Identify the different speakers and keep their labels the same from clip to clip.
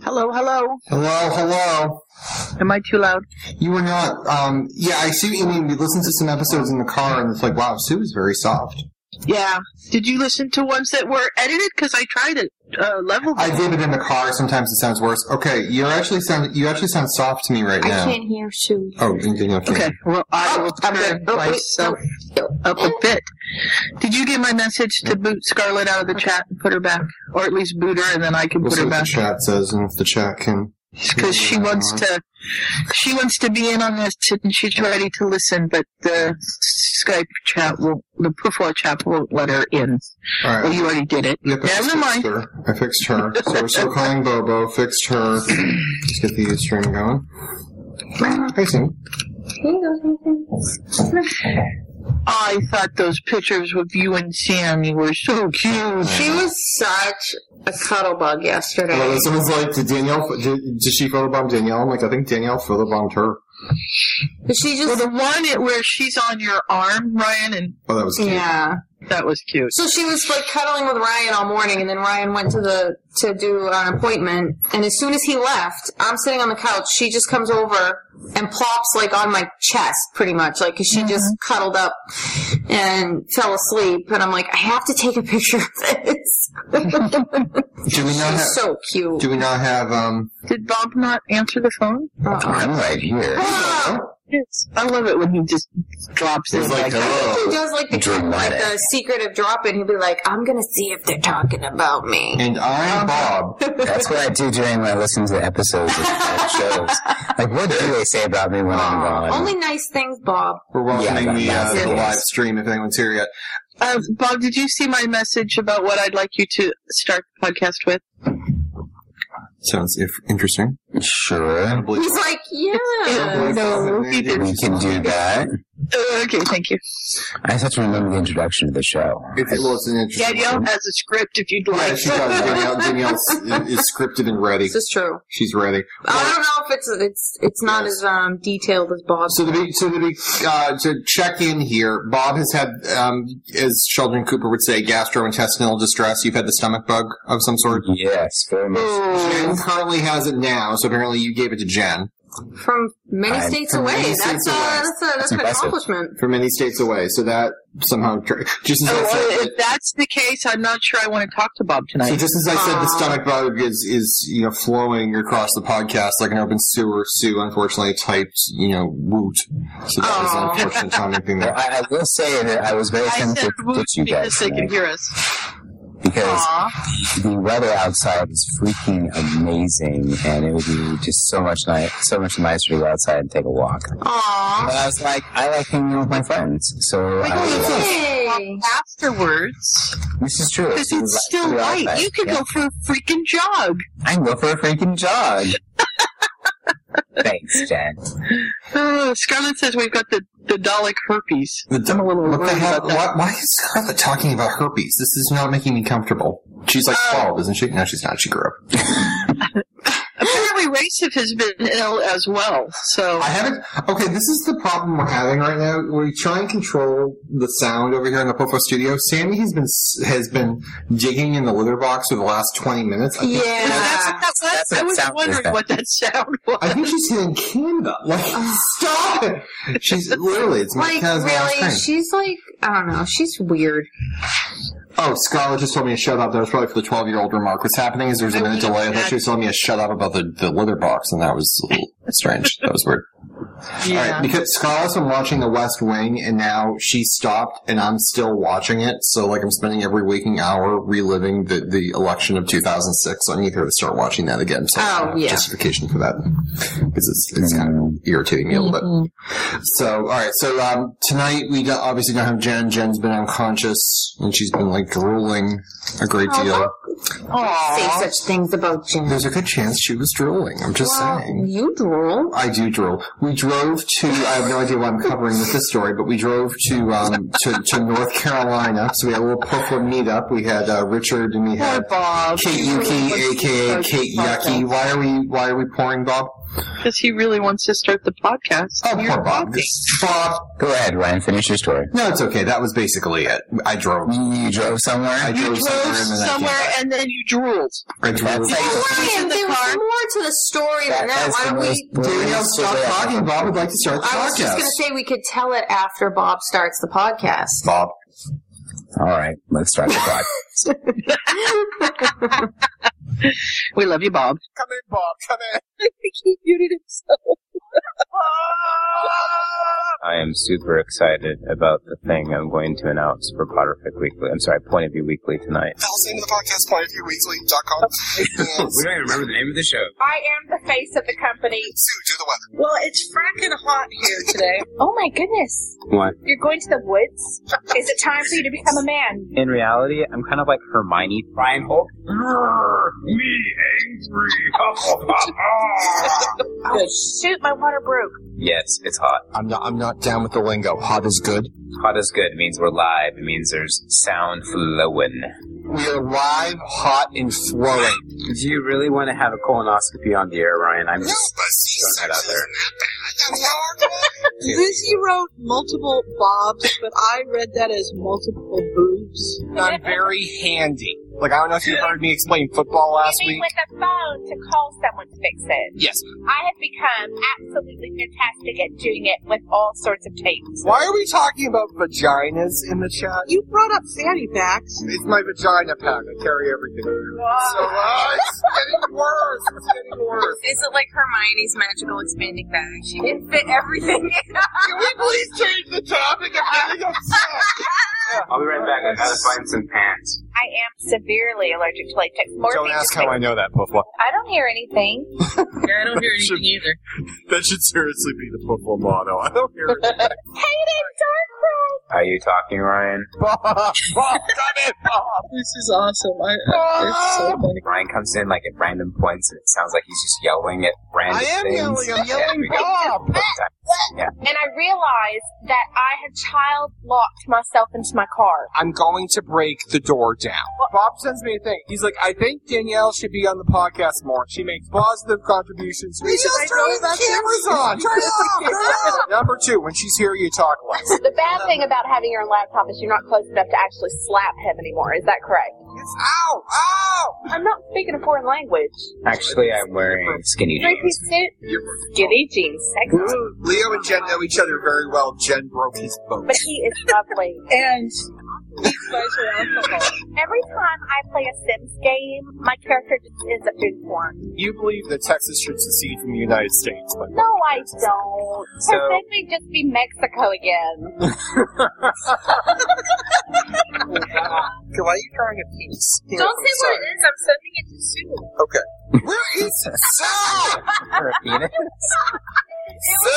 Speaker 1: Hello, hello.
Speaker 2: Hello, hello.
Speaker 1: Am I too loud?
Speaker 2: You were not. Um, yeah, I see what you mean. We listened to some episodes in the car, and it's like, wow, Sue is very soft.
Speaker 1: Yeah. Did you listen to ones that were edited? Because I tried it. Uh, level.
Speaker 2: I did it in the car. Sometimes it sounds worse. Okay, you actually sound you actually sound soft to me right
Speaker 3: I
Speaker 2: now.
Speaker 3: can't hear Sue.
Speaker 2: Oh, you can- you can-
Speaker 1: Okay. Well, I will
Speaker 3: I'm good.
Speaker 1: turn
Speaker 3: Oh, wait,
Speaker 1: myself
Speaker 3: no.
Speaker 1: up a bit. Did you get my message to boot Scarlett out of the chat and put her back, or at least boot her, and then I can
Speaker 2: We'll
Speaker 1: put
Speaker 2: see
Speaker 1: her
Speaker 2: what the
Speaker 1: back?
Speaker 2: chat says and if the chat can.
Speaker 1: because she wants to she wants to be in on this and she's ready to listen but the skype chat will the profile chat won't let her in
Speaker 2: All
Speaker 1: well
Speaker 2: right.
Speaker 1: you already did it
Speaker 2: Yep, I
Speaker 1: never
Speaker 2: fixed
Speaker 1: mind
Speaker 2: her. I fixed her. So we're still calling Bobo. Fixed her. Just get the stream going. Hey, Sue.
Speaker 1: i thought those pictures of you and sammy were so cute
Speaker 3: She was such a cuddlebug yesterday.
Speaker 2: Well, someone's like, did Danielle, did, did she photobomb Danielle? I'm like, I think Danielle photobombed her.
Speaker 3: she
Speaker 1: well
Speaker 3: just
Speaker 1: the one at where she's on your arm ryan and
Speaker 2: Oh, that was cute.
Speaker 3: yeah.
Speaker 1: that was cute
Speaker 3: So she was like cuddling with Ryan all morning, and then Ryan went to the to do an appointment. And as soon as he left, I'm sitting on the couch. She just comes over and plops like on my chest, pretty much, like 'cause she
Speaker 2: Mm-hmm.
Speaker 3: just cuddled up and fell asleep. And I'm like, I have to take a picture of this.
Speaker 2: Do we not have,
Speaker 3: She's so cute.
Speaker 2: do we not have, um,
Speaker 1: did bob not answer the phone
Speaker 3: Uh-uh.
Speaker 2: right here.
Speaker 3: Wow.
Speaker 1: yes i love it when he just drops in
Speaker 4: It's like,
Speaker 1: like,
Speaker 3: He
Speaker 4: hello.
Speaker 3: does like the, like
Speaker 4: Dramatic.
Speaker 3: the secret of dropping. He'll be like, I'm gonna see if they're talking about me.
Speaker 2: And I'm Bob.
Speaker 4: That's what I do during when I listen to the episodes of, of shows. Like, what do they say about me when I'm
Speaker 3: Aw,
Speaker 4: gone?
Speaker 3: only nice things, Bob.
Speaker 2: We're welcoming
Speaker 4: Yeah,
Speaker 2: the, uh,
Speaker 4: that's
Speaker 2: the
Speaker 4: it.
Speaker 2: live stream if anyone's here yet.
Speaker 1: uh, bob did you see my message about what i'd like you to start the podcast with
Speaker 2: Sounds if interesting.
Speaker 4: sure.
Speaker 3: He's like, yeah.
Speaker 1: No, he didn't.
Speaker 4: We can do that.
Speaker 1: Uh, okay thank you
Speaker 4: I just have to remember the introduction to the show.
Speaker 2: It's, well, it's an interesting.
Speaker 1: Danielle has a script if you'd
Speaker 2: Yeah,
Speaker 1: like.
Speaker 2: she does. Danielle, Danielle is, is scripted and ready.
Speaker 3: This is true.
Speaker 2: She's ready.
Speaker 3: I don't know if it's it's it's not
Speaker 2: Yes.
Speaker 3: as um, detailed as Bob's.
Speaker 2: So to be, so to be, uh, to check in here, Bob has had, um, as Sheldon Cooper would say, gastrointestinal distress. You've had the stomach bug of some
Speaker 4: Mm-hmm.
Speaker 2: sort.
Speaker 4: Yes, very much.
Speaker 1: Oh,
Speaker 2: Jen currently has it now, so apparently you gave it to Jen
Speaker 3: from many
Speaker 4: I'm
Speaker 3: states
Speaker 2: from
Speaker 3: away.
Speaker 2: many
Speaker 3: that's,
Speaker 2: states
Speaker 3: uh,
Speaker 2: away.
Speaker 3: that's, uh, that's an
Speaker 4: impressive.
Speaker 3: accomplishment.
Speaker 2: for many states away. So that somehow tr- just as
Speaker 1: Oh,
Speaker 2: I
Speaker 1: well,
Speaker 2: said,
Speaker 1: if that's the case, I'm not sure I want to talk to Bob
Speaker 2: so
Speaker 1: tonight.
Speaker 2: just as I said, the
Speaker 3: Aw.
Speaker 2: stomach bug is is you know flowing across the podcast like an open sewer. Sue unfortunately typed you know woot, so that was
Speaker 3: Aw.
Speaker 2: an unfortunate timing thing
Speaker 4: Well,
Speaker 2: there.
Speaker 4: I, I will say that I was very
Speaker 1: I
Speaker 4: tempted
Speaker 1: said
Speaker 4: to
Speaker 1: woot
Speaker 4: get you
Speaker 1: because
Speaker 4: guys
Speaker 1: they could
Speaker 4: tonight
Speaker 1: hear us.
Speaker 4: because
Speaker 1: Aw.
Speaker 4: the weather outside is freaking amazing, and it would be just so much nice, so much nicer to go outside and take a walk.
Speaker 3: Aww.
Speaker 4: But I was like, I like hanging out with my friends, so I,
Speaker 3: Hey.
Speaker 1: Afterwards,
Speaker 4: this is true.
Speaker 1: because it's still light, you could
Speaker 4: Yeah.
Speaker 1: go for a freaking jog.
Speaker 4: I can go for a freaking jog. Thanks, Jen.
Speaker 1: Oh, Scarlett says we've got the, the Dalek herpes.
Speaker 2: The do-
Speaker 1: I'm a little
Speaker 2: what the
Speaker 1: worried
Speaker 2: hell?
Speaker 1: about that.
Speaker 2: Why, why is Scarlett talking about herpes? This is not making me comfortable. She's like
Speaker 1: Uh,
Speaker 2: 12, isn't she? No, she's not. She grew up.
Speaker 1: Apparently, Racif has been ill as well. So,
Speaker 2: I haven't. Okay, this is the problem we're having right now. We try and control the sound over here in the Popo studio. Sammy has been s- has been digging in the litter box for the last twenty minutes. I think,
Speaker 1: Well,
Speaker 3: Yeah.
Speaker 1: that's, that's,
Speaker 4: That's what
Speaker 1: I
Speaker 4: it
Speaker 1: was
Speaker 4: sounded
Speaker 1: wondering
Speaker 4: like.
Speaker 1: what that sound was.
Speaker 2: I think she's in Canada. Like, stop it. She's literally it's my
Speaker 3: Like
Speaker 2: cousin's last
Speaker 3: really,
Speaker 2: name.
Speaker 3: she's like I don't know. She's weird.
Speaker 2: Oh, Scarlett just told me to shut up. That was probably for the twelve-year-old remark. What's happening is there's a
Speaker 1: I
Speaker 2: minute
Speaker 1: would've
Speaker 2: delay. I thought she
Speaker 1: had-
Speaker 2: was telling me to shut up about the, the litter box, and that was a little strange. That was weird. All right, because Scarlett's been watching The West Wing, and now she stopped, and I'm still watching it. So, like, I'm spending every waking hour reliving the, the election of 2006. So I need her to start watching that again. So I
Speaker 3: Oh,
Speaker 2: have
Speaker 3: yeah.
Speaker 2: justification for that because it's, it's kind of irritating me a little
Speaker 3: Mm-hmm.
Speaker 2: bit. So, all right, so um, tonight we don't, obviously don't have Jen. Jen's been unconscious, and she's been like drooling a great
Speaker 3: Oh,
Speaker 2: deal.
Speaker 1: Aw.
Speaker 3: Say such things about Jen.
Speaker 2: There's a good chance she was drooling. I'm just saying.
Speaker 3: Well, you drool.
Speaker 2: I do drool. We drove to. I have no idea why I'm covering with this story, but we drove to um, to, to North Carolina. So we had a little Pokemon meetup. We had uh, Richard and we
Speaker 1: Poor
Speaker 2: had
Speaker 1: Bob.
Speaker 2: Kate Yuki, aka Kate Yucky. Why are we Why are we pouring Bob?
Speaker 1: Because he really wants to start the podcast.
Speaker 2: Oh,
Speaker 1: You're
Speaker 2: poor Bob.
Speaker 1: talking.
Speaker 2: Bob.
Speaker 4: Go ahead, Ryan. Finish your story.
Speaker 2: No, it's okay. That was basically it. I drove.
Speaker 4: You drove somewhere.
Speaker 2: I
Speaker 1: You
Speaker 2: drove
Speaker 1: drove
Speaker 2: somewhere and then I came
Speaker 1: somewhere
Speaker 2: back.
Speaker 1: and then you drooled.
Speaker 2: I drove.
Speaker 4: That's-
Speaker 3: Ryan,
Speaker 1: in the
Speaker 3: there was
Speaker 1: car.
Speaker 3: more story than that.
Speaker 4: is
Speaker 3: Why
Speaker 4: the
Speaker 3: don't
Speaker 4: most
Speaker 3: we?
Speaker 4: boring
Speaker 2: Danielle,
Speaker 4: story
Speaker 2: stop
Speaker 4: I've ever
Speaker 2: talking.
Speaker 4: heard.
Speaker 2: Bob would like to start the
Speaker 3: I was just
Speaker 2: podcast.
Speaker 3: going to say we could tell it after Bob starts the podcast.
Speaker 2: Bob.
Speaker 4: All right, let's start the clock.
Speaker 1: We love you, Bob.
Speaker 5: Come in, Bob. Come in.
Speaker 6: he muted himself.
Speaker 4: I am super excited about the thing I'm going to announce for Potterfic Weekly. I'm sorry, Point of View Weekly tonight.
Speaker 5: Now listen to the podcast, pointofviewweekly.com.
Speaker 4: We
Speaker 5: Sue,
Speaker 4: don't even remember the name of the show.
Speaker 6: I am the face of the company.
Speaker 5: do the weather.
Speaker 6: Well, it's fracking hot here today. oh my goodness.
Speaker 4: What?
Speaker 6: You're going to the woods? Is it time for you to become a man?
Speaker 4: In reality, I'm kind of like Hermione. Ryan Holt.
Speaker 6: Oh, shoot, my water broke.
Speaker 4: Yes, it's hot.
Speaker 2: I'm not. I'm not down with the lingo. Hot is good.
Speaker 4: Hot is good. It means we're live. It means there's sound flowing.
Speaker 2: We are live, hot, and flowing.
Speaker 4: Do you really want to have a colonoscopy on the air, Ryan? I'm just
Speaker 5: But see,
Speaker 4: throwing that out there.
Speaker 5: that's how our
Speaker 7: Lizzie wrote multiple bobs, but I read that as multiple boobs.
Speaker 8: I'm very handy. Like, I don't know if you heard me explain football last
Speaker 6: you mean
Speaker 8: week.
Speaker 6: with a phone to call someone to fix it?
Speaker 8: Yes.
Speaker 6: I have become absolutely fantastic at doing it with all sorts of tapes.
Speaker 8: Why are we talking about vaginas in the chat?
Speaker 7: You brought up fanny packs.
Speaker 8: It's my vagina pack. I carry everything. So, uh, it's getting worse. It's getting worse.
Speaker 3: Is it like Hermione's magical expanding bag? She can fit everything in.
Speaker 8: Can we please change the
Speaker 7: Oh
Speaker 8: topic? I'm getting upset.
Speaker 4: I'll be right back. I gotta find some pants.
Speaker 6: I am severely allergic to latex. Morphine just makes-
Speaker 8: know that, Puffball.
Speaker 6: I don't hear anything.
Speaker 9: Yeah, I don't hear anything either.
Speaker 8: That should seriously be the Puffball motto. I don't hear it.
Speaker 4: Are you talking, Ryan?
Speaker 8: Oh,
Speaker 9: Oh, This is awesome. I, I, it's
Speaker 8: Ah.
Speaker 9: so funny.
Speaker 4: Ryan comes in like at random points, and it sounds like he's just yelling at random
Speaker 8: I am
Speaker 4: things.
Speaker 8: yelling. I'm
Speaker 4: Yeah,
Speaker 8: yelling
Speaker 4: we got
Speaker 8: Bob.
Speaker 6: And I realized that I had child locked myself into my car.
Speaker 8: I'm going to break the door down. Bob sends me a thing. He's like, I think Danielle should be on the podcast more. She makes positive contributions. We
Speaker 5: just turned the
Speaker 8: cameras on. Turn it off. Number two, when she's here, you talk less.
Speaker 6: The bad thing about having your laptop is you're not close enough to actually slap him anymore. Is that correct?
Speaker 8: It's ow, ow.
Speaker 6: I'm not speaking a foreign language.
Speaker 4: Actually, I'm wearing skinny
Speaker 6: Three
Speaker 4: jeans.
Speaker 6: piece suit, skinny jeans, sexy.
Speaker 8: Leo and Jen know each other very well. Jen broke his boat.
Speaker 6: But he is lovely.
Speaker 7: And
Speaker 6: Pleasure alcohol. Every time I play a Sims game, my character just ends up doing porn.
Speaker 8: You believe that Texas should secede from the United States, but
Speaker 6: No, I don't.
Speaker 4: So-
Speaker 6: Because then we'd just be Mexico again.
Speaker 8: why are you drawing a penis?
Speaker 9: Don't say what it is. I'm sending it to Sue.
Speaker 8: Where is Sue?
Speaker 4: For a penis?
Speaker 8: Sue?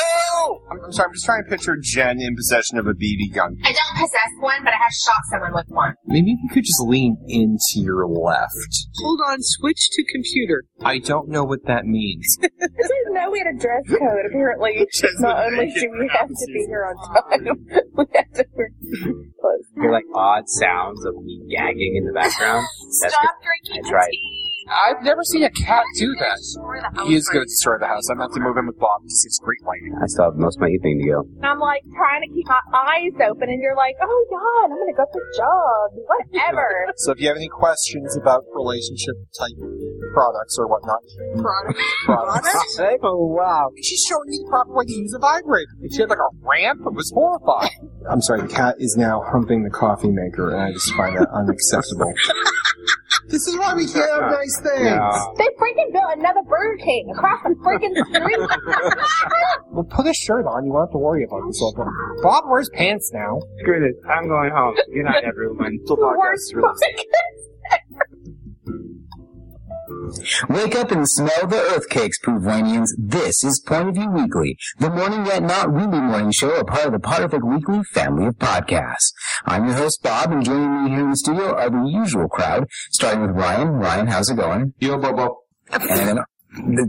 Speaker 8: I'm, I'm sorry. I'm just trying to picture Jen in possession of a BB gun.
Speaker 6: I don't possess one, but I have shot someone with one.
Speaker 2: Maybe if you could just lean into your left.
Speaker 7: hold on, switch to computer.
Speaker 2: I don't know what that means.
Speaker 6: This is no we had a dress code, apparently.
Speaker 8: Jen's
Speaker 6: Not
Speaker 8: been
Speaker 6: only
Speaker 8: naked
Speaker 6: do we
Speaker 8: for
Speaker 6: have to be
Speaker 8: hours.
Speaker 6: here on time, we have to close.
Speaker 4: Hear like odd sounds of me gagging in the background. That's
Speaker 6: Stop drinking
Speaker 4: That's right.
Speaker 6: tea.
Speaker 8: I've never seen a cat do that.
Speaker 6: Or the
Speaker 8: He is going to destroy the house. I'm going to have to move in with Bob because he's great lighting.
Speaker 4: good. I still have most of my evening to go.
Speaker 6: And I'm like trying to keep my eyes open, and you're like, oh, God, I'm going to go for jobs. Whatever.
Speaker 8: So if you have any questions about relationship type products or whatnot, products.
Speaker 4: Oh wow!
Speaker 8: She's showing me the proper way to use a vibrator. And She had like a ramp. It was horrifying. I'm sorry, the cat is now humping the coffee maker, and I just find that unacceptable. this is why we can't have nice things.
Speaker 6: They freaking built another Burger King across the freaking street.
Speaker 8: Well, put a shirt on. You won't have to worry about this. Bob Bob wears pants now.
Speaker 4: Screw this. I'm going home. Good night, everyone.
Speaker 6: Worst fucking-
Speaker 4: Wake up and smell the earth cakes, Poovanians. This is Point of View Weekly, the morning yet not really morning show, a part of the Potterfic Weekly family of podcasts. I'm your host, Bob, and joining me here in the studio are the usual crowd, starting with Ryan. Ryan, how's it going?
Speaker 2: Yo, Bobo.
Speaker 4: And then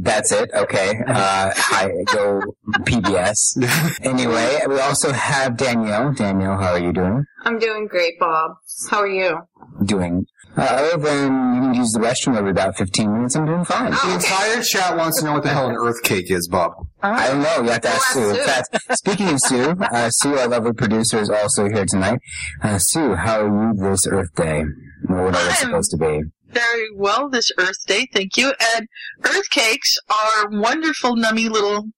Speaker 4: that's it. Okay. Uh, hi, go PBS. Anyway, we also have Danielle. Danielle, how are you doing?
Speaker 3: I'm doing great, Bob. How are you?
Speaker 4: Doing. Uh, other than you can use the restroom every about 15 minutes, I'm doing fine.
Speaker 2: The entire chat wants to know what the hell an earth cake is, Bob.
Speaker 4: I don't know. You have to ask
Speaker 3: We'll
Speaker 4: Sue. In
Speaker 3: ask
Speaker 4: fact, speaking of Sue, uh, Sue, our lovely producer, is also here tonight. Uh, Sue, how are you this Earth Day? Or whatever it's
Speaker 9: I'm-
Speaker 4: supposed to be.
Speaker 1: very well this Earth Day, thank you. And Earth cakes are wonderful, nummy little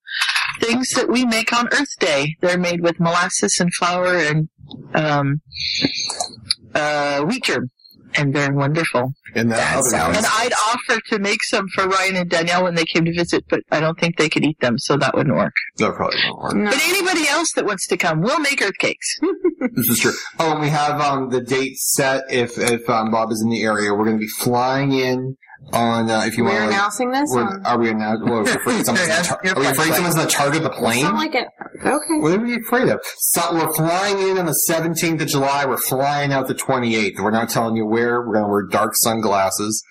Speaker 1: things that we make on Earth Day. They're made with molasses and flour and um, uh, wheat germ, and they're wonderful.
Speaker 2: And that,
Speaker 4: That
Speaker 2: other one.
Speaker 4: sounds-
Speaker 1: And I'd offer to make some for Ryan and Danielle when they came to visit, but I don't think they could eat them, so that wouldn't work.
Speaker 2: That probably won't work.
Speaker 3: No.
Speaker 1: But anybody else that wants to come, we'll make Earth cakes.
Speaker 2: This is true. Oh, and we have um, the date set. If if um, Bob is in the area, we're going to be flying in on. Uh, if you
Speaker 3: We're
Speaker 2: want,
Speaker 3: announcing this?
Speaker 2: we're,
Speaker 3: on-
Speaker 2: are we announced? Well, are we afraid someone's gonna tar- are we afraid someone's going to target the plane?
Speaker 3: Sound like it. Okay.
Speaker 2: What are we afraid of? So we're flying in on the 17th of July. We're flying out the 28th. We're not telling you where. We're going to wear dark sunglasses.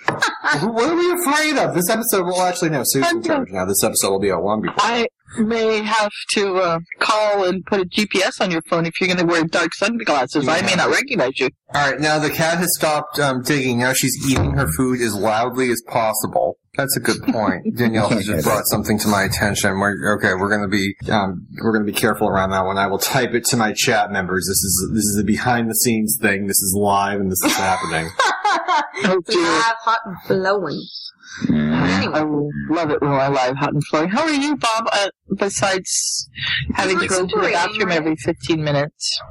Speaker 2: Who- what are we afraid of? This episode will actually no. Susan charge now. This episode will be out long before.
Speaker 1: I may have to uh, call and put a GPS on your phone if you're going to wear dark sunglasses. I may not recognize you.
Speaker 2: All right. Now the cat has stopped um, digging. Now she's eating her food as loudly as possible. That's a good point. Danielle has just brought something to my attention. We're, okay, we're going to be um, we're going to be careful around that one. I will type it to my chat members. This is this is a behind the scenes thing. This is live and this is happening.
Speaker 1: Oh, dear.
Speaker 3: Live, hot, and flowing.
Speaker 1: I
Speaker 3: Uh,
Speaker 4: Mm-hmm.
Speaker 3: Anyway,
Speaker 1: love it when we're live, hot and flowing. How are you, Bob? Uh, besides having to go to the
Speaker 3: Recuperating,
Speaker 1: bathroom
Speaker 3: right?
Speaker 1: every 15 minutes.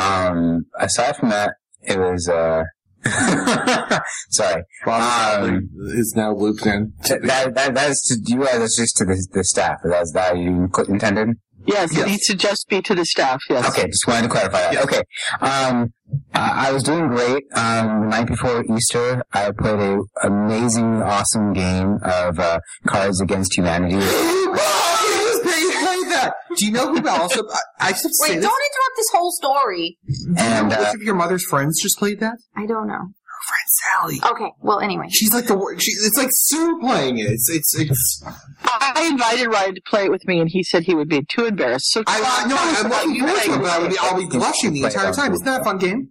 Speaker 4: Um, aside from that, it was, uh, sorry.
Speaker 2: Bob
Speaker 4: Um,
Speaker 2: Uh, is now looped in.
Speaker 4: T- That, that, that's to you guys, that's just to the, the staff. That's that you intended?
Speaker 1: Yes,
Speaker 2: Yes.
Speaker 1: it needs to just be to the staff, yes.
Speaker 4: Okay, just wanted to clarify that. Okay. Um, I, I was doing great. Um, the night before Easter, I played a amazing, awesome game of uh, Cards Against Humanity.
Speaker 2: Oh, you played that. Do you know who also? I, I should
Speaker 3: wait,
Speaker 2: say this.
Speaker 3: don't interrupt this whole story.
Speaker 4: And uh,
Speaker 2: Which of your mother's friends just played that?
Speaker 3: I don't know.
Speaker 2: Friend Sally.
Speaker 3: Okay, well, anyway.
Speaker 2: She's like the wor- she, it's like Sue playing it. It's it's it's.
Speaker 1: I invited Ryan to play it with me, and he said he would be too embarrassed. So
Speaker 2: I, I no, I'm looking forward to it, but I would be I'll be blushing the entire time. Isn't that a fun game?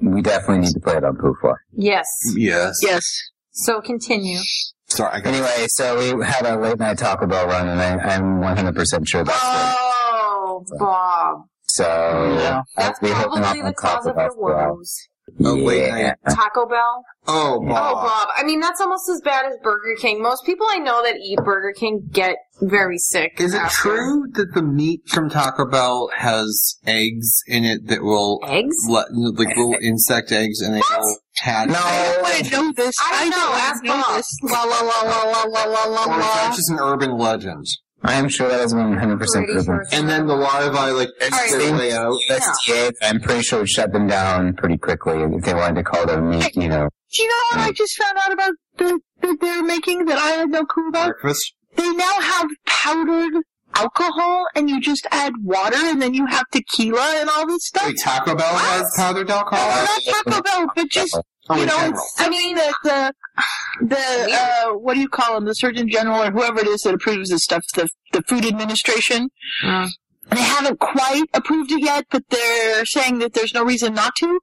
Speaker 4: we definitely need to play it on Poof War.
Speaker 3: Yes.
Speaker 2: Yes.
Speaker 1: yes.
Speaker 3: So continue.
Speaker 2: Sorry, I got
Speaker 4: Anyway, so we had a late night Taco Bell run, and I, I'm 100% sure that's it.
Speaker 3: Oh, Bob.
Speaker 4: So uh,
Speaker 1: Yeah.
Speaker 4: I'll
Speaker 3: That's
Speaker 4: be hooking up
Speaker 3: probably the
Speaker 4: on
Speaker 3: cause
Speaker 4: Taco
Speaker 3: of
Speaker 4: Bell
Speaker 3: your
Speaker 4: for a while.
Speaker 3: woes.
Speaker 2: Oh, wait, I-
Speaker 4: Yeah.
Speaker 3: Taco Bell?
Speaker 2: Oh,
Speaker 3: Oh,
Speaker 2: Bob.
Speaker 3: Bob. I mean, that's almost as bad as Burger King. Most people I know that eat Burger King get very sick.
Speaker 2: Is it
Speaker 3: after.
Speaker 2: true that the meat from Taco Bell has eggs in it that will
Speaker 3: Eggs?
Speaker 2: let, like little insect eggs and they will
Speaker 1: I
Speaker 2: hatch?
Speaker 4: No,
Speaker 1: don't want to know this.
Speaker 3: I don't know.
Speaker 1: wanna
Speaker 3: Ask Bob.
Speaker 1: this. La la la la la la la la
Speaker 2: Or is
Speaker 1: la.
Speaker 2: that just an urban legend?
Speaker 4: I'm sure that is
Speaker 3: Pretty
Speaker 4: 100% proven.
Speaker 3: sure it's
Speaker 2: And then the larvae like eggs their way out.
Speaker 4: USDA, I'm pretty sure would shut them down pretty quickly if they wanted to call their meat, you know.
Speaker 1: Do you know what
Speaker 2: Mm.
Speaker 1: I just found out about the, that they're making that I had no clue about?
Speaker 2: Breakfast.
Speaker 1: They now have powdered alcohol, and you just add water, and then you have tequila and all this stuff.
Speaker 2: Wait, Taco Bell has powdered Oh, alcohol.
Speaker 1: Not Taco Bell, but just you know, it's something that the the uh, what do you call them? The Surgeon General or whoever it is that approves this stuff, the the Food Administration.
Speaker 3: Mm.
Speaker 1: They haven't quite approved it yet, but they're saying that there's no reason not to.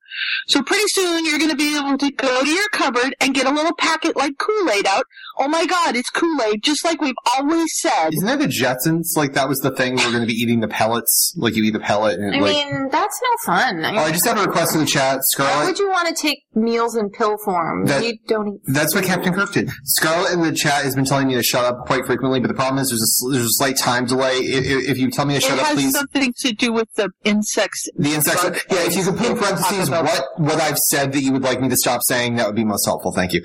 Speaker 1: So pretty soon you're going to be able to go to your cupboard and get a little packet like Kool Aid out. Oh my God, it's Kool Aid, just like we've always said.
Speaker 2: Isn't that the Jetsons? Like that was the thing we're going to be eating the pellets. Like you eat the pellet and it,
Speaker 3: I
Speaker 2: like.
Speaker 3: mean, that's no fun. I mean,
Speaker 2: oh, I just have a request in the chat,
Speaker 3: why
Speaker 2: Scarlet.
Speaker 3: would you want to take meals in pill form?
Speaker 2: That-
Speaker 3: you don't eat.
Speaker 2: That's what Captain Kirk did. Scarlet in the chat has been telling me to shut up quite frequently, but the problem is there's a, sl- there's a slight time delay. If, if if you tell me to
Speaker 1: it
Speaker 2: shut up,
Speaker 1: has
Speaker 2: please.
Speaker 1: something to do with the insects.
Speaker 2: the insects.
Speaker 1: Right.
Speaker 2: Yeah, if you could put in parentheses
Speaker 1: Talk about-
Speaker 2: what what I've said that you would like me to stop saying, that would be most helpful. Thank you.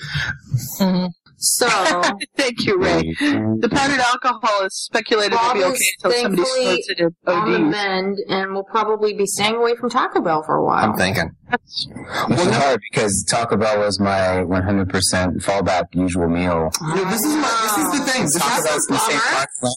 Speaker 3: Mm-hmm. So,
Speaker 1: Thank you, Ray. The powdered alcohol is speculated to be
Speaker 3: Bob
Speaker 1: okay
Speaker 3: is
Speaker 1: until somebody
Speaker 3: thankfully
Speaker 1: snorts it at
Speaker 3: on the
Speaker 1: OD.
Speaker 3: mend, and we'll probably be staying away from Taco Bell for a while.
Speaker 2: I'm thinking.
Speaker 4: Which is hard because Taco Bell was my 100% fallback usual meal.
Speaker 2: No, this is my, this is the thing. This
Speaker 4: Taco
Speaker 2: is-
Speaker 4: Bell's in the same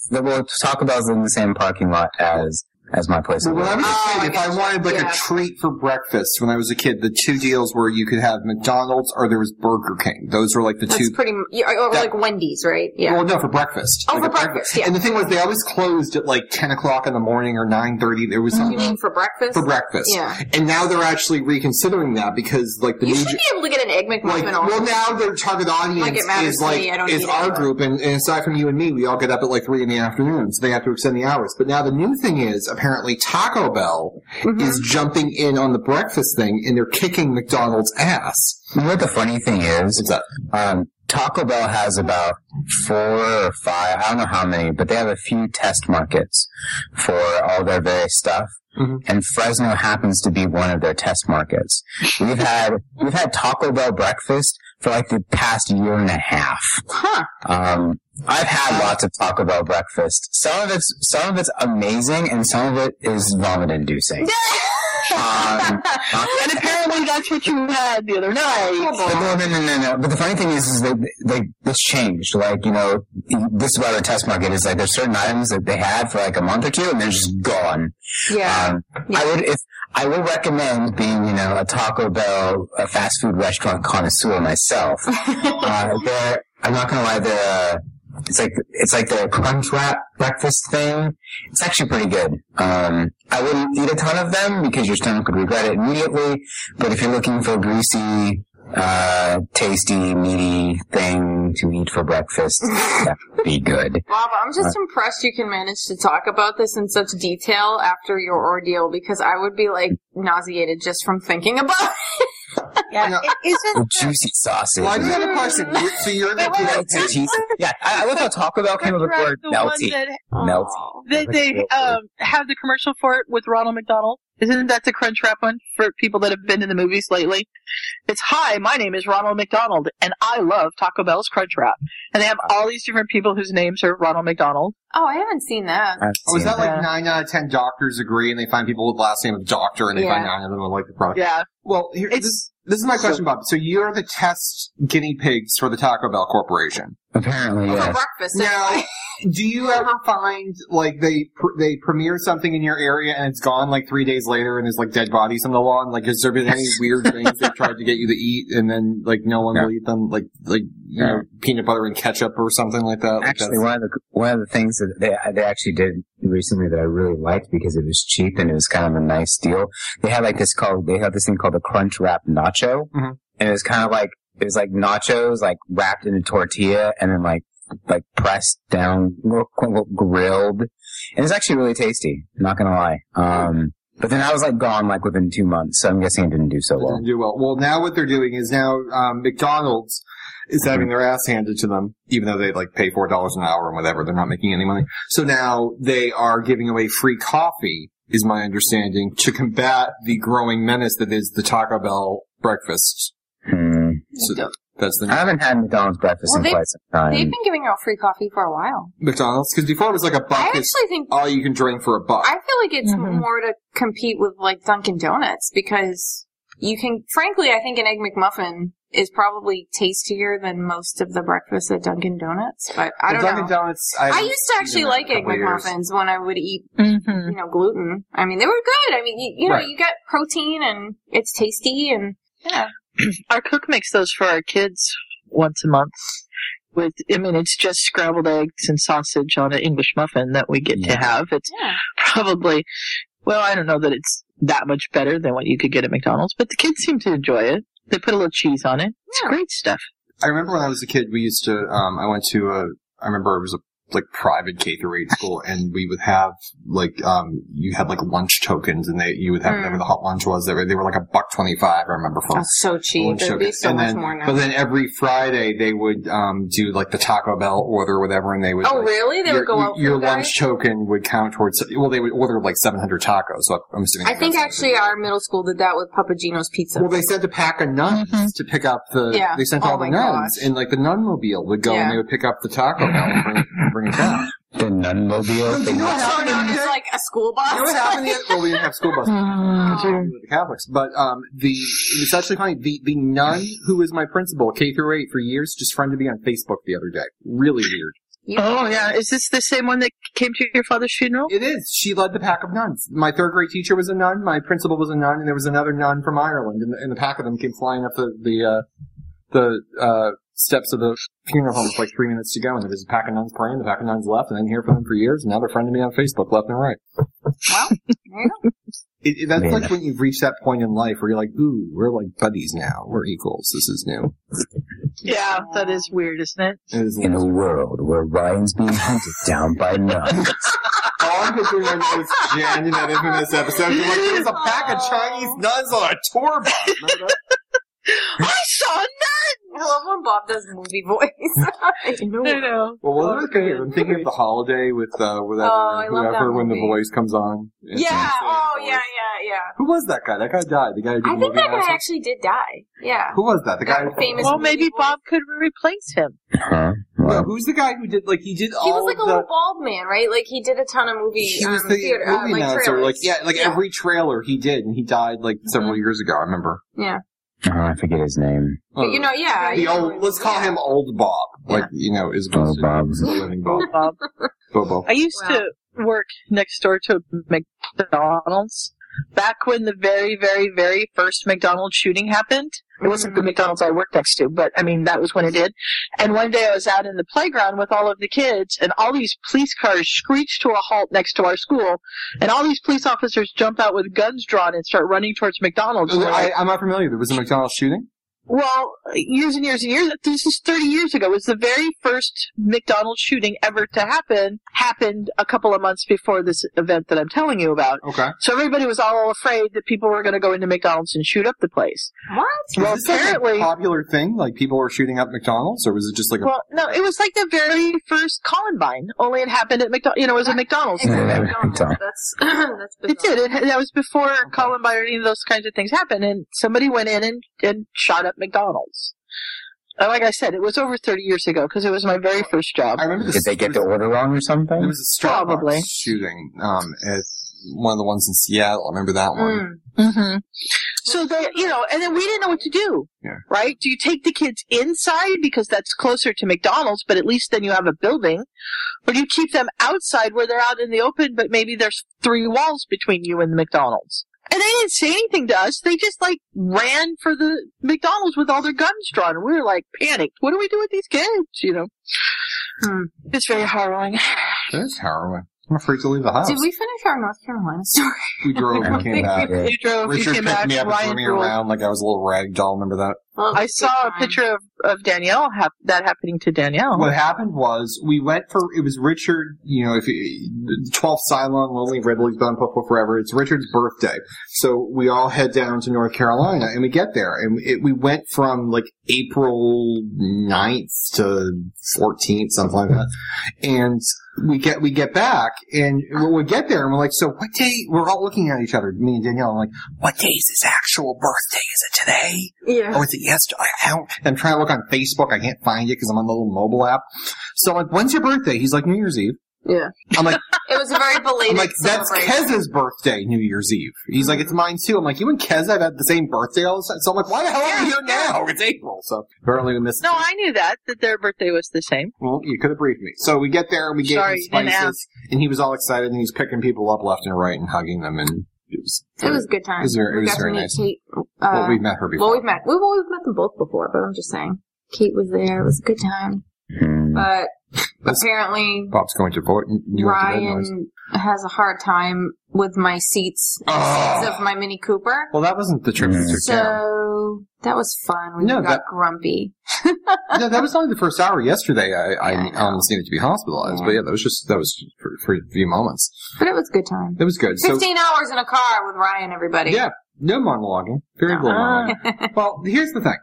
Speaker 4: parking lot. Well, Taco Bell's in the same parking lot as as my place.
Speaker 2: But
Speaker 4: of
Speaker 2: when I
Speaker 4: work.
Speaker 2: was
Speaker 3: Oh,
Speaker 2: a
Speaker 3: I
Speaker 2: kid, if I wanted like
Speaker 3: Yeah.
Speaker 2: a treat for breakfast when I was a kid, the two deals were you could have McDonald's or there was Burger King. Those were like the
Speaker 3: That's
Speaker 2: two.
Speaker 3: pretty, m- you- or
Speaker 2: That-
Speaker 3: like Wendy's, right? Yeah.
Speaker 2: Well, no, for breakfast.
Speaker 3: Oh,
Speaker 2: Like
Speaker 3: for
Speaker 2: a
Speaker 3: breakfast, yeah.
Speaker 2: And the thing was, they always closed at like ten o'clock in the morning or nine thirty. There was
Speaker 3: you
Speaker 2: something
Speaker 3: mean for breakfast?
Speaker 2: for breakfast.
Speaker 3: Mm-hmm. Yeah.
Speaker 2: And now they're actually reconsidering that because like the
Speaker 3: You
Speaker 2: new.
Speaker 3: should
Speaker 2: gen-
Speaker 3: be able to get an egg
Speaker 2: like,
Speaker 3: McMuffin all
Speaker 2: well, now their target
Speaker 3: Like,
Speaker 2: audience
Speaker 3: it matters
Speaker 2: is
Speaker 3: to
Speaker 2: like
Speaker 3: me, I don't
Speaker 2: is
Speaker 3: eat
Speaker 2: our
Speaker 3: anymore.
Speaker 2: group, and, and aside from you and me, we all get up at like three in the afternoon, so they have to extend the hours. But now the new thing is apparently Taco Bell
Speaker 3: Mm-hmm.
Speaker 2: is jumping in on the breakfast thing and they're kicking McDonald's ass.
Speaker 4: What the funny thing is,
Speaker 2: What's that?
Speaker 4: um, Taco Bell has about four or five, I don't know how many, but they have a few test markets for all their various stuff.
Speaker 2: Mhm.
Speaker 4: And Fresno happens to be one of their test markets. We've had we've had Taco Bell breakfast for like the past year and a half.
Speaker 3: Huh.
Speaker 4: Um, I've had lots of Taco Bell breakfast. Some of it's some of it's amazing, and some of it is vomit inducing. um,
Speaker 1: And apparently that's what you had the other night.
Speaker 4: But no, no, no, no, no. But the funny thing is, is that like this changed. Like you know, this is why the test market is like there's certain items that they had for like a month or two, and they're just gone.
Speaker 3: Yeah.
Speaker 4: Um, I would if I would recommend being you know a Taco Bell, a fast food restaurant connoisseur myself. uh, they're, I'm not gonna lie, they're. Uh, it's like it's like the crunch wrap breakfast thing. It's actually pretty good. Um, I wouldn't eat a ton of them because your stomach would regret it immediately. But if you're looking for greasy, uh, tasty, meaty thing to eat for breakfast, that would be good.
Speaker 3: Bob, I'm just impressed you can manage to talk about this in such detail after your ordeal because I would be like nauseated just from thinking about
Speaker 2: No.
Speaker 3: it.
Speaker 6: Yeah, it
Speaker 4: The
Speaker 6: isn't.
Speaker 4: juicy sausage.
Speaker 2: Well, I do have a question. You- So you're the
Speaker 4: Melty cheese. Yeah, I, I love how Taco Bell came up with the word
Speaker 7: Correct, the one
Speaker 4: melty.
Speaker 7: that Oh.
Speaker 4: Melty.
Speaker 7: they, they um, have the commercial for it with Ronald McDonald.
Speaker 1: Isn't that the crunch wrap one for people that have been to the movies lately? It's hi, my name is Ronald McDonald and I love Taco Bell's crunch wrap. And they have all these different people whose names are Ronald McDonald.
Speaker 3: Oh, I haven't seen that.
Speaker 4: I've
Speaker 2: Oh, is
Speaker 4: seen
Speaker 2: that like
Speaker 1: Yeah.
Speaker 2: nine out of ten doctors agree and they find people with last name of doctor and they
Speaker 3: Yeah.
Speaker 2: find nine of them would like the product?
Speaker 1: Yeah.
Speaker 2: Well, here,
Speaker 1: It's-
Speaker 2: this, this is my question, Bob. So you're the test guinea pigs for the Taco Bell Corporation.
Speaker 4: Apparently,
Speaker 3: For
Speaker 4: yes.
Speaker 3: breakfast.
Speaker 2: Now, do you ever find like they pr- they premiere something in your area and it's gone like three days later and there's like dead bodies on the lawn? Like, has there been any weird things they've tried to get you to eat and then like no one
Speaker 4: No.
Speaker 2: will eat them? Like like you
Speaker 4: No.
Speaker 2: know peanut butter and ketchup or something like that. Like,
Speaker 4: Actually,
Speaker 2: that's-
Speaker 4: one of the one of the things that they they actually did recently that I really liked because it was cheap and it was kind of a nice deal. They had like this called they had this thing called the Crunch Wrap Nacho,
Speaker 2: Mhm.
Speaker 4: and it was kind of like it was like nachos like wrapped in a tortilla and then like like pressed down, quote unquote, grilled, and it's actually really tasty. Not gonna lie. Um, but then I was like gone like within two months, so I'm guessing it didn't do so
Speaker 2: They
Speaker 4: well.
Speaker 2: didn't do well. Well, now what they're doing is now um, McDonald's
Speaker 3: Mm-hmm.
Speaker 2: is having their ass handed to them, even though they like pay four dollars an hour and whatever. They're not making any money. So now they are giving away free coffee, is my understanding, to combat the growing menace that is the Taco Bell breakfast.
Speaker 4: Hmm.
Speaker 2: So that's the
Speaker 4: I haven't had McDonald's breakfast
Speaker 3: Well,
Speaker 4: in
Speaker 3: they-
Speaker 4: quite some time.
Speaker 3: They've been giving out free coffee for a while.
Speaker 2: McDonald's because before it was like a
Speaker 3: I
Speaker 2: buck is
Speaker 3: actually think
Speaker 2: all you can drink for a buck.
Speaker 3: I feel like it's
Speaker 1: Mhm.
Speaker 3: more to compete with like Dunkin' Donuts because you can, frankly, I think an egg McMuffin is probably tastier than most of the breakfast at Dunkin' Donuts. But I
Speaker 2: Well,
Speaker 3: don't
Speaker 2: Dunkin'
Speaker 3: know.
Speaker 2: Donuts. I,
Speaker 3: I
Speaker 2: haven't-
Speaker 3: used to actually
Speaker 2: in a
Speaker 3: like egg
Speaker 2: couple of years.
Speaker 3: McMuffins when I would eat,
Speaker 1: Mm-hmm.
Speaker 3: you know, gluten. I mean, they were good. I mean, you, you know,
Speaker 2: Right.
Speaker 3: you get protein and it's tasty and yeah.
Speaker 1: Our cook makes those for our kids once a month. With, I mean, it's just scrambled eggs and sausage on an English muffin that we get to
Speaker 4: Yeah.
Speaker 1: have. It's
Speaker 3: Yeah.
Speaker 1: probably, well, I don't know that it's that much better than what you could get at McDonald's, but the kids seem to enjoy it. They put a little cheese on it. It's
Speaker 3: Yeah.
Speaker 1: great stuff.
Speaker 2: I remember when I was a kid, we used to. Um, I went to a. I remember it was a like private K through eight school, and we would have like um, you had like lunch tokens, and they you would have
Speaker 3: Mm.
Speaker 2: whatever the hot lunch was. They were, they were like a buck twenty five. I remember from.
Speaker 3: That's Oh, so cheap.
Speaker 2: lunch
Speaker 3: There'd be
Speaker 2: tokens.
Speaker 3: so
Speaker 2: and
Speaker 3: much
Speaker 2: then,
Speaker 3: more now.
Speaker 2: But then every Friday they would um, do like the Taco Bell order, or whatever, and they would.
Speaker 3: oh,
Speaker 2: like,
Speaker 3: really? They
Speaker 2: Your,
Speaker 3: would go out for
Speaker 2: your
Speaker 3: guys?
Speaker 2: lunch token would count towards. Well, they would order like seven hundred tacos. So I'm assuming.
Speaker 3: I think
Speaker 2: that's-
Speaker 3: actually our middle school did that with Papa Gino's Pizza.
Speaker 2: well, they sent a pack of nuns to pick up the.
Speaker 3: Mm-hmm. Yeah.
Speaker 2: They sent
Speaker 3: Oh
Speaker 2: all the
Speaker 3: my
Speaker 2: nuns,
Speaker 3: gosh.
Speaker 2: and like the nunmobile would go
Speaker 3: Yeah.
Speaker 2: and they would pick up the taco bell and bring, bring it down.
Speaker 4: the Nunmobile.
Speaker 2: you know what
Speaker 3: also
Speaker 2: happened?
Speaker 3: known as like a school bus.
Speaker 2: You know what happened? The other- well, we didn't have school buses.
Speaker 1: Mm.
Speaker 3: Oh.
Speaker 2: We were The Catholics, but um, the it's actually funny. The the nun who was my principal, K through eight for years, just friended me on Facebook the other day. Really weird.
Speaker 3: You-
Speaker 1: Oh, yeah. Is this the same one that came to your father's funeral?
Speaker 2: It is. She led the pack of nuns. My third grade teacher was a nun. My principal was a nun, and there was another nun from Ireland, and, and the pack of them came flying up the the uh, the uh, steps of the funeral home with like three minutes to go, and there was a pack of nuns praying. The pack of nuns left, and I didn't hear from them for years. And now they're friending me on Facebook left and right.
Speaker 3: Well, there you go.
Speaker 2: It, it- that's
Speaker 4: Man.
Speaker 2: like when you've reached that point in life where you're like, ooh, we're like buddies now. We're equals. This is new.
Speaker 1: Yeah, that is weird, isn't it?
Speaker 2: It is
Speaker 4: In a world where Ryan's being hunted down by nuns.
Speaker 2: all "Oh, I'm picturing like it was Jen in that infamous episode. They're like, there's a pack of Chinese nuns on a tour bus. Remember that?
Speaker 1: I saw
Speaker 3: I love when Bob does movie voice. you know,
Speaker 9: I know.
Speaker 2: Well, Oh. what was I thinking? I'm thinking of the holiday with uh, whatever,
Speaker 3: Oh, I love that
Speaker 2: whoever when the
Speaker 3: movie.
Speaker 2: voice comes on. It's
Speaker 3: yeah.
Speaker 2: insane.
Speaker 3: Oh, yeah, yeah, yeah.
Speaker 2: Who was that guy? That guy died. The guy who did
Speaker 3: I think
Speaker 2: Movie
Speaker 3: that guy
Speaker 2: House?
Speaker 3: actually did die. Yeah.
Speaker 2: Who was that? The guy.
Speaker 3: That famous-
Speaker 1: Well, maybe Bob could replace him.
Speaker 4: Huh?
Speaker 2: No,
Speaker 4: Well,
Speaker 2: who's the guy who did like he did all
Speaker 3: He was like
Speaker 2: of
Speaker 3: a
Speaker 2: the.
Speaker 3: little bald man, right? Like he did a ton of movie,
Speaker 2: he
Speaker 3: um,
Speaker 2: was the
Speaker 3: theater, uh,
Speaker 2: movie
Speaker 3: like
Speaker 2: announcer,
Speaker 3: trailers.
Speaker 2: like yeah, like
Speaker 3: yeah. Mm-hmm.
Speaker 2: every trailer he did, and he died like several years ago. I remember.
Speaker 3: yeah.
Speaker 4: oh, I forget his name.
Speaker 3: But you know, yeah.
Speaker 2: the
Speaker 3: you know,
Speaker 2: old, let's call him Old Bob. Like you know, is
Speaker 4: Old Bob.
Speaker 2: the living Bob.
Speaker 1: Bob.
Speaker 2: Bobo.
Speaker 1: I used
Speaker 3: Wow.
Speaker 1: to work next door to McDonald's. Back when the very, very, very first McDonald's shooting happened, it wasn't the McDonald's I worked next to, but I mean, that was when it did. And one day I was out in the playground with all of the kids, and all these police cars screeched to a halt next to our school, and all these police officers jump out with guns drawn and start running towards McDonald's. And we're
Speaker 2: I,
Speaker 1: like,
Speaker 2: I'm not familiar. There was a McDonald's shooting.
Speaker 1: well, years and years and years, this is 30 years ago. It was the very first McDonald's shooting ever to happen, happened a couple of months before this event that I'm telling you about.
Speaker 2: Okay.
Speaker 1: So everybody was all afraid that people were going to go into McDonald's and shoot up the place.
Speaker 3: What?
Speaker 1: Well,
Speaker 2: was this like,
Speaker 1: apparently-
Speaker 2: a popular thing, like people were shooting up McDonald's, or was it just like a?
Speaker 1: Well, no, it was like the very first Columbine, only it happened at McDonald's, you know, it was at McDonald's.
Speaker 4: Yeah. Don't.
Speaker 3: That's that's
Speaker 1: It
Speaker 3: bizarre.
Speaker 1: did. It, that was before Columbine or any of those kinds of things happened, and somebody went in and, and shot up McDonald's. And Like I said, it was over 30 years ago because it was my very first job.
Speaker 2: I remember.
Speaker 4: Did
Speaker 2: This,
Speaker 4: they get the
Speaker 2: there was-
Speaker 4: order wrong or
Speaker 2: There
Speaker 4: something?
Speaker 2: was a Starbucks
Speaker 1: Probably.
Speaker 2: shooting um, at one of the ones in Seattle. I remember that one.
Speaker 3: Mm.
Speaker 1: hmm So they, you know, and then we didn't know what to do.
Speaker 2: Yeah.
Speaker 1: Right? Do you take the kids inside because that's closer to McDonald's, but at least then you have a building, or do you keep them outside where they're out in the open, but maybe there's three walls between you and the McDonald's? And they didn't say anything to us. They just like ran for the McDonald's with all their guns drawn. And we were like panicked. What do we do with these kids? You know,
Speaker 3: Hmm.
Speaker 1: it's very harrowing.
Speaker 2: That is harrowing. I'm afraid to leave the house.
Speaker 3: Mm. Did we finish our North Carolina story?
Speaker 2: we drove and came back.
Speaker 4: Yeah.
Speaker 1: You drove, you
Speaker 2: Richard
Speaker 1: came
Speaker 2: picked
Speaker 1: back,
Speaker 2: me up and threw
Speaker 1: Ryan
Speaker 2: me
Speaker 1: ruled.
Speaker 2: around like I was a little rag doll. Remember that?
Speaker 3: Well,
Speaker 1: I
Speaker 3: good
Speaker 1: saw a
Speaker 3: time.
Speaker 1: picture of, of Danielle, hap- that happening to Danielle.
Speaker 2: What happened was we went for it was Richard. You know, if you, the 12th Cylon, Lonely Red League's Bone Puffle Forever. It's Richard's birthday, so we all head down to North Carolina and we get there and it, we went from like April 9th to 14th, something like that, and we get we get back and when we get there and we're like, so what day? We're all looking at each other, me and Danielle, and like, what day is his actual birthday? Is it today?
Speaker 3: Yeah.
Speaker 2: Oh, is it yesterday? I don't, I'm trying to look on Facebook. I can't find it because I'm on the little mobile app. So I'm like, when's your birthday? He's like, New Year's Eve.
Speaker 3: Yeah.
Speaker 2: I'm like,
Speaker 3: It was a very
Speaker 2: I'm
Speaker 3: belated
Speaker 2: like, that's
Speaker 3: celebration.
Speaker 2: Kez's birthday, New Year's Eve. He's like, it's mine too. I'm like, you and Kez have had the same birthday all of a sudden. So I'm like, why the hell are we here now? It's April. So apparently we missed.
Speaker 1: No, I knew that that their birthday was the same.
Speaker 2: Well, you could have briefed me. So we get there and we gave
Speaker 1: Sorry, you
Speaker 2: him
Speaker 1: didn't
Speaker 2: spices, and he was all excited and he's picking people up left and right and hugging them, and it was.
Speaker 3: It was a good time.
Speaker 2: It was very- it
Speaker 3: we
Speaker 2: was
Speaker 3: got
Speaker 2: very
Speaker 3: to meet
Speaker 2: nice.
Speaker 3: Kate. Uh,
Speaker 2: Well, we've met her
Speaker 3: well,
Speaker 2: before.
Speaker 3: we've met. We've, well, we've met them both before, but I'm just saying. Kate was there. It was a good time.
Speaker 4: Hmm.
Speaker 3: But
Speaker 2: Mm. That's-
Speaker 3: apparently,
Speaker 2: Bob's going to vote. You want to bed noise.
Speaker 3: Ryan has a hard time with my seats, the
Speaker 2: Oh.
Speaker 3: seats of my Mini Cooper.
Speaker 2: Well, that wasn't the trip that took down.
Speaker 3: So that was fun. We
Speaker 2: No,
Speaker 3: got
Speaker 2: that-
Speaker 3: grumpy.
Speaker 2: yeah, that was only the first hour yesterday. I, I
Speaker 3: Yeah, I know.
Speaker 2: almost needed to be hospitalized,
Speaker 3: Yeah.
Speaker 2: but yeah, that was just that was for, for a few moments.
Speaker 3: But it was a good time.
Speaker 2: It was good. So
Speaker 3: 15 hours in a car with Ryan, everybody.
Speaker 2: yeah, no monologuing, very little monologuing. Well, here's the thing.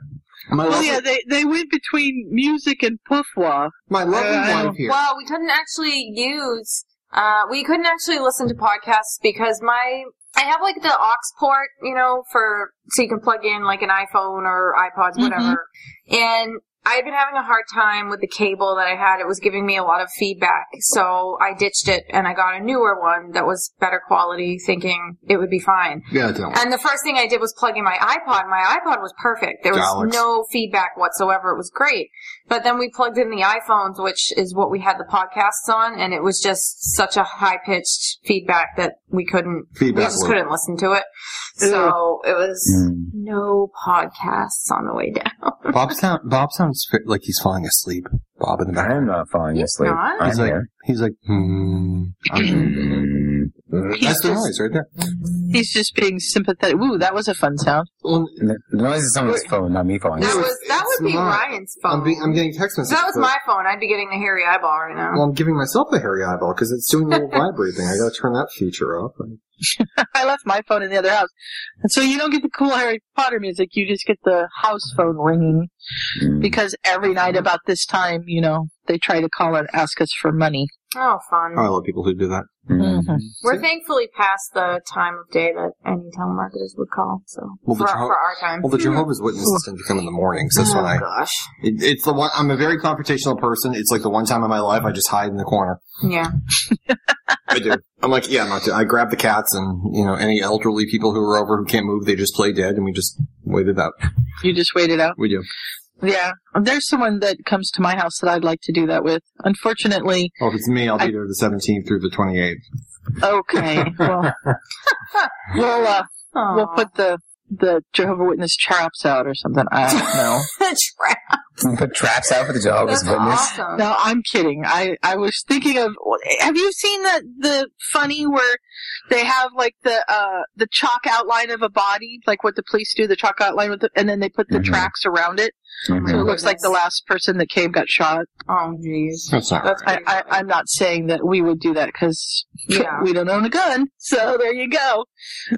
Speaker 2: My
Speaker 1: Well,
Speaker 2: lovely,
Speaker 1: Oh, yeah, they they went between music and pufwa.
Speaker 2: my lovely
Speaker 1: Yeah, I
Speaker 2: wife here.
Speaker 3: Um, Well, we couldn't actually use, uh, we couldn't actually listen to podcasts because my, I have like the aux port, you know, for, so you can plug in like an iPhone or iPods, whatever. And I've been having a hard time with the cable that I had. It was giving me a lot of feedback. So I ditched it and I got a newer one that was better quality thinking it would be fine.
Speaker 2: yeah, it didn't work.
Speaker 3: And the first thing I did was plug in my iPod. My iPod was perfect. There was
Speaker 2: Alex.
Speaker 3: no feedback whatsoever. It was great. But then we plugged in the iPhones, which is what we had the podcasts on, and it was just such a high pitched feedback that we couldn't we
Speaker 2: Feedback
Speaker 3: just
Speaker 2: loop. Mm.
Speaker 3: couldn't listen to it. So it was
Speaker 4: Hmm.
Speaker 3: no podcasts on the way down.
Speaker 2: Bob sound Bob sounds fit, like he's falling asleep. Bob in the
Speaker 4: I
Speaker 2: back.
Speaker 4: am not falling
Speaker 3: He's
Speaker 4: asleep.
Speaker 3: not.
Speaker 4: I'm
Speaker 2: He's like
Speaker 4: here.
Speaker 2: he's like hmm. I'm-
Speaker 4: Hmm.
Speaker 8: That's
Speaker 1: just-
Speaker 8: the noise right there.
Speaker 1: He's just being sympathetic. Ooh, that was a fun sound.
Speaker 2: Well,
Speaker 4: The the noise is someone's phone, not me falling.
Speaker 3: That
Speaker 2: No,
Speaker 3: was that
Speaker 2: it's
Speaker 3: would be
Speaker 2: not.
Speaker 3: Ryan's phone.
Speaker 2: I'm, being, I'm getting text
Speaker 3: If
Speaker 2: messages.
Speaker 3: that was
Speaker 2: but-
Speaker 3: my phone, I'd be getting the hairy eyeball right now.
Speaker 2: Well, I'm giving myself a hairy eyeball because it's doing the little vibrate thing. I gotta turn that feature off.
Speaker 1: I left my phone in the other house. And so you don't get the cool Harry Potter music, you just get the house phone ringing. Because every night about this time, you know, they try to call and ask us for money.
Speaker 3: oh, fun.
Speaker 2: I love people who do that.
Speaker 4: Mm.
Speaker 3: We're thankfully past the time of day that any telemarketers would call. So
Speaker 2: Well,
Speaker 3: for,
Speaker 2: the
Speaker 3: our,
Speaker 2: jo-
Speaker 3: for our time.
Speaker 2: Well, the Jehovah's Witnesses tend to come in the mornings. That's when
Speaker 3: oh
Speaker 2: I.
Speaker 3: gosh.
Speaker 2: It, it's the one. I'm a very confrontational person. It's like the one time in my life I just hide in the corner.
Speaker 3: Yeah.
Speaker 2: I do. I'm like, yeah, I'm not. do- I grab the cats and you know any elderly people who are over who can't move. They just play dead, and we just wait it out.
Speaker 1: You just wait it out.
Speaker 2: We do.
Speaker 1: Yeah. There's someone that comes to my house that I'd like to do that with. Unfortunately,
Speaker 2: Well, Oh, if it's me, I'll be there the 17th through the 28th.
Speaker 1: okay. Well, we'll, uh,
Speaker 3: Aw.
Speaker 1: we'll put the, the Jehovah Witness traps out or something. I don't know.
Speaker 3: Trap.
Speaker 4: Put traps out for the Jehovah's
Speaker 3: That's
Speaker 4: Witness.
Speaker 3: awesome.
Speaker 1: No, I'm kidding. I, I was thinking of. Have you seen the the funny where they have like the uh the chalk outline of a body, like what the police do, the chalk outline with, the, and then they put the
Speaker 4: Mhm.
Speaker 1: tracks around it, so it
Speaker 4: Mhm.
Speaker 1: looks like the last person that came got shot.
Speaker 3: Oh jeez.
Speaker 2: That's not.
Speaker 3: That's
Speaker 1: I, I I'm not saying that we would do that because
Speaker 3: Yeah.
Speaker 1: we don't own a gun. So there you go,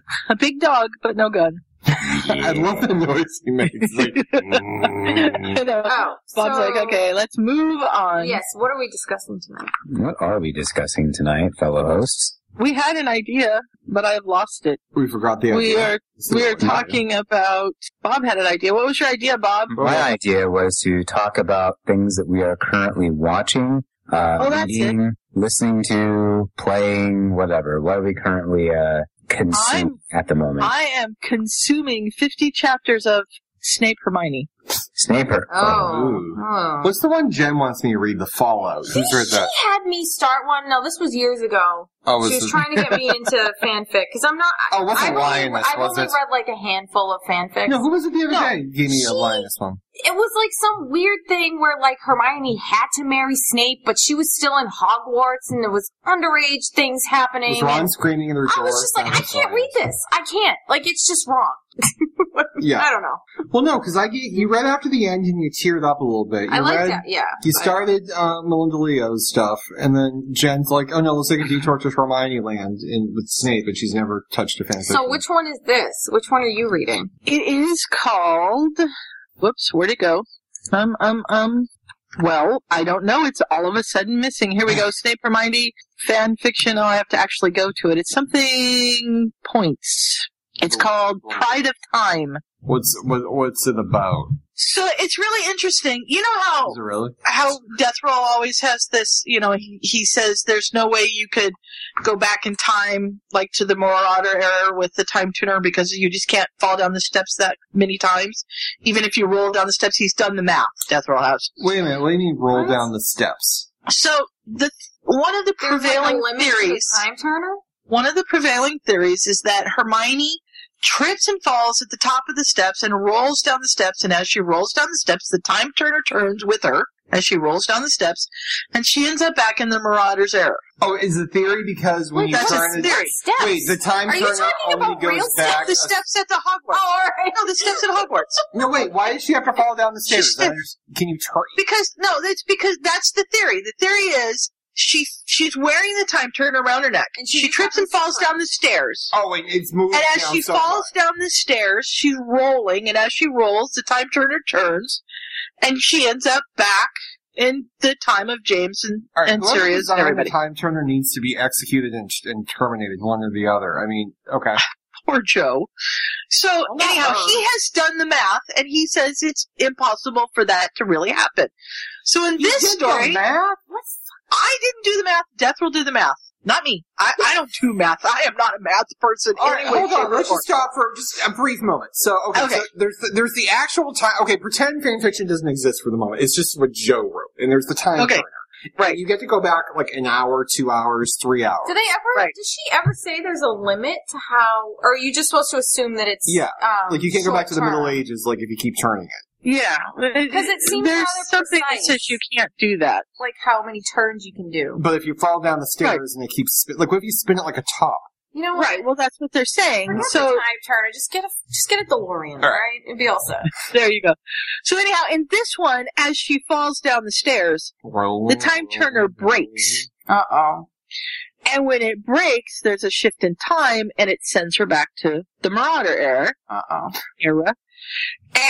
Speaker 1: a big dog but no gun.
Speaker 2: I love the noise he makes. It's like, mm.
Speaker 1: You know?
Speaker 3: Oh,
Speaker 1: Bob's
Speaker 3: so-
Speaker 1: like, okay, let's move on.
Speaker 3: Yes. What are we discussing tonight?
Speaker 4: What are we discussing tonight, fellow hosts?
Speaker 1: We had an idea, but I've lost it.
Speaker 2: we forgot the.
Speaker 1: We
Speaker 2: idea.
Speaker 1: are We are talking about. Bob had an idea. What was your idea, Bob?
Speaker 4: My idea was to talk about things that we are currently watching, uh,
Speaker 1: Oh, that's it.
Speaker 4: reading, listening to, playing, whatever. What are we currently uh, consuming at the moment?
Speaker 1: I am consuming 50 chapters of Snape Hermione.
Speaker 4: Snaper.
Speaker 3: Oh.
Speaker 2: Ooh.
Speaker 3: oh.
Speaker 2: What's the one Jen wants me to read? The Fallout. Who's read
Speaker 3: She
Speaker 2: that?
Speaker 3: had me start one. No, this was years ago.
Speaker 2: Oh,
Speaker 3: She was trying to get me into fanfic because I'm not.
Speaker 2: Oh, it wasn't
Speaker 3: I've only-
Speaker 2: Lioness,
Speaker 3: I've
Speaker 2: was
Speaker 3: only
Speaker 2: it?
Speaker 3: read like a handful of fanfics.
Speaker 2: No, who was it the other
Speaker 3: No.
Speaker 2: day? Gave me a line. This one.
Speaker 3: it was like some weird thing where like Hermione had to marry Snape, but she was still in Hogwarts and there was underage things happening.
Speaker 2: Was Ron
Speaker 3: and
Speaker 2: screaming in the
Speaker 3: I
Speaker 2: door?
Speaker 3: was just like, I can't read this. I can't. Like it's just wrong.
Speaker 2: Yeah.
Speaker 3: I don't know.
Speaker 2: Well, no, because I get, you read after the end and you teared up a little bit. You
Speaker 3: I like
Speaker 2: read,
Speaker 3: that. Yeah.
Speaker 2: You started uh, Melinda Leo's stuff, and then Jen's like, "Oh no, let's take a detour to Hermione Land in, with Snape," but she's never touched a fanfic.
Speaker 3: So which one is this? Which one are you reading?
Speaker 1: It is called. Whoops, where'd it go? Um, um, um. Well, I don't know. It's all of a sudden missing. Here we go. Snape Hermione fan fiction. Oh, I have to actually go to it. It's something points. It's called Pride of Time.
Speaker 2: What's what, what's it about?
Speaker 1: So it's really interesting. You know how
Speaker 3: Oh.
Speaker 2: Is it really?
Speaker 1: how Death Roll always has this, you know, he, he says there's no way you could go back in time, like to the Marauder era with the time tuner because you just can't fall down the steps that many times. Even if you roll down the steps, he's done the math, Death Roll has.
Speaker 2: Wait a minute, let me roll
Speaker 3: What?
Speaker 2: down the steps.
Speaker 1: So the, one of the
Speaker 3: There's, like, a
Speaker 1: prevailing
Speaker 3: limit to the
Speaker 1: theories,
Speaker 3: Time Turner.
Speaker 1: one of the prevailing theories is that Hermione trips and falls at the top of the steps and rolls down the steps. And as she rolls down the steps, the time turner turns with her as she rolls down the steps, and she ends up back in the Marauder's era.
Speaker 2: Oh, is the theory because when
Speaker 3: Wait,
Speaker 2: you
Speaker 1: that's
Speaker 2: turn
Speaker 1: his
Speaker 2: it-
Speaker 1: theory.
Speaker 3: Steps.
Speaker 2: Wait, the time
Speaker 3: Are you
Speaker 2: turner
Speaker 3: talking
Speaker 2: only
Speaker 3: about
Speaker 2: goes
Speaker 3: real
Speaker 2: back.
Speaker 1: The steps at the Hogwarts.
Speaker 3: Oh, all right.
Speaker 1: No, the steps at Hogwarts.
Speaker 2: No, wait. Why does she have to fall down the stairs?
Speaker 1: She's
Speaker 2: I under- Can you turn?
Speaker 1: Because no, that's because that's the theory. The theory is she she's wearing the time turn around her neck.
Speaker 3: And she
Speaker 1: she
Speaker 3: just
Speaker 1: trips and
Speaker 3: happens to
Speaker 1: falls
Speaker 3: turn.
Speaker 1: down the stairs.
Speaker 2: Oh, wait. It's moving.
Speaker 1: And as
Speaker 2: down
Speaker 1: she
Speaker 2: so
Speaker 1: falls down the stairs, she's rolling, and as she rolls, the time turner turns, and she ends up back in the time of James and,
Speaker 2: All right,
Speaker 1: and
Speaker 2: whoever
Speaker 1: Sirius and
Speaker 2: designed
Speaker 1: everybody.
Speaker 2: The time turner needs to be executed and, and terminated, one or the other. I mean, okay.
Speaker 1: Poor Joe. So
Speaker 2: Oh
Speaker 3: no,
Speaker 1: anyhow,
Speaker 3: uh,
Speaker 1: he has done the math, and he says it's impossible for that to really happen. So in this story,
Speaker 2: math?
Speaker 3: What's
Speaker 1: I didn't do the math. Death will do the math. Not me. I, I don't do math. I am not a math person.
Speaker 2: All right,
Speaker 1: anyway,
Speaker 2: hold
Speaker 1: shape,
Speaker 2: on.
Speaker 1: or
Speaker 2: Let's
Speaker 1: form.
Speaker 2: just stop for just a brief moment. So, okay,
Speaker 1: Okay.
Speaker 2: so there's the, there's the actual time. Okay, pretend fan fiction doesn't exist for the moment. It's just what Joe wrote, and there's the time
Speaker 1: Okay,
Speaker 2: turner.
Speaker 1: right.
Speaker 2: You get to go back like an hour, two hours, three hours.
Speaker 3: Do they ever?
Speaker 1: Right.
Speaker 3: Does she ever say there's a limit to how? Or are you just supposed to assume that it's
Speaker 2: Yeah.
Speaker 3: Um,
Speaker 2: Like you can't go back to the
Speaker 3: short-term?
Speaker 2: Middle Ages, like if you keep turning it.
Speaker 1: Yeah.
Speaker 3: 'Cause it seems
Speaker 1: There's
Speaker 3: rather
Speaker 1: something
Speaker 3: precise.
Speaker 1: that says you can't do that.
Speaker 3: Like how many turns you can do.
Speaker 2: But if you fall down the stairs and it keeps spin, like what if you spin it like a top?
Speaker 3: You know what?
Speaker 1: Right. Well, that's what they're saying.
Speaker 3: Not
Speaker 1: So
Speaker 3: the time turner. Just get a just get a DeLorean, right? It'd be all set.
Speaker 1: there you go. So anyhow, in this one, as she falls down the stairs, the time turner breaks.
Speaker 3: Uh oh.
Speaker 1: And when it breaks, there's a shift in time and it sends her back to the Marauder era.
Speaker 3: Uh oh.
Speaker 1: era.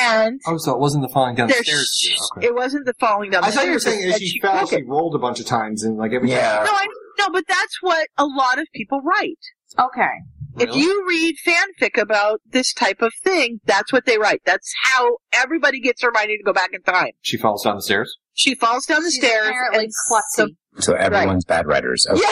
Speaker 1: And
Speaker 10: Oh, so it wasn't the falling down the
Speaker 1: there's,
Speaker 10: stairs. Okay.
Speaker 1: it wasn't the falling down the
Speaker 2: I thought you were
Speaker 1: stairs,
Speaker 2: saying
Speaker 1: it's
Speaker 2: as
Speaker 1: that
Speaker 2: she fell,
Speaker 1: broke
Speaker 2: she
Speaker 1: it.
Speaker 2: rolled a bunch of times and like every
Speaker 4: Yeah.
Speaker 1: No, I, no, but that's what a lot of people write.
Speaker 3: Okay.
Speaker 1: If you read fanfic about this type of thing, that's what they write. That's how everybody gets reminded to go back in time.
Speaker 10: She falls down the stairs.
Speaker 1: She falls down the
Speaker 3: She's
Speaker 1: stairs
Speaker 3: apparently
Speaker 1: and
Speaker 3: klutzy.
Speaker 4: So everyone's bad writers. Oh, Okay.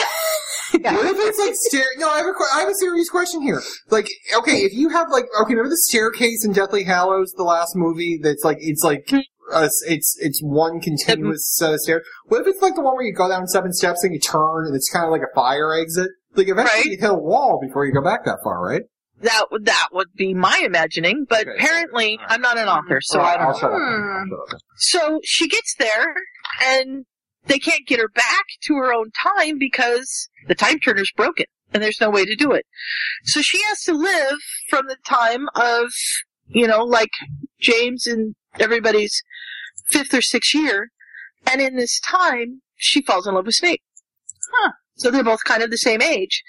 Speaker 1: Yeah.
Speaker 2: What if it's like stair? No, I have a que- I have a serious question here. Like, okay, if you have like, okay, remember the staircase in Deathly Hallows, the last movie? That's like, it's like, uh, it's it's one continuous
Speaker 1: Mm-hmm.
Speaker 2: set of stairs. What if it's like the one where you go down seven steps and you turn, and it's kind of like a fire exit? Like, eventually
Speaker 1: Right.
Speaker 2: you hit a wall before you go back that far, right?
Speaker 1: that would- that would be my imagining, but
Speaker 2: Okay.
Speaker 1: apparently I'm not an
Speaker 3: Mm-hmm.
Speaker 1: author, so I don't.
Speaker 2: I'll shut up.
Speaker 3: Hmm.
Speaker 1: So she gets there and they can't get her back to her own time because the time turner's broken and there's no way to do it. So she has to live from the time of, you know, like James and everybody's fifth or sixth year. And in this time, she falls in love with Snape.
Speaker 3: Huh.
Speaker 1: So they're both kind of the same age.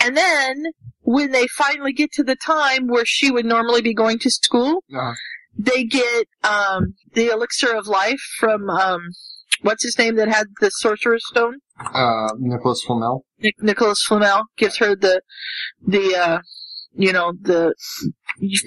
Speaker 1: And then when they finally get to the time where she would normally be going to school,
Speaker 2: Uh-huh.
Speaker 1: they get um, the elixir of life from um, what's his name that had the sorcerer's stone.
Speaker 2: Uh, Nicholas Flamel.
Speaker 1: Nic- Nicholas Flamel gives her the the uh, you know the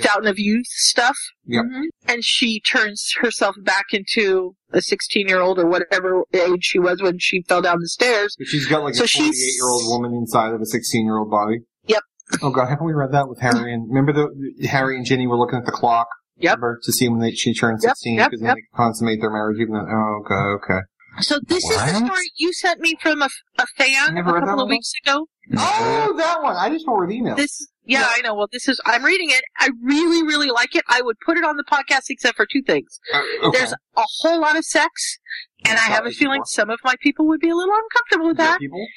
Speaker 1: fountain of youth stuff,
Speaker 2: Yep.
Speaker 3: Mhm.
Speaker 1: and she turns herself back into a sixteen year old or whatever age she was when she fell down the stairs.
Speaker 2: She's got like
Speaker 1: So
Speaker 2: a
Speaker 1: she's-
Speaker 2: 48 year old woman inside of a 16 year old body.
Speaker 1: Yep.
Speaker 2: Oh god, haven't we read that with Harry and remember the Harry and Ginny were looking at the clock?
Speaker 1: Yep.
Speaker 2: Remember, to see when they, she turned
Speaker 1: Yep,
Speaker 2: 16
Speaker 1: yep,
Speaker 2: because then
Speaker 1: yep.
Speaker 2: they could consummate their marriage even though, oh okay, okay.
Speaker 1: So this is the
Speaker 4: What?
Speaker 1: story you sent me from a, f- a fan
Speaker 2: Never
Speaker 1: a
Speaker 2: read that
Speaker 1: couple of
Speaker 2: one.
Speaker 1: weeks ago.
Speaker 2: Oh, that one! I just forwarded email.
Speaker 1: This, yeah, I know. Well, this is, I'm reading it. I really, really like it. I would put it on the podcast except for two things.
Speaker 2: Uh, okay.
Speaker 1: There's a whole lot of sex, and I have a feeling some of my people would be a little uncomfortable with
Speaker 2: You got
Speaker 1: that.
Speaker 2: people?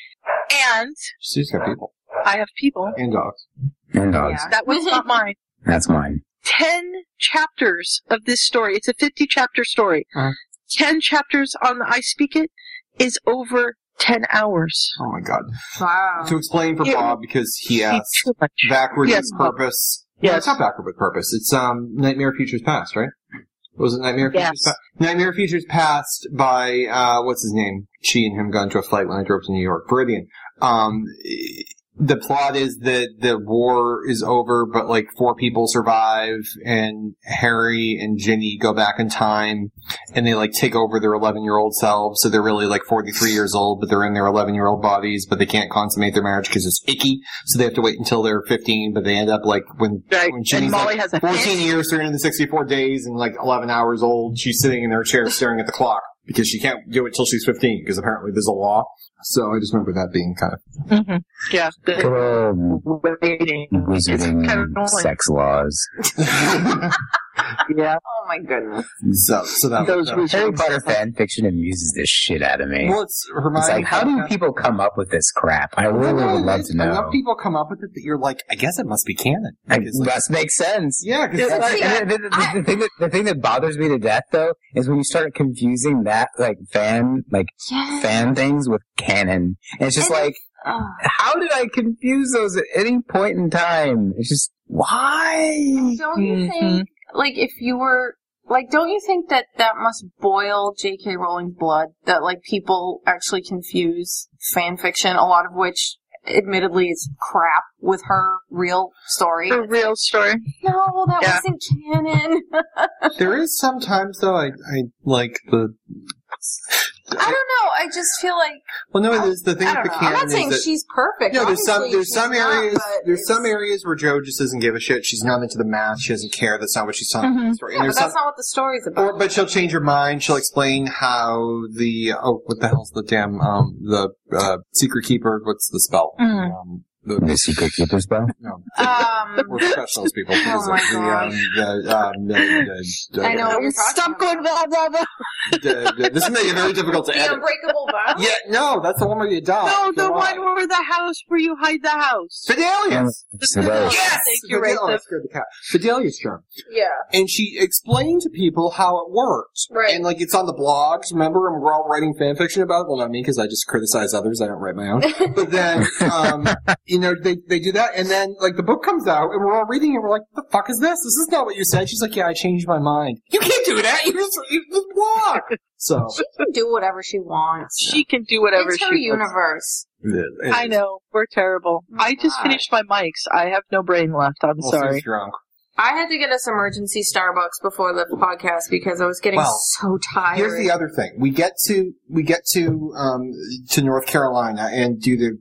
Speaker 1: And
Speaker 10: She's got people.
Speaker 1: I have people.
Speaker 2: And dogs.
Speaker 4: And dogs.
Speaker 3: Yeah.
Speaker 1: That was not mine.
Speaker 4: That's mine.
Speaker 1: 10 chapters of this story. It's a 50 chapter story.
Speaker 2: Uh-huh.
Speaker 1: 10 chapters on the I Speak It is over 10 hours.
Speaker 2: Oh my god.
Speaker 3: Wow.
Speaker 2: To explain for
Speaker 1: Yeah.
Speaker 2: Bob because he asked
Speaker 1: Too much.
Speaker 2: backward
Speaker 1: Yes,
Speaker 2: with
Speaker 1: Bob.
Speaker 2: purpose.
Speaker 1: Yes.
Speaker 2: No, it's not backward with purpose. It's um Nightmare Futures Past, right? Was it Nightmare Futures
Speaker 1: Yes.
Speaker 2: Past? Nightmare Futures Past by uh what's his name? She and him got into a fight when I drove to New York. Viridian. Um the plot is that the war is over, but like four people survive, and Harry and Ginny go back in time, and they like take over their 11 year old selves. So they're really like 43 years old, but they're in their 11 year old bodies, but they can't consummate their marriage because it's icky. So they have to wait until they're 15, but they end up like when,
Speaker 1: Right.
Speaker 2: when
Speaker 1: And
Speaker 2: Ginny's
Speaker 1: Molly
Speaker 2: like
Speaker 1: has a
Speaker 2: 14
Speaker 1: fit.
Speaker 2: years, 364 days, and like 11 hours old, she's sitting in her chair staring at the clock because she can't do it till she's 15 because apparently there's a law. So I just remember that being kind of
Speaker 1: hmm Yeah. The
Speaker 4: Good old
Speaker 1: waiting. It's
Speaker 4: wizarding
Speaker 1: kind of annoying.
Speaker 4: sex laws.
Speaker 1: Yeah.
Speaker 3: Oh my goodness.
Speaker 2: so so that
Speaker 1: Those
Speaker 2: that-
Speaker 1: wizards.
Speaker 4: Harry Potter fan fiction amuses the shit out of me.
Speaker 2: Well, it's Hermione.
Speaker 4: It's like, how do people come up with this crap? I really would love to know.
Speaker 2: Enough people come up with it that you're like, I guess it must be canon.
Speaker 4: Like,
Speaker 2: Because, like,
Speaker 4: must make sense.
Speaker 2: yeah, because
Speaker 4: It's like-
Speaker 3: yeah,
Speaker 4: and the, the- the- the thing that, the thing that bothers me to death though is when you start confusing that like fan like
Speaker 3: Yes.
Speaker 4: fan things with canon. And it's just
Speaker 3: And-
Speaker 4: like,
Speaker 3: Ah.
Speaker 4: how did I confuse those at any point in time? It's just why?
Speaker 3: Don't you think, like, if you were, like, don't you think that that must boil J.K. Rowling's blood? That, like, people actually confuse fan fiction, a lot of which, admittedly, is crap, with her real story?
Speaker 2: Mm.
Speaker 1: A real story.
Speaker 3: No, that
Speaker 1: Yeah.
Speaker 3: wasn't canon.
Speaker 2: there is sometimes though I, I like the
Speaker 3: I don't know. I just feel like
Speaker 2: well no there's the thing
Speaker 3: I
Speaker 2: with
Speaker 3: don't
Speaker 2: the canon
Speaker 3: know. I'm not
Speaker 2: is
Speaker 3: saying
Speaker 2: that
Speaker 3: she's perfect.
Speaker 2: no there's some
Speaker 3: Obviously,
Speaker 2: there's
Speaker 3: she's
Speaker 2: some
Speaker 3: not,
Speaker 2: areas
Speaker 3: but
Speaker 2: there's some
Speaker 3: it's-
Speaker 2: areas where Joe just doesn't give a shit she's not into the math she doesn't care that's not what she's talking about
Speaker 1: Mhm.
Speaker 2: the story.
Speaker 3: Mm-hmm. Yeah,
Speaker 2: and
Speaker 3: but
Speaker 2: there's
Speaker 3: that's
Speaker 2: some
Speaker 3: not what the story's
Speaker 2: or,
Speaker 3: about.
Speaker 2: but she'll change her mind. She'll explain how the oh, what the hell's the damn um the uh, secret keeper? What's the spell?
Speaker 3: Mm-hmm.
Speaker 1: Mhm.
Speaker 2: Um, The,
Speaker 4: The secret keeper's bow?
Speaker 2: no,
Speaker 3: Um,
Speaker 2: we're professionals, people.
Speaker 3: Oh my
Speaker 2: the, um, the, um, the, the, the,
Speaker 3: I know what you're talking
Speaker 1: Stop going blah blah blah.
Speaker 2: the- the- this is making it very difficult to
Speaker 3: The
Speaker 2: edit.
Speaker 3: unbreakable bond.
Speaker 2: Yeah, no, that's the one where you die.
Speaker 1: No, the
Speaker 2: You're
Speaker 1: one
Speaker 2: right.
Speaker 1: where the house where you hide the house.
Speaker 2: Fidelius.
Speaker 4: Fidelis.
Speaker 1: Yes, you're right.
Speaker 2: Fidelis scared the cat. Fidelius charm.
Speaker 3: Yeah.
Speaker 2: And she explained to people how it worked.
Speaker 3: Right.
Speaker 2: And like it's on the blogs, remember? And we're all writing fan fiction about it. Well, not me, because I just criticize others. I don't write my own. But then, um, you know, they, they do that. And then like the book comes out and we're all reading it. We're like, the fuck is this? This is not what you said. She's like, yeah, I changed my mind. You can't do that. You just, you just blog. So.
Speaker 3: She can do whatever she wants.
Speaker 1: She can do whatever
Speaker 3: it's her
Speaker 1: she wants.
Speaker 3: universe.
Speaker 1: I know we're terrible.
Speaker 3: Oh my
Speaker 1: I just
Speaker 3: God.
Speaker 1: finished my mics. I have no brain left. I'm
Speaker 2: Well,
Speaker 1: sorry.
Speaker 2: she's drunk.
Speaker 3: I had to get us emergency Starbucks before the podcast because I was getting
Speaker 2: Well,
Speaker 3: so tired.
Speaker 2: Here's the other thing. We get to we get to um, to North Carolina and due to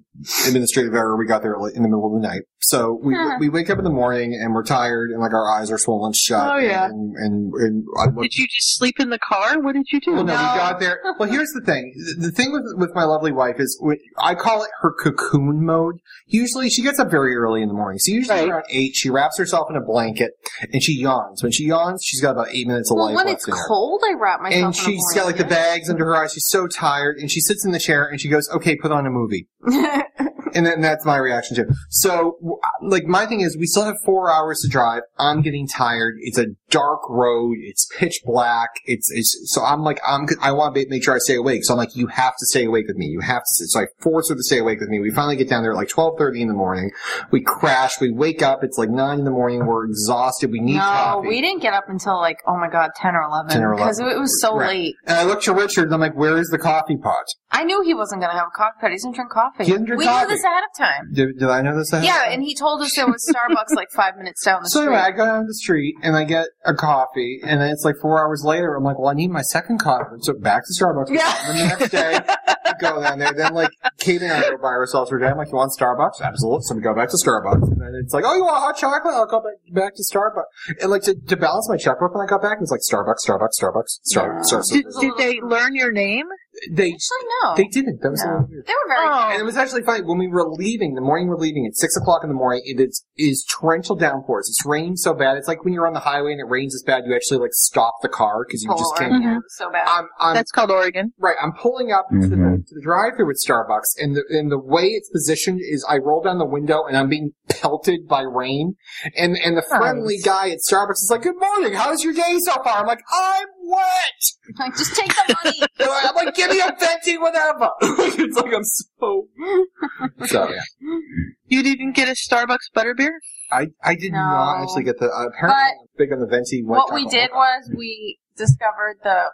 Speaker 2: administrative error, we got there like, in the middle of the night. So we
Speaker 3: Huh.
Speaker 2: we wake up in the morning and we're tired and like our eyes are swollen shut.
Speaker 1: Oh, yeah.
Speaker 2: And and, and I
Speaker 1: Did you just sleep in the car? What did you do?
Speaker 2: well, no, we got there. Well, here's the thing. The, the thing with with my lovely wife is wh- I call it her cocoon mode. Usually, she gets up very early in the morning. So usually
Speaker 1: Right.
Speaker 2: around eight, she wraps herself in a blanket and she yawns. When she yawns, she's got about eight minutes of
Speaker 3: well,
Speaker 2: life
Speaker 3: when
Speaker 2: left
Speaker 3: it's
Speaker 2: in her
Speaker 3: cold, I wrap myself.
Speaker 2: and
Speaker 3: in a
Speaker 2: she's got like the bags under her eyes. She's so tired, and she sits in the chair and she goes, "Okay, put on a movie."
Speaker 3: blanket.
Speaker 2: And then that's my reaction to. It. So, w- like, my thing is, we still have four hours to drive. I'm getting tired. It's a dark road. It's pitch black. It's it's. So I'm like, I'm. I want to make sure I stay awake. So I'm like, you have to stay awake with me. You have to. So I force her to stay awake with me. We finally get down there at like 12:30 in the morning. We crash. We wake up. It's like nine in the morning. We're exhausted. We need
Speaker 3: no,
Speaker 2: coffee.
Speaker 3: we didn't get up until like oh my god, ten or eleven
Speaker 2: 10 or
Speaker 3: because it
Speaker 2: 11.
Speaker 3: was so
Speaker 2: Right.
Speaker 3: late.
Speaker 2: and I look to Richard. and I'm like, where is the coffee pot?
Speaker 3: I knew he wasn't gonna have a coffee. But he didn't drink coffee.
Speaker 2: He didn't drink
Speaker 3: we
Speaker 2: coffee.
Speaker 3: knew this ahead of time.
Speaker 2: Did, did I know this? ahead of
Speaker 3: Yeah,
Speaker 2: time?
Speaker 3: and he told us there was Starbucks like five minutes down the
Speaker 2: So
Speaker 3: street.
Speaker 2: anyway, I go down the street and I get a coffee, and then it's like four hours later. I'm like, well, I need my second coffee, so back to Starbucks.
Speaker 3: Yeah.
Speaker 2: And the next day, go down there. Then like Kate and I go by ourselves for a day. I'm like, you want Starbucks? Absolutely. So we go back to Starbucks, and then it's like, oh, you want hot chocolate? I'll go back, back to Starbucks. And like to, to balance my checkbook, when I got back, it was like Starbucks, Starbucks, Starbucks, Starbucks. Star-
Speaker 1: Did,
Speaker 2: so-
Speaker 1: did they learn your name?
Speaker 2: they
Speaker 3: Actually, no.
Speaker 2: they didn't. That was
Speaker 3: No.
Speaker 2: so weird.
Speaker 3: They were very.
Speaker 1: Oh.
Speaker 2: And it was actually funny when we were leaving. The morning we're leaving at six o'clock in the morning. It is, is torrential downpours. It's raining so bad. It's like when you're on the highway and it rains as bad, you actually like stop the car because you just
Speaker 3: polar.
Speaker 2: can't.
Speaker 3: Yeah, it was so bad.
Speaker 2: I'm, I'm
Speaker 1: That's called Oregon.
Speaker 2: right. I'm pulling up to the,
Speaker 4: Mhm.
Speaker 2: to the drive-through at Starbucks, and the and the way it's positioned is I roll down the window and I'm being pelted by rain, and and the friendly
Speaker 1: Nice.
Speaker 2: guy at Starbucks is like, "Good morning. How's your day so far?" I'm like, "I'm wet."
Speaker 3: like, just take the money.
Speaker 2: And I'm like, "Give me a venti, whatever." it's like I'm so. So yeah.
Speaker 1: You didn't get a Starbucks butterbeer?
Speaker 2: I, I did
Speaker 3: No.
Speaker 2: not actually get the. Uh, apparently, I'm big on the venti. white
Speaker 3: what we
Speaker 2: chocolate.
Speaker 3: did was we discovered the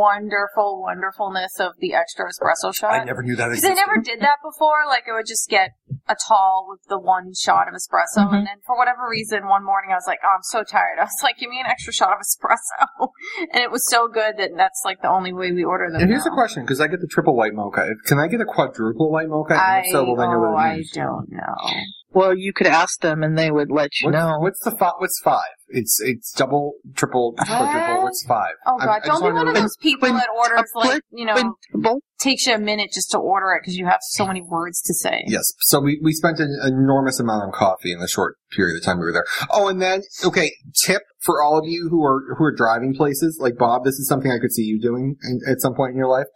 Speaker 3: wonderful wonderfulness of the extra espresso
Speaker 2: I
Speaker 3: shot.
Speaker 2: never knew that
Speaker 3: Because I
Speaker 2: existed.
Speaker 3: never did that before. Like I would just get a tall with the one shot of espresso,
Speaker 1: Mhm.
Speaker 3: and then for whatever reason, one morning I was like, "Oh, I'm so tired." I was like, "Give me an extra shot of espresso," and it was so good that that's like the only way we order them.
Speaker 2: And here's the
Speaker 3: now.
Speaker 2: question: because I get the triple white mocha, can I get a quadruple white mocha? And
Speaker 3: I,
Speaker 2: if so, will they know
Speaker 3: oh,
Speaker 2: what it
Speaker 3: I
Speaker 2: means?
Speaker 3: don't know.
Speaker 1: Well, you could ask them and they would let you
Speaker 2: What's,
Speaker 1: know.
Speaker 2: what's the fi- What's five? It's it's double, triple, quadruple.
Speaker 3: What?
Speaker 2: What's five?
Speaker 3: Oh
Speaker 2: I-
Speaker 3: god,
Speaker 2: I just
Speaker 3: don't be
Speaker 2: wanna
Speaker 3: one of
Speaker 2: know-
Speaker 3: those people
Speaker 1: when
Speaker 3: that orders
Speaker 1: a
Speaker 3: like
Speaker 1: foot-
Speaker 3: you know
Speaker 1: Quadruple?
Speaker 3: takes you a minute just to order it because you have so many words to say.
Speaker 2: Yes. So we, we spent an enormous amount on coffee in the short period of time we were there. Oh, and then okay, tip for all of you who are who are driving places like Bob. This is something I could see you doing in, at some point in your life.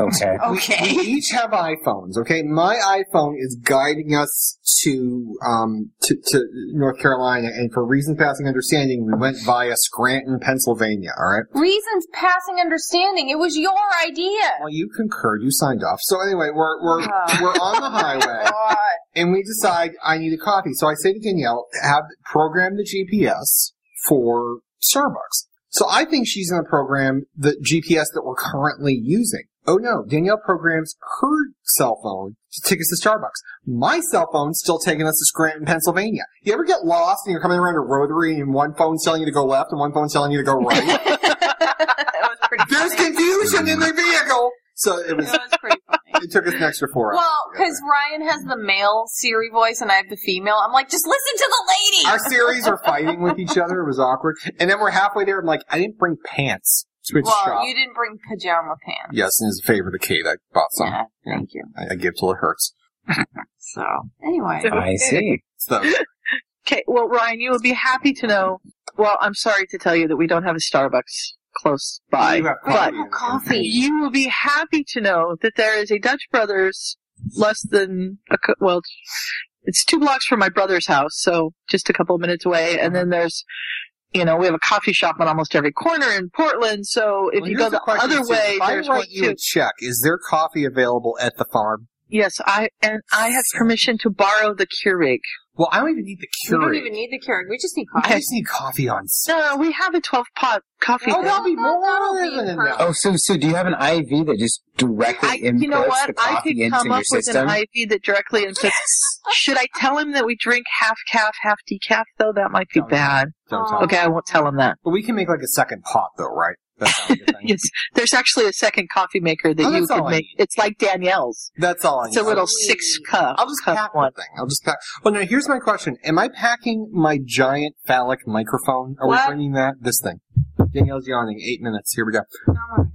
Speaker 4: Okay.
Speaker 3: Okay.
Speaker 2: We each have iPhones, okay? My iPhone is guiding us to um to, to North Carolina, and for reasons passing understanding, we went via Scranton, Pennsylvania. All right.
Speaker 3: Reasons passing understanding. It was your idea.
Speaker 2: Well, you concurred, you signed off. So anyway, we're we're
Speaker 3: Oh.
Speaker 2: we're on the highway,
Speaker 3: God.
Speaker 2: and we decide I need a coffee. So I say to Danielle, have program the GPS for Starbucks. So I think she's going to program the GPS that we're currently using. Oh no, Danielle programs her cell phone to take us to Starbucks. My cell phone's still taking us to Scranton, Pennsylvania. You ever get lost and you're coming around a rotary and one phone's telling you to go left and one phone's telling you to go right?
Speaker 3: that was pretty
Speaker 2: There's
Speaker 3: funny.
Speaker 2: confusion in the vehicle! So it was,
Speaker 3: That was pretty funny.
Speaker 2: it took us an extra four hours.
Speaker 3: Well, because Ryan has the male Siri voice and I have the female. I'm like, just listen to the lady.
Speaker 2: our series are fighting with each other. It was awkward. And then we're halfway there. I'm like, I didn't bring pants. So we had to
Speaker 3: well,
Speaker 2: shop.
Speaker 3: you didn't bring pajama pants.
Speaker 2: yes, and as a favor to Kate, I bought some.
Speaker 3: Yeah, thank you.
Speaker 2: I, I gave till it hurts.
Speaker 7: So
Speaker 3: Anyway.
Speaker 4: I see.
Speaker 2: So,
Speaker 1: Okay, well, Ryan, you will be happy to know. Well, I'm sorry to tell you that we don't have a Starbucks close by,
Speaker 2: you have
Speaker 1: but
Speaker 2: coffee.
Speaker 3: Coffee.
Speaker 1: you will be happy to know that there is a Dutch Brothers less than a cou- well, it's two blocks from my brother's house, so just a couple of minutes away. And then there's, you know, we have a coffee shop on almost every corner in Portland. So if
Speaker 2: Well,
Speaker 1: you
Speaker 2: here's
Speaker 1: go the
Speaker 2: question,
Speaker 1: other
Speaker 2: so
Speaker 1: way,
Speaker 2: if I
Speaker 1: there's one
Speaker 2: write you
Speaker 1: too.
Speaker 2: a check, is there coffee available at the farm?
Speaker 1: Yes, I and I have permission to borrow the Keurig.
Speaker 2: Well, I don't even need the
Speaker 3: We don't
Speaker 2: Keurig.
Speaker 3: even need the Keurig. We just need
Speaker 2: I
Speaker 3: coffee.
Speaker 2: just need coffee on. s-
Speaker 1: No, we have a 12 pot coffee.
Speaker 2: Oh,
Speaker 1: thing.
Speaker 2: that'll be
Speaker 3: That'll-
Speaker 2: more
Speaker 3: that'll be
Speaker 2: than enough.
Speaker 3: perfect.
Speaker 4: Oh, so so do you have an IV that just directly
Speaker 1: I,
Speaker 4: inputs
Speaker 1: you know what?
Speaker 4: the
Speaker 1: I
Speaker 4: coffee
Speaker 1: could
Speaker 4: into
Speaker 1: come
Speaker 4: your
Speaker 1: up with
Speaker 4: system?
Speaker 1: an IV that directly inputs. Should I tell him that we drink half calf, half decaf? Though that might be
Speaker 2: Don't.
Speaker 1: bad.
Speaker 2: Don't tell
Speaker 3: Oh.
Speaker 2: me.
Speaker 1: Okay, I won't tell him that.
Speaker 2: But we can make like a second pot, though, right? That's not a good thing.
Speaker 1: Yes, there's actually a second coffee maker that
Speaker 2: Oh,
Speaker 1: you
Speaker 2: that's
Speaker 1: could
Speaker 2: all I
Speaker 1: make. It's like Danielle's.
Speaker 2: That's all I
Speaker 1: It's
Speaker 2: need.
Speaker 1: a little six cup.
Speaker 2: I'll just
Speaker 1: cup
Speaker 2: pack
Speaker 1: one.
Speaker 2: one thing. I'll just pack. Well, now here's my question: Am I packing my giant phallic microphone? Are
Speaker 3: What?
Speaker 2: we bringing that? This thing. Danielle's yawning. Eight minutes. Here we go.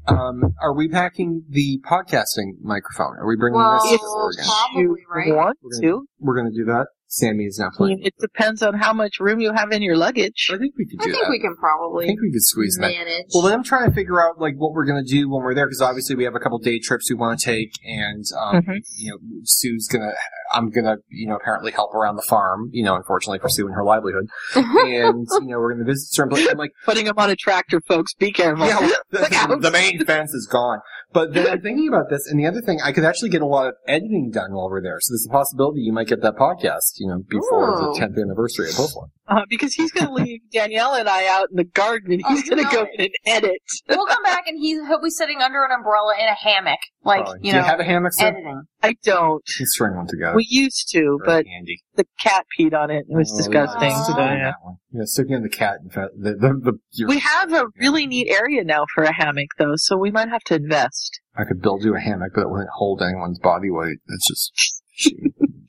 Speaker 2: Um, are we packing the podcasting microphone? Are we bringing this?
Speaker 3: Well,
Speaker 2: over again?
Speaker 1: you
Speaker 3: probably, right?
Speaker 1: want
Speaker 2: We're gonna-
Speaker 1: to?
Speaker 2: We're gonna do that. Sammy is now
Speaker 1: I mean,
Speaker 2: playing.
Speaker 1: it depends on how much room you have in your luggage.
Speaker 2: I think we could
Speaker 3: I
Speaker 2: do
Speaker 3: think
Speaker 2: that.
Speaker 3: we can
Speaker 2: I
Speaker 3: probably
Speaker 2: think we could squeeze that.
Speaker 3: manage.
Speaker 2: Well, then I'm trying to figure out like what we're gonna do when we're there because obviously we have a couple day trips we want to take, and um,
Speaker 1: Mhm.
Speaker 2: you know Sue's gonna, I'm gonna you know apparently help around the farm, you know unfortunately for Sue and her livelihood, and you know we're gonna visit certain places. I'm like,
Speaker 1: Putting him on a tractor, folks. Be careful.
Speaker 2: yeah,
Speaker 1: Look
Speaker 2: the,
Speaker 1: out.
Speaker 2: the main fence is gone. But then I'm thinking about this, and the other thing, I could actually get a lot of editing done while we're there, so there's a possibility you might get that podcast, you know, before
Speaker 3: Ooh.
Speaker 2: the 10th anniversary of Oakland.
Speaker 1: Uh, because he's going to leave Danielle and I out in the garden, and
Speaker 3: Oh,
Speaker 1: he's
Speaker 3: you
Speaker 1: going
Speaker 3: know
Speaker 1: to go
Speaker 3: it.
Speaker 1: in and edit.
Speaker 3: we'll come back and he, he'll be sitting under an umbrella in a hammock. Like,
Speaker 2: Probably.
Speaker 3: you
Speaker 2: do
Speaker 3: know,
Speaker 2: you have a hammock? Sue?
Speaker 3: editing.
Speaker 1: I don't.
Speaker 2: Let's string one together.
Speaker 1: We used to, but
Speaker 2: handy.
Speaker 1: the cat peed on it. and It was
Speaker 2: Oh,
Speaker 1: disgusting.
Speaker 2: yeah,
Speaker 3: Aw.
Speaker 1: So,
Speaker 2: sticking on
Speaker 1: yeah.
Speaker 2: that one. Yeah, sticking on the cat. In fact, the, the, the, your-
Speaker 1: We have a really neat area now for a hammock, though, so we might have to invest.
Speaker 2: I could build you a hammock, but it wouldn't hold anyone's body weight. It's just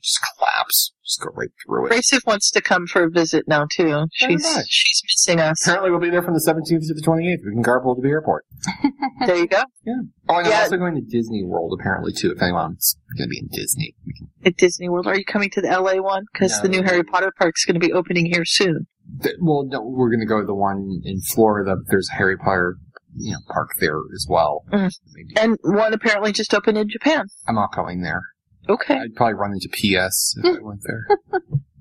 Speaker 2: just collapse. Just go right through it.
Speaker 1: Gracie wants to come for a visit now too. She's
Speaker 2: nice.
Speaker 1: she's missing us.
Speaker 2: Apparently, we'll be there from the 17th to the 28th. We can carpool to the airport.
Speaker 1: There you go.
Speaker 2: Oh, and
Speaker 1: Yeah.
Speaker 2: I'm also going to Disney World apparently too. If anyone's going to be in Disney, we can-
Speaker 1: At Disney World, are you coming to the LA one? Because the
Speaker 2: No.
Speaker 1: new Harry Potter park's going to be opening here soon.
Speaker 2: th- well, no, we're going to go to the one in Florida. There's a Harry Potter, you know, park there as well.
Speaker 1: Mm.
Speaker 2: Maybe-
Speaker 1: And one apparently just opened in Japan.
Speaker 2: I'm not going there.
Speaker 1: Okay,
Speaker 2: I'd probably run into PS if I went there.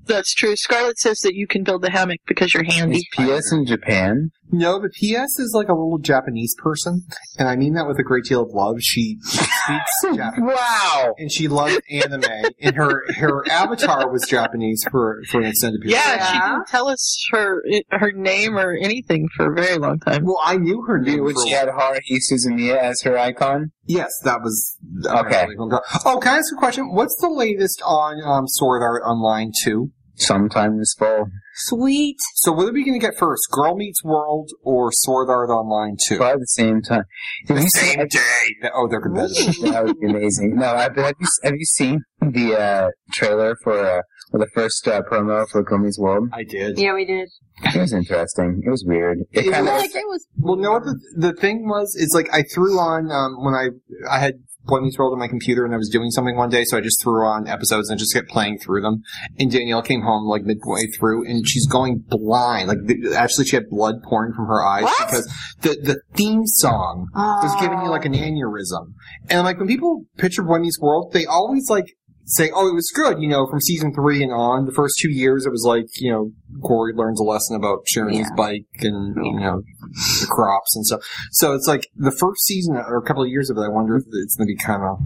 Speaker 1: that's true. Scarlett says that you can build the hammock because you're
Speaker 4: Is
Speaker 1: handy.
Speaker 4: PS in Japan?
Speaker 2: No, but PS is like a little Japanese person, and I mean that with a great deal of love. She speaks Japanese.
Speaker 4: Wow.
Speaker 2: And she loves anime, and her her avatar was Japanese for for an extended period.
Speaker 1: Yeah,
Speaker 2: of
Speaker 1: she
Speaker 2: time.
Speaker 1: didn't tell us her her name or anything for a very long time.
Speaker 2: Well, I knew her name.
Speaker 4: Which
Speaker 2: for a
Speaker 4: she
Speaker 2: while.
Speaker 4: had Haruhi Suzumiya as her icon?
Speaker 2: Yes, that was apparently who- Oh, can I ask a question? What's the latest on um, Sword Art Online two?
Speaker 4: Sometime this fall.
Speaker 3: Sweet.
Speaker 2: So, what are we going to get first, Girl Meets World or Sword Art Online two?
Speaker 4: Probably the same time. Have you seen,
Speaker 2: day. Oh, they're competitive.
Speaker 4: that would be amazing. No, I, but have you have you seen the uh, trailer for uh, well, the first uh, promo for Gummy's World?
Speaker 2: I did.
Speaker 3: Yeah, we did.
Speaker 4: It was interesting. It was weird. It
Speaker 2: It
Speaker 4: kind of
Speaker 2: was-
Speaker 3: Like, it was
Speaker 2: Well, no. What the, the thing was is like I threw on um, when I I had Boy Meets World on my computer and I was doing something one day, so I just threw on episodes and just kept playing through them. And Danielle came home like midway through, and she's going blind. Like th- actually, she had blood pouring from her eyes
Speaker 3: What?
Speaker 2: because the the theme song was giving you like an aneurysm. And like when people picture Boy Meets World, they always like say, "Oh, it was good," you know, from season three and on. The first two years, it was like you know, Corey learns a lesson about sharing his
Speaker 3: Yeah.
Speaker 2: bike and you know, the crops and stuff. So it's like the first season or a couple of years of it. I wonder if it's going to be kind of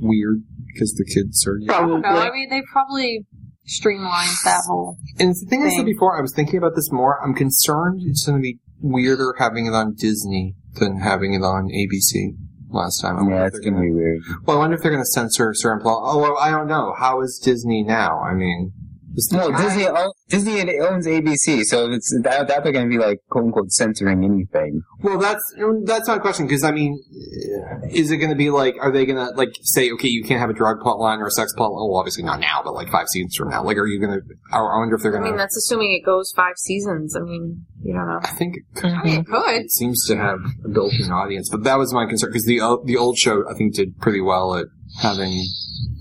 Speaker 2: weird because the kids are. Yeah.
Speaker 1: Probably.
Speaker 3: oh, No, I mean, they probably streamlined that whole.
Speaker 2: And it's the thing I said
Speaker 3: Thing.
Speaker 2: before. I was thinking about this more. I'm concerned it's going to be weirder having it on Disney than having it on ABC. Last time, I wonder
Speaker 4: yeah,
Speaker 2: if
Speaker 4: it's
Speaker 2: they're
Speaker 4: gonna
Speaker 2: gonna-
Speaker 4: be weird.
Speaker 2: Well, I wonder if they're going to censor certain plot. Oh, well, I don't know. How is Disney now? I mean, is
Speaker 4: No, Disney own, Disney owns ABC, so it's I doubt they're gonna be like quote unquote censoring anything.
Speaker 2: Well, that's that's my question because I mean, is it going to be like? Are they going to like say, okay, you can't have a drug plot line or a sex plot? Well, obviously not now, but like five seasons from now. Like, are you going to? I wonder if they're
Speaker 3: I
Speaker 2: going to.
Speaker 3: mean, that's assuming it goes five seasons. I mean, you don't know.
Speaker 2: I think it
Speaker 3: I
Speaker 1: Mm-hmm.
Speaker 3: mean, it could.
Speaker 2: It seems to have a built-in audience, but that was my concern because the o- the old show I think did pretty well at having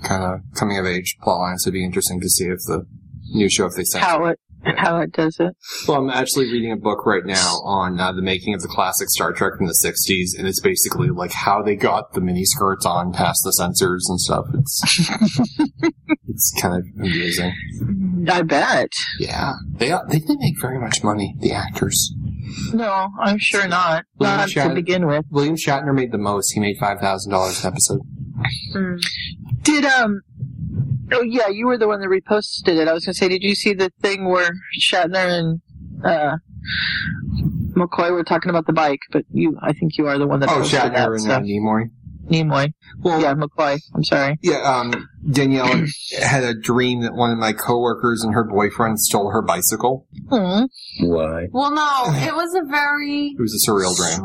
Speaker 2: kind of coming of age plot lines. It'd be interesting to see if the new show if they send.
Speaker 1: how it how it does it.
Speaker 2: Well, I'm actually reading a book right now on uh, the making of the classic Star Trek from the '60s, and it's basically like how they got the mini skirts on past the censors and stuff. It's it's kind of amazing.
Speaker 1: I bet.
Speaker 2: Yeah, they uh, they didn't make very much money. The actors.
Speaker 1: No, I'm sure not.
Speaker 2: Well, you
Speaker 1: Not to
Speaker 2: should.
Speaker 1: begin with.
Speaker 2: William Shatner made the most. He made five thousand dollars an episode.
Speaker 1: Did um oh yeah, you were the one that reposted it. I was gonna say, did you see the thing where Shatner and uh McCoy were talking about the bike, but you I think you are the one that
Speaker 2: Oh,
Speaker 1: posted that,
Speaker 2: Shatner and uh,
Speaker 1: so.
Speaker 2: Nimoy.
Speaker 1: Nimoy.
Speaker 2: Well,
Speaker 1: yeah, McCoy. I'm sorry.
Speaker 2: Yeah, um, Danielle had a dream that one of my coworkers and her boyfriend stole her bicycle.
Speaker 1: Hmm.
Speaker 4: Why?
Speaker 3: Well, no, it was a very
Speaker 2: It was a surreal dream.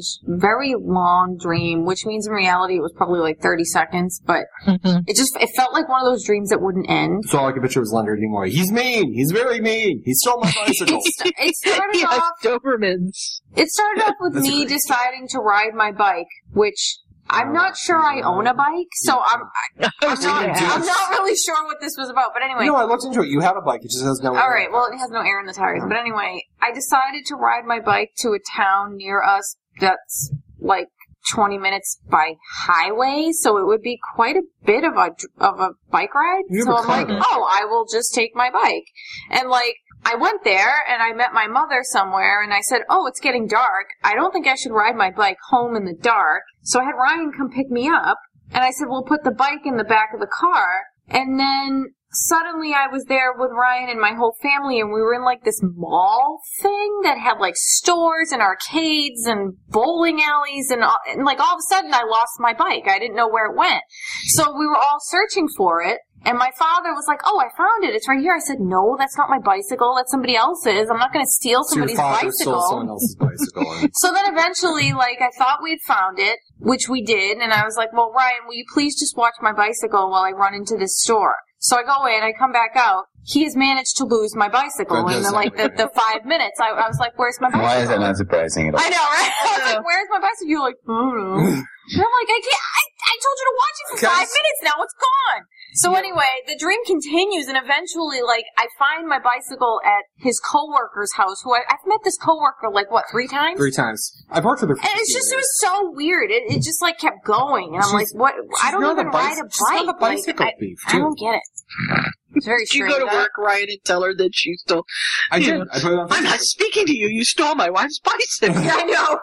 Speaker 3: strange, very long dream, which means in reality it was probably like 30 seconds, but
Speaker 1: Mhm.
Speaker 3: it just, it felt like one of those dreams that wouldn't end.
Speaker 2: So all I could picture was Leonard Nimoy. He's mean. He's very mean. He stole my bicycle.
Speaker 3: It, st- it started
Speaker 1: He has
Speaker 3: off,
Speaker 1: Dobermans.
Speaker 3: it started off with
Speaker 2: That's a
Speaker 3: me
Speaker 2: great- Oh,
Speaker 3: deciding to ride my bike, which I'm not sure I own a bike, so I'm,
Speaker 1: Oh,
Speaker 3: I'm not,
Speaker 2: do
Speaker 3: I'm
Speaker 2: it.
Speaker 3: not really sure what this was about, but anyway.
Speaker 2: no, I looked into it. You have a bike. It just has no.
Speaker 3: All right. Well, it has no air in the tires. But anyway, I decided to ride my bike to a town near us that's like 20 minutes by highway, so it would be quite a bit of a of a bike ride.
Speaker 2: You have
Speaker 3: so
Speaker 2: a
Speaker 3: I'm like,
Speaker 2: car.
Speaker 3: oh, I will just take my bike. And like, I went there and I met my mother somewhere, and I said, oh, it's getting dark. I don't think I should ride my bike home in the dark. So I had Ryan come pick me up. And I said, "Well, put the bike in the back of the car." And then suddenly I was there with Ryan and my whole family, and we were in like this mall thing that had like stores and arcades and bowling alleys, and, all, and like all of a sudden I lost my bike. I didn't know where it went. So we were all searching for it. And my father was like, "Oh, I found it. It's right here." I said, "No, that's not my bicycle. That's somebody else's. I'm not going to steal
Speaker 2: So your
Speaker 3: somebody's
Speaker 2: father
Speaker 3: bicycle."
Speaker 2: stole someone else's bicycle. And
Speaker 3: So then eventually, like, I thought we'd found it, which we did, and I was like, well, Ryan, will you please just watch my bicycle while I run into this store? So I go in, I come back out, he has managed to lose my bicycle
Speaker 2: That
Speaker 3: in
Speaker 2: does
Speaker 3: the,
Speaker 2: sound
Speaker 3: like, the,
Speaker 2: familiar.
Speaker 3: the five minutes. I, I was like, where's my bicycle?
Speaker 4: Why is that not surprising at all?
Speaker 3: I know, right? I was like, where's my bicycle? You're like, I don't know. And I'm like, I can't, I, I told you to watch it for five minutes now, it's gone. So anyway, the dream continues and eventually, like, I find my bicycle at his coworker's house, who I, I've met this coworker, like, what, three times?
Speaker 2: three times. I've worked with her. For
Speaker 3: And it's
Speaker 2: 15
Speaker 3: just it
Speaker 2: years.
Speaker 3: was so weird. It, it just like kept going, and I'm like, what? I
Speaker 2: she's
Speaker 3: don't
Speaker 2: not
Speaker 3: even
Speaker 2: a bicy-
Speaker 3: ride a bike.
Speaker 2: she's not a
Speaker 3: Like,
Speaker 2: bicycle
Speaker 3: I-
Speaker 2: thief,
Speaker 3: I,
Speaker 2: too.
Speaker 3: don't get it. It's very
Speaker 1: You
Speaker 3: strange.
Speaker 1: go to work, Ryan, and tell her that you stole.
Speaker 2: I
Speaker 1: you
Speaker 2: did.
Speaker 1: know,
Speaker 2: I put it on.
Speaker 1: I'm
Speaker 2: Facebook.
Speaker 1: not speaking to you. You stole my wife's bicycle.
Speaker 3: I know.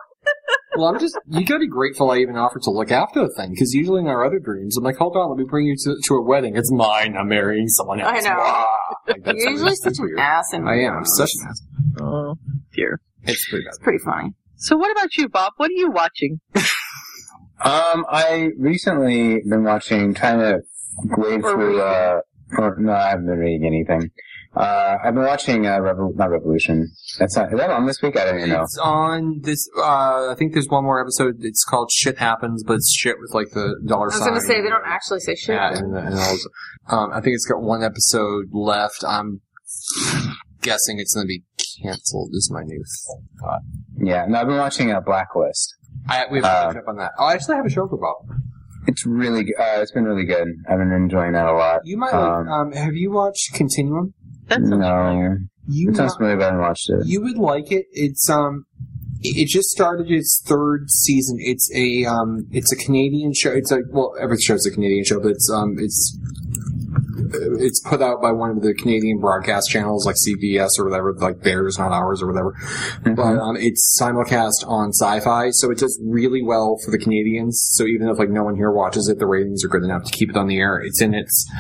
Speaker 2: Well, I'm just. You gotta be grateful I even offered to look after the thing because usually in our other dreams, I'm like, hold on, let me bring you to, to a wedding. It's mine. I'm marrying someone
Speaker 3: I
Speaker 2: else.
Speaker 3: know.
Speaker 2: Wah. Like, that's
Speaker 3: You're usually
Speaker 2: that's
Speaker 3: such an
Speaker 2: weird.
Speaker 3: ass, and
Speaker 2: I am. I'm such an ass.
Speaker 1: Oh dear.
Speaker 2: It's pretty bad.
Speaker 3: it's pretty funny.
Speaker 1: So what about you, Bob? What are you watching?
Speaker 4: Um, I recently been watching, trying to wade
Speaker 1: Or
Speaker 4: through,
Speaker 1: reading.
Speaker 4: uh, or, no, I haven't been reading anything. Uh, I've been watching, uh, Revol- not Revolution. That's not, is that on this week? I don't even know.
Speaker 2: It's on this. Uh, I think there's one more episode. It's called "Shit Happens," but it's shit with like the dollar
Speaker 3: I was
Speaker 2: sign.
Speaker 3: gonna say they don't actually say shit.
Speaker 2: Yeah, and, and all this- um, I think it's got one episode left. I'm guessing it's going to be canceled. Is my new thought.
Speaker 4: Yeah, no, I've been watching, uh, Blacklist.
Speaker 2: I, we haven't
Speaker 4: Uh,
Speaker 2: picked up on that. Oh, I actually have a show for Bob.
Speaker 4: It's really, g- uh, it's been really good. I've been enjoying that a lot.
Speaker 2: You might like.
Speaker 4: um,
Speaker 2: Um, have you watched Continuum?
Speaker 1: That's
Speaker 4: Hmm. No,
Speaker 2: You
Speaker 4: it sounds
Speaker 2: might-
Speaker 4: familiar, but I haven't watched it.
Speaker 2: You would like it. It's um, it it just started its third season. It's a um, it's a Canadian show. It's a well, every show's a Canadian show, but it's um, it's it's put out by one of the Canadian broadcast channels like CBS or whatever, like theirs, not ours or whatever. But um, it's simulcast on Sci-Fi, so it does really well for the Canadians. So even if like no one here watches it, the ratings are good enough to keep it on the air. It's in its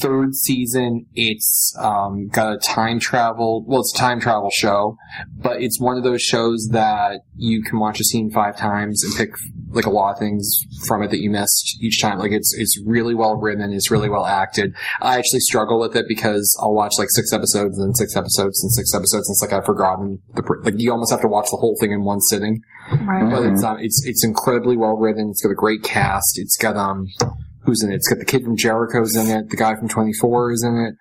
Speaker 2: third season. It's um, got a time travel. Well, it's a time travel show, but it's one of those shows that you can watch a scene five times and pick like a lot of things from it that you missed each time. Like it's it's really well written. It's really well acted. I actually struggle with it because I'll watch like six episodes and then six episodes and six episodes. And it's like I've forgotten the pr- like you almost have to watch the whole thing in one sitting.
Speaker 3: Right.
Speaker 4: Mm-hmm.
Speaker 2: But it's um, it's it's incredibly well written. It's got a great cast. It's got um, who's in it? It's got the kid from Jericho's in it. The guy from Twenty Four is in it.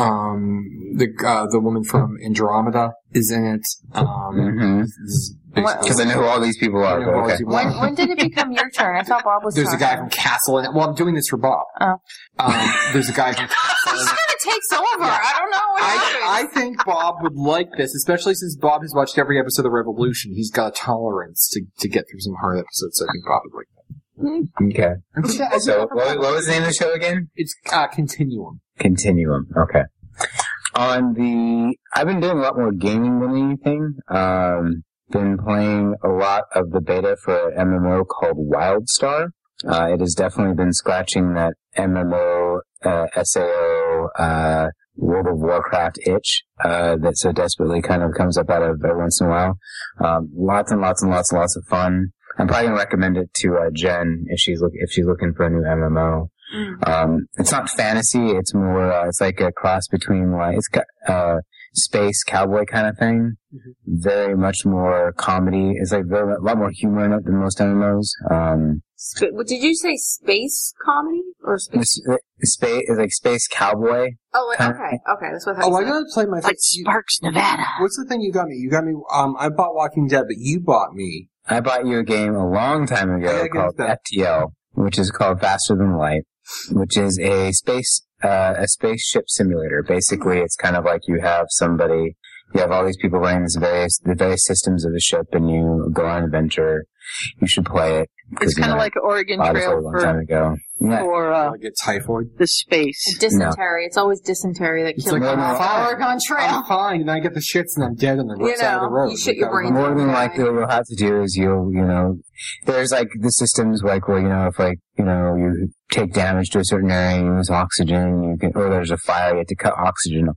Speaker 2: Um, the uh, the woman from Andromeda is in it. Um,
Speaker 4: Because
Speaker 2: basically-
Speaker 4: Mm-hmm. I know who all these people
Speaker 2: I
Speaker 4: are.
Speaker 2: know all
Speaker 4: but
Speaker 2: these
Speaker 4: okay.
Speaker 2: people are.
Speaker 3: When, when did it become your turn? I thought Bob was.
Speaker 2: There's a
Speaker 3: talking.
Speaker 2: guy from Castle in it. Well, I'm doing this for Bob.
Speaker 3: Oh.
Speaker 2: Um, there's a guy from Castle. In
Speaker 3: Just
Speaker 2: it.
Speaker 3: kind of takes over. I don't know what happened.
Speaker 2: I, I think Bob would like this, especially since Bob has watched every episode of Revolution. He's got a tolerance to, to get through some hard episodes. So I think Bob would like.
Speaker 4: Okay.
Speaker 2: That.
Speaker 4: So what, what was the name of the show again?
Speaker 2: It's uh, Continuum.
Speaker 4: Continuum. Okay. On the, I've been doing a lot more gaming than anything. Um, been playing a lot of the beta for an MMO called WildStar. Uh, it has definitely been scratching that MMO, uh, SAO, uh, World of Warcraft itch, uh, that so desperately kind of comes up out of every once in a while. Um, lots and lots and lots and lots of fun. I'm probably gonna recommend it to, uh, Jen if she's look, if she's looking for a new MMO. Um, it's not fantasy. It's more. Uh, it's like a cross between like it's got uh, space cowboy kind of thing. Very much more comedy. It's like very, a lot more humor in it than most MMOs. Um,
Speaker 3: Sp- what- did you say space comedy or space?
Speaker 4: it's, uh, space is like space cowboy.
Speaker 3: Oh, wait,
Speaker 4: Huh?
Speaker 3: okay, okay, that's what I
Speaker 2: Oh, I
Speaker 3: thought.
Speaker 2: gotta play my.
Speaker 1: Like Sparks, Nevada.
Speaker 2: What's the thing you got me? You got me. Um, I bought Walking Dead, but you bought me.
Speaker 4: I bought you a game a long time
Speaker 2: I
Speaker 4: ago
Speaker 2: gotta get
Speaker 4: called
Speaker 2: that.
Speaker 4: FTL, which is called Faster Than Light, which is a space uh, a spaceship simulator. Basically, it's kind of like you have somebody, you have all these people running this various the various systems of the ship, and you go on an adventure. You should play it.
Speaker 1: It's
Speaker 4: 'cause, you
Speaker 1: kind of
Speaker 4: know,
Speaker 1: like Oregon
Speaker 4: I bought it for
Speaker 1: Trail
Speaker 4: a long time
Speaker 1: for,
Speaker 4: ago. Yeah,
Speaker 1: for uh,
Speaker 2: I get typhoid.
Speaker 1: the space.
Speaker 3: Dysentery. It's always dysentery that
Speaker 2: It's
Speaker 3: kills
Speaker 2: like
Speaker 3: me.
Speaker 2: I'm fine.
Speaker 3: Oregon Trail.
Speaker 2: I'm fine, and I get the shits, and I'm dead on the
Speaker 3: You
Speaker 2: side of the
Speaker 3: know,
Speaker 2: road.
Speaker 3: you shit your
Speaker 2: Like, uh,
Speaker 3: brains
Speaker 2: I'm-
Speaker 4: More than
Speaker 3: Okay.
Speaker 4: likely, what you'll have to do is you'll, you know, there's like the systems like where, you know, if like, you know, you take damage to a certain area, you lose oxygen, you can, or there's a fire, you have to cut oxygen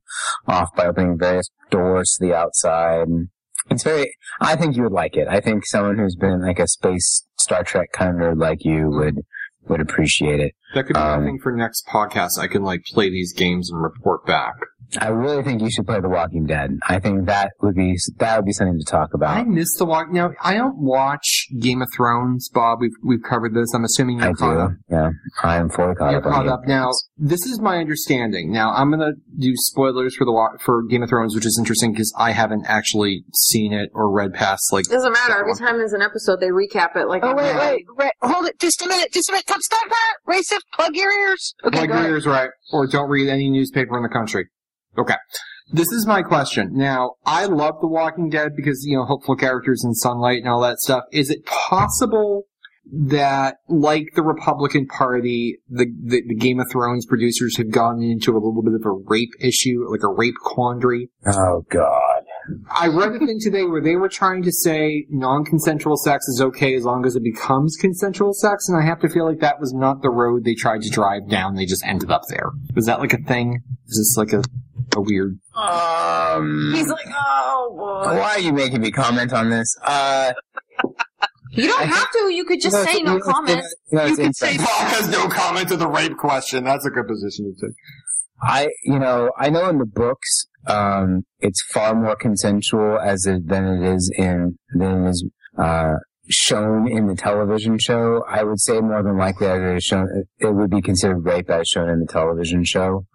Speaker 4: off by opening various doors to the outside. And it's very, I think you would like it. I think someone who's been like a space Star Trek kind of nerd like you would, would appreciate it.
Speaker 2: That could be
Speaker 4: Um,
Speaker 2: a thing for next podcast. I can like play these games and report back.
Speaker 4: I really think you should play The Walking Dead. I think that would be, that would be something to talk
Speaker 2: I
Speaker 4: about.
Speaker 2: miss the walk. Now I don't watch Game of Thrones, Bob. We've we've covered this. I'm assuming
Speaker 4: I
Speaker 2: you're caught up.
Speaker 4: do. Yeah. I'm fully caught
Speaker 2: You're
Speaker 4: up on
Speaker 2: caught
Speaker 4: Game
Speaker 2: up
Speaker 4: of
Speaker 2: now.
Speaker 4: Thrones.
Speaker 2: This is my understanding. Now I'm gonna do spoilers for the wa- for Game of Thrones, which is interesting because I haven't actually seen it or read past like.
Speaker 3: Doesn't matter. Every time there's an episode, they recap it. Like,
Speaker 1: Oh wait,
Speaker 3: yeah.
Speaker 1: wait, wait! Hold it, just a minute, just a minute. Stop, stop, stop. Race it. plug your ears. Okay,
Speaker 2: Like
Speaker 1: go ahead.
Speaker 2: readers, right? Or don't read any newspaper in the country. Okay. This is my question. Now, I love The Walking Dead because, you know, hopeful characters and sunlight and all that stuff. Is it possible that, like the Republican Party, the, the, the Game of Thrones producers have gotten into a little bit of a rape issue, like a rape quandary?
Speaker 4: Oh God.
Speaker 2: I read a thing today where they were trying to say non-consensual sex is okay as long as it becomes consensual sex, and I have to feel like that was not the road they tried to drive down. They just ended up there. Was that like a thing? Is this like a, a weird?
Speaker 4: Um,
Speaker 3: He's like, oh boy.
Speaker 4: why are you making me comment on this? Uh,
Speaker 3: You don't have to. You could just
Speaker 4: no,
Speaker 3: say
Speaker 4: it's-
Speaker 3: no
Speaker 4: it's-
Speaker 3: comments.
Speaker 4: no, it's
Speaker 1: You could
Speaker 4: incorrect.
Speaker 1: say
Speaker 2: has no comment to the rape question. That's a good position to take.
Speaker 4: I, you know, I know in the books, um, it's far more consensual as it, than it is in than it is uh, shown in the television show. I would say more than likely as it is shown, it would be considered rape as shown in the television show,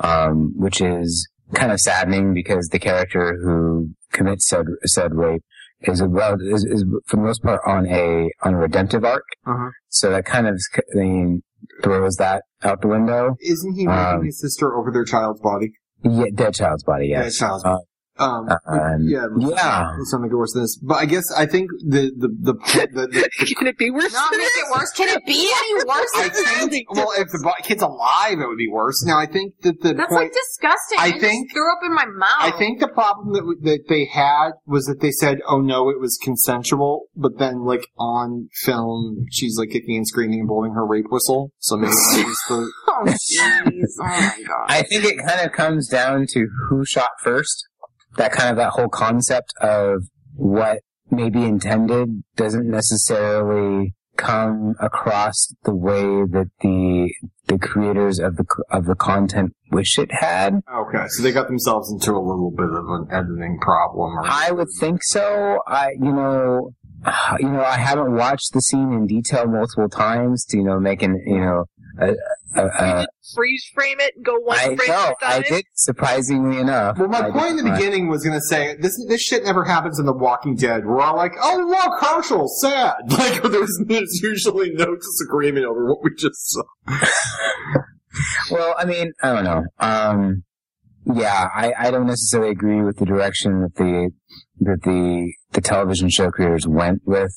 Speaker 4: um, which is kind of saddening because the character who commits said said rape is well is, is for the most part on a on a redemptive arc.
Speaker 2: Uh-huh.
Speaker 4: So that kind of I mean, throws that out the window.
Speaker 2: Isn't he raping
Speaker 4: Um,
Speaker 2: his sister over their child's body?
Speaker 4: Yeah, dead child's body. Yes.
Speaker 2: Yeah, child's
Speaker 4: Uh,
Speaker 2: Um,
Speaker 4: um,
Speaker 2: yeah, let's,
Speaker 4: yeah.
Speaker 2: Let's not make it worse than this. But I guess I think the the the, the, the
Speaker 1: Can it be worse?
Speaker 3: Not
Speaker 1: than
Speaker 3: make
Speaker 1: this?
Speaker 3: it worse. Can it be any worse?
Speaker 2: I
Speaker 3: Than that?
Speaker 2: think, well, if the bo- kid's alive, it would be worse. Now, I think that the
Speaker 3: That's like
Speaker 2: point,
Speaker 3: disgusting.
Speaker 2: I
Speaker 3: I, just
Speaker 2: think-
Speaker 3: threw up in my mouth.
Speaker 2: I think the problem that, w- that they had was that they said, oh no, it was consensual, but then, like, on film, she's, like, kicking and screaming and blowing her rape whistle. So maybe that was the,
Speaker 3: Oh jeez. Oh my god.
Speaker 4: I think it kind of comes down to who shot first. That kind of that whole concept of what may be intended doesn't necessarily come across the way that the the creators of the c- of the content wish it had.
Speaker 2: okay, so they got themselves into a little bit of an editing problem. Or,
Speaker 4: I would think so. I, you know, you know, I haven't watched the scene in detail multiple times to, you know, make an, you know, Uh, uh, uh,
Speaker 7: Freeze frame it and go one
Speaker 4: I
Speaker 7: frame
Speaker 4: know,
Speaker 7: at a
Speaker 4: I
Speaker 7: time.
Speaker 4: did, surprisingly enough.
Speaker 2: Well, my
Speaker 4: I did
Speaker 2: point in the
Speaker 4: find-
Speaker 2: beginning was going to say this this shit never happens in The Walking Dead. We're all like, oh, look, Herschel, sad. Like, there's, there's usually no disagreement over what we just saw.
Speaker 4: Well, I mean, I don't know. Um, yeah, I, I don't necessarily agree with the direction that the that the the television show creators went with.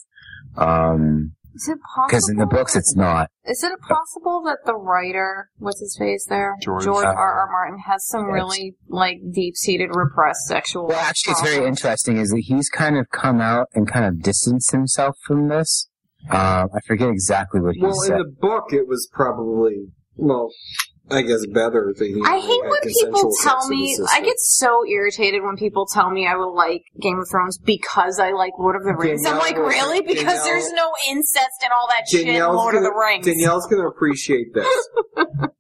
Speaker 4: Um
Speaker 3: Is it
Speaker 4: 'cause because in the books it's not.
Speaker 3: Is it possible that the writer, what's his face there,
Speaker 2: George.
Speaker 3: R. R. Martin, has some
Speaker 4: Yes.
Speaker 3: really like deep-seated repressed sexual?
Speaker 4: Well, actually, it's very
Speaker 3: problems?
Speaker 4: interesting is that he's kind of come out and kind of distanced himself from this. Um, I forget exactly what he
Speaker 2: Well,
Speaker 4: said.
Speaker 2: in the book, it was probably, well, I guess better that he
Speaker 3: I
Speaker 2: only
Speaker 3: hate
Speaker 2: had
Speaker 3: when people
Speaker 2: consensual sex
Speaker 3: tell
Speaker 2: with
Speaker 3: me.
Speaker 2: his sister.
Speaker 3: I get so irritated when people tell me I will like Game of Thrones because I like Lord of the Rings. I'm
Speaker 2: Danielle-
Speaker 3: like, really? Because
Speaker 2: Danielle-
Speaker 3: there's no incest and all that shit in
Speaker 2: Danielle's
Speaker 3: Lord
Speaker 2: gonna,
Speaker 3: of the Rings.
Speaker 2: Danielle's going to appreciate this.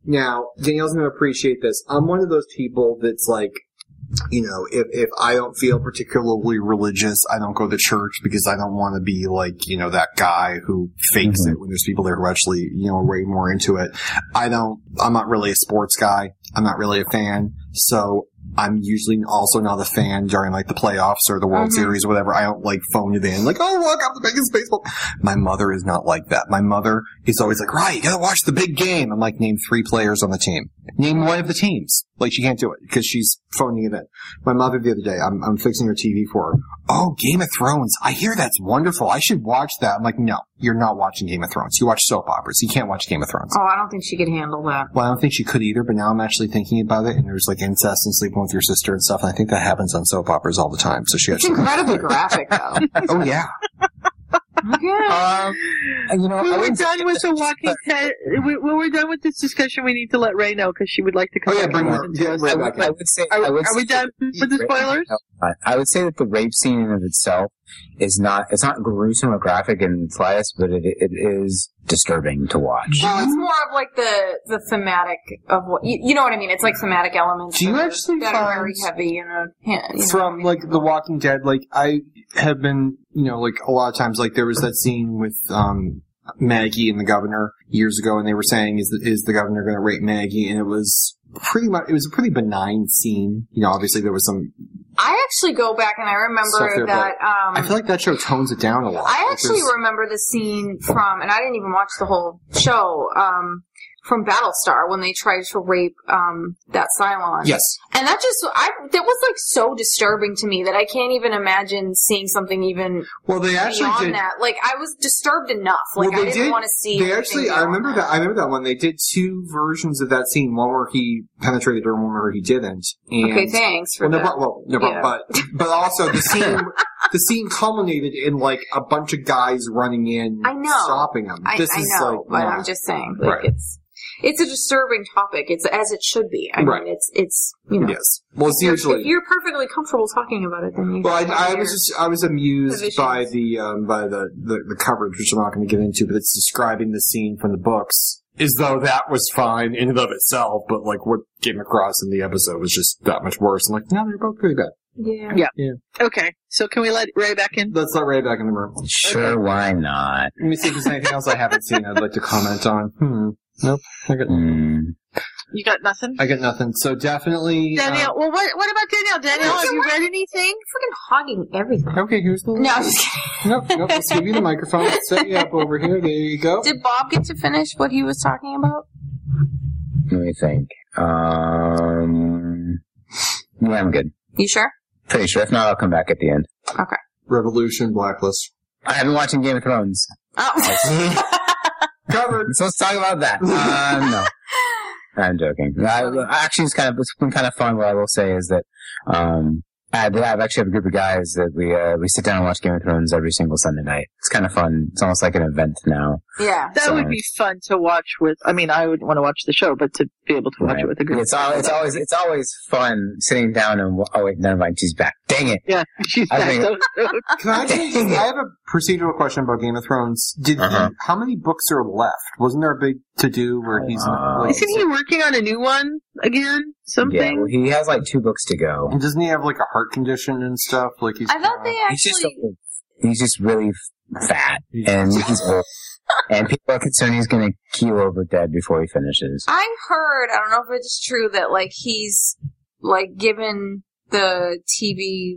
Speaker 2: now, Danielle's going to appreciate this. I'm one of those people that's like, you know, if, if I don't feel particularly religious, I don't go to church because I don't want to be like, you know, that guy who fakes it when there's people there who actually, you know, are way more into it. I don't, I'm not really a sports guy. I'm not really a fan. So I'm usually also not a fan during like the playoffs or the World
Speaker 3: Mhm.
Speaker 2: Series or whatever. I don't like phone it in like, oh look, I'm the biggest baseball. My mother is not like that. My mother is always like, right, you gotta watch the big game. I'm like, name three players on the team. Name one of the teams. Like she can't do it because she's phoning it in. My mother the other day, I'm, I'm fixing her TV for her. Oh, Game of Thrones. I hear that's wonderful. I should watch that. I'm like, no, you're not watching Game of Thrones. You watch soap operas. You can't watch Game of Thrones.
Speaker 3: oh, I don't think she could handle that.
Speaker 2: Well, I don't think she could either, but now I'm actually thinking about it, and there's like incest and sleeping with your sister and stuff, and I think that happens on soap operas all the time. So she
Speaker 3: It's
Speaker 2: actually.
Speaker 3: incredibly graphic, though.
Speaker 2: oh, yeah.
Speaker 3: Okay.
Speaker 4: um, you know,
Speaker 1: When
Speaker 4: I
Speaker 1: we're
Speaker 4: wouldn't-
Speaker 1: done with the Walking Dead, when we're done with this discussion, we need to let Ray know because she would like to come
Speaker 2: Oh, yeah,
Speaker 1: back
Speaker 2: bring
Speaker 1: and
Speaker 2: her-
Speaker 1: listen to
Speaker 2: yeah,
Speaker 1: us.
Speaker 2: Ray
Speaker 4: I
Speaker 2: back
Speaker 4: would,
Speaker 2: in.
Speaker 4: I would say,
Speaker 1: Are,
Speaker 4: I would
Speaker 1: are we
Speaker 4: say-
Speaker 1: done with the spoilers?
Speaker 4: I- I would say that the rape scene in of itself is not it's not gruesome or graphic in the slightest, but it, it is disturbing to watch.
Speaker 3: Well, it's more of like the the thematic of what you, you know what I mean. It's like thematic elements.
Speaker 2: Do you
Speaker 3: that are-
Speaker 2: actually
Speaker 3: that are very
Speaker 2: find-
Speaker 3: heavy in a hand? You know?
Speaker 2: From like The Walking Dead, like I have been, you know, like a lot of times, like there was that scene with um Maggie and the governor years ago, and they were saying, "Is the, is the governor going to rape Maggie?" And it was pretty much, it was a pretty benign scene. You know, obviously there was some.
Speaker 3: I actually go back and I
Speaker 2: Stuff there,
Speaker 3: remember that. Um,
Speaker 2: I feel like that show tones it down a lot.
Speaker 3: I
Speaker 2: Like,
Speaker 3: actually
Speaker 2: there's-
Speaker 3: remember the scene from, and I didn't even watch the whole show. Um, from Battlestar when they tried to rape um, that Cylon.
Speaker 2: yes,
Speaker 3: And that just I that was like so disturbing to me that I can't even imagine seeing something even
Speaker 2: well they actually
Speaker 3: beyond
Speaker 2: did.
Speaker 3: that. Like I was disturbed enough. Like
Speaker 2: Well,
Speaker 3: I
Speaker 2: they
Speaker 3: didn't
Speaker 2: did-
Speaker 3: want to see.
Speaker 2: They
Speaker 3: anything
Speaker 2: actually, I
Speaker 3: beyond
Speaker 2: remember that. I remember that one. They did two versions of that scene: one where he penetrated her, and one where he didn't. And
Speaker 3: Okay, thanks for
Speaker 2: Well, no,
Speaker 3: that.
Speaker 2: but, well, no,
Speaker 3: Yeah.
Speaker 2: but but also the scene, the scene culminated in like a bunch of guys running in,
Speaker 3: I know.
Speaker 2: stopping him.
Speaker 3: I,
Speaker 2: this
Speaker 3: I
Speaker 2: is
Speaker 3: know,
Speaker 2: like,
Speaker 3: but
Speaker 2: yeah.
Speaker 3: I'm just saying, like
Speaker 2: Right.
Speaker 3: it's it's a disturbing topic. It's as it should be. I
Speaker 2: Right.
Speaker 3: mean, it's it's you know,
Speaker 2: yes. Well, it's
Speaker 3: you're-
Speaker 2: usually.
Speaker 3: if you're perfectly comfortable talking about it, then you.
Speaker 2: Well, I, I
Speaker 3: you're-
Speaker 2: was just I was amused
Speaker 3: Positions.
Speaker 2: by the um, by the, the the coverage, which I'm not going to get into, but it's describing the scene from the books as though that was fine in and of itself, but like what came across in the episode was just that much worse. I'm like, no, they're both pretty bad.
Speaker 3: yeah.
Speaker 1: Okay, so can we let Ray back in?
Speaker 2: Let's let Ray back in the room.
Speaker 4: Sure, why not?
Speaker 2: Let me see if there's anything else I haven't seen I'd like to comment on. Hmm. Nope. I got
Speaker 4: Mm.
Speaker 1: You got nothing,
Speaker 2: I got nothing. So definitely. uh,
Speaker 1: Danielle. Well, what what about Danielle? Danielle, have you read anything?
Speaker 3: Freaking hogging everything.
Speaker 2: okay, here's the.
Speaker 3: No, I'm just kidding.
Speaker 2: Nope. Nope. Let's give you the microphone. Let's set you up over here. There you go.
Speaker 3: Did Bob get to finish what he was talking about?
Speaker 4: Let me think. Um, yeah, I'm good.
Speaker 3: You sure?
Speaker 4: Pretty sure. If not, I'll come back at the end.
Speaker 2: Revolution Blacklist.
Speaker 4: I've been watching Game of Thrones.
Speaker 3: Oh,
Speaker 2: Covered.
Speaker 4: So let's talk about that. Um, no. I'm joking. I, I actually, it's kind of it's been kind of fun. What I will say is that um, I, I've actually have a group of guys that we uh, we sit down and watch Game of Thrones every single Sunday night. It's kind of fun. It's almost like an event now.
Speaker 3: yeah.
Speaker 1: That
Speaker 4: Sorry.
Speaker 1: would be fun to watch with. I mean, I would want to watch the show, but to be able to watch
Speaker 4: Right.
Speaker 1: it with a group.
Speaker 4: It's all, it's always it's always fun sitting down and wa- oh wait, never mind. She's back. Dang it.
Speaker 1: yeah, she's
Speaker 4: I
Speaker 1: back.
Speaker 4: think-
Speaker 1: So,
Speaker 2: Can I? Just, I have a procedural question about Game of Thrones. Did the-
Speaker 4: Uh-huh.
Speaker 2: how many books are left? Wasn't there a big to do where he's
Speaker 4: Uh,
Speaker 2: like,
Speaker 1: isn't he working on a new one again?
Speaker 4: Yeah, well,
Speaker 1: Something.
Speaker 4: he has like two books to go.
Speaker 2: and doesn't he have like a heart condition and stuff? Like Uh, he's
Speaker 3: I thought they
Speaker 4: He's just
Speaker 3: actually.
Speaker 4: he's just really fat and he's old. and people are concerned he's going to keel over dead before he finishes.
Speaker 3: I heard, I don't know if it's true, that like he's like given the TV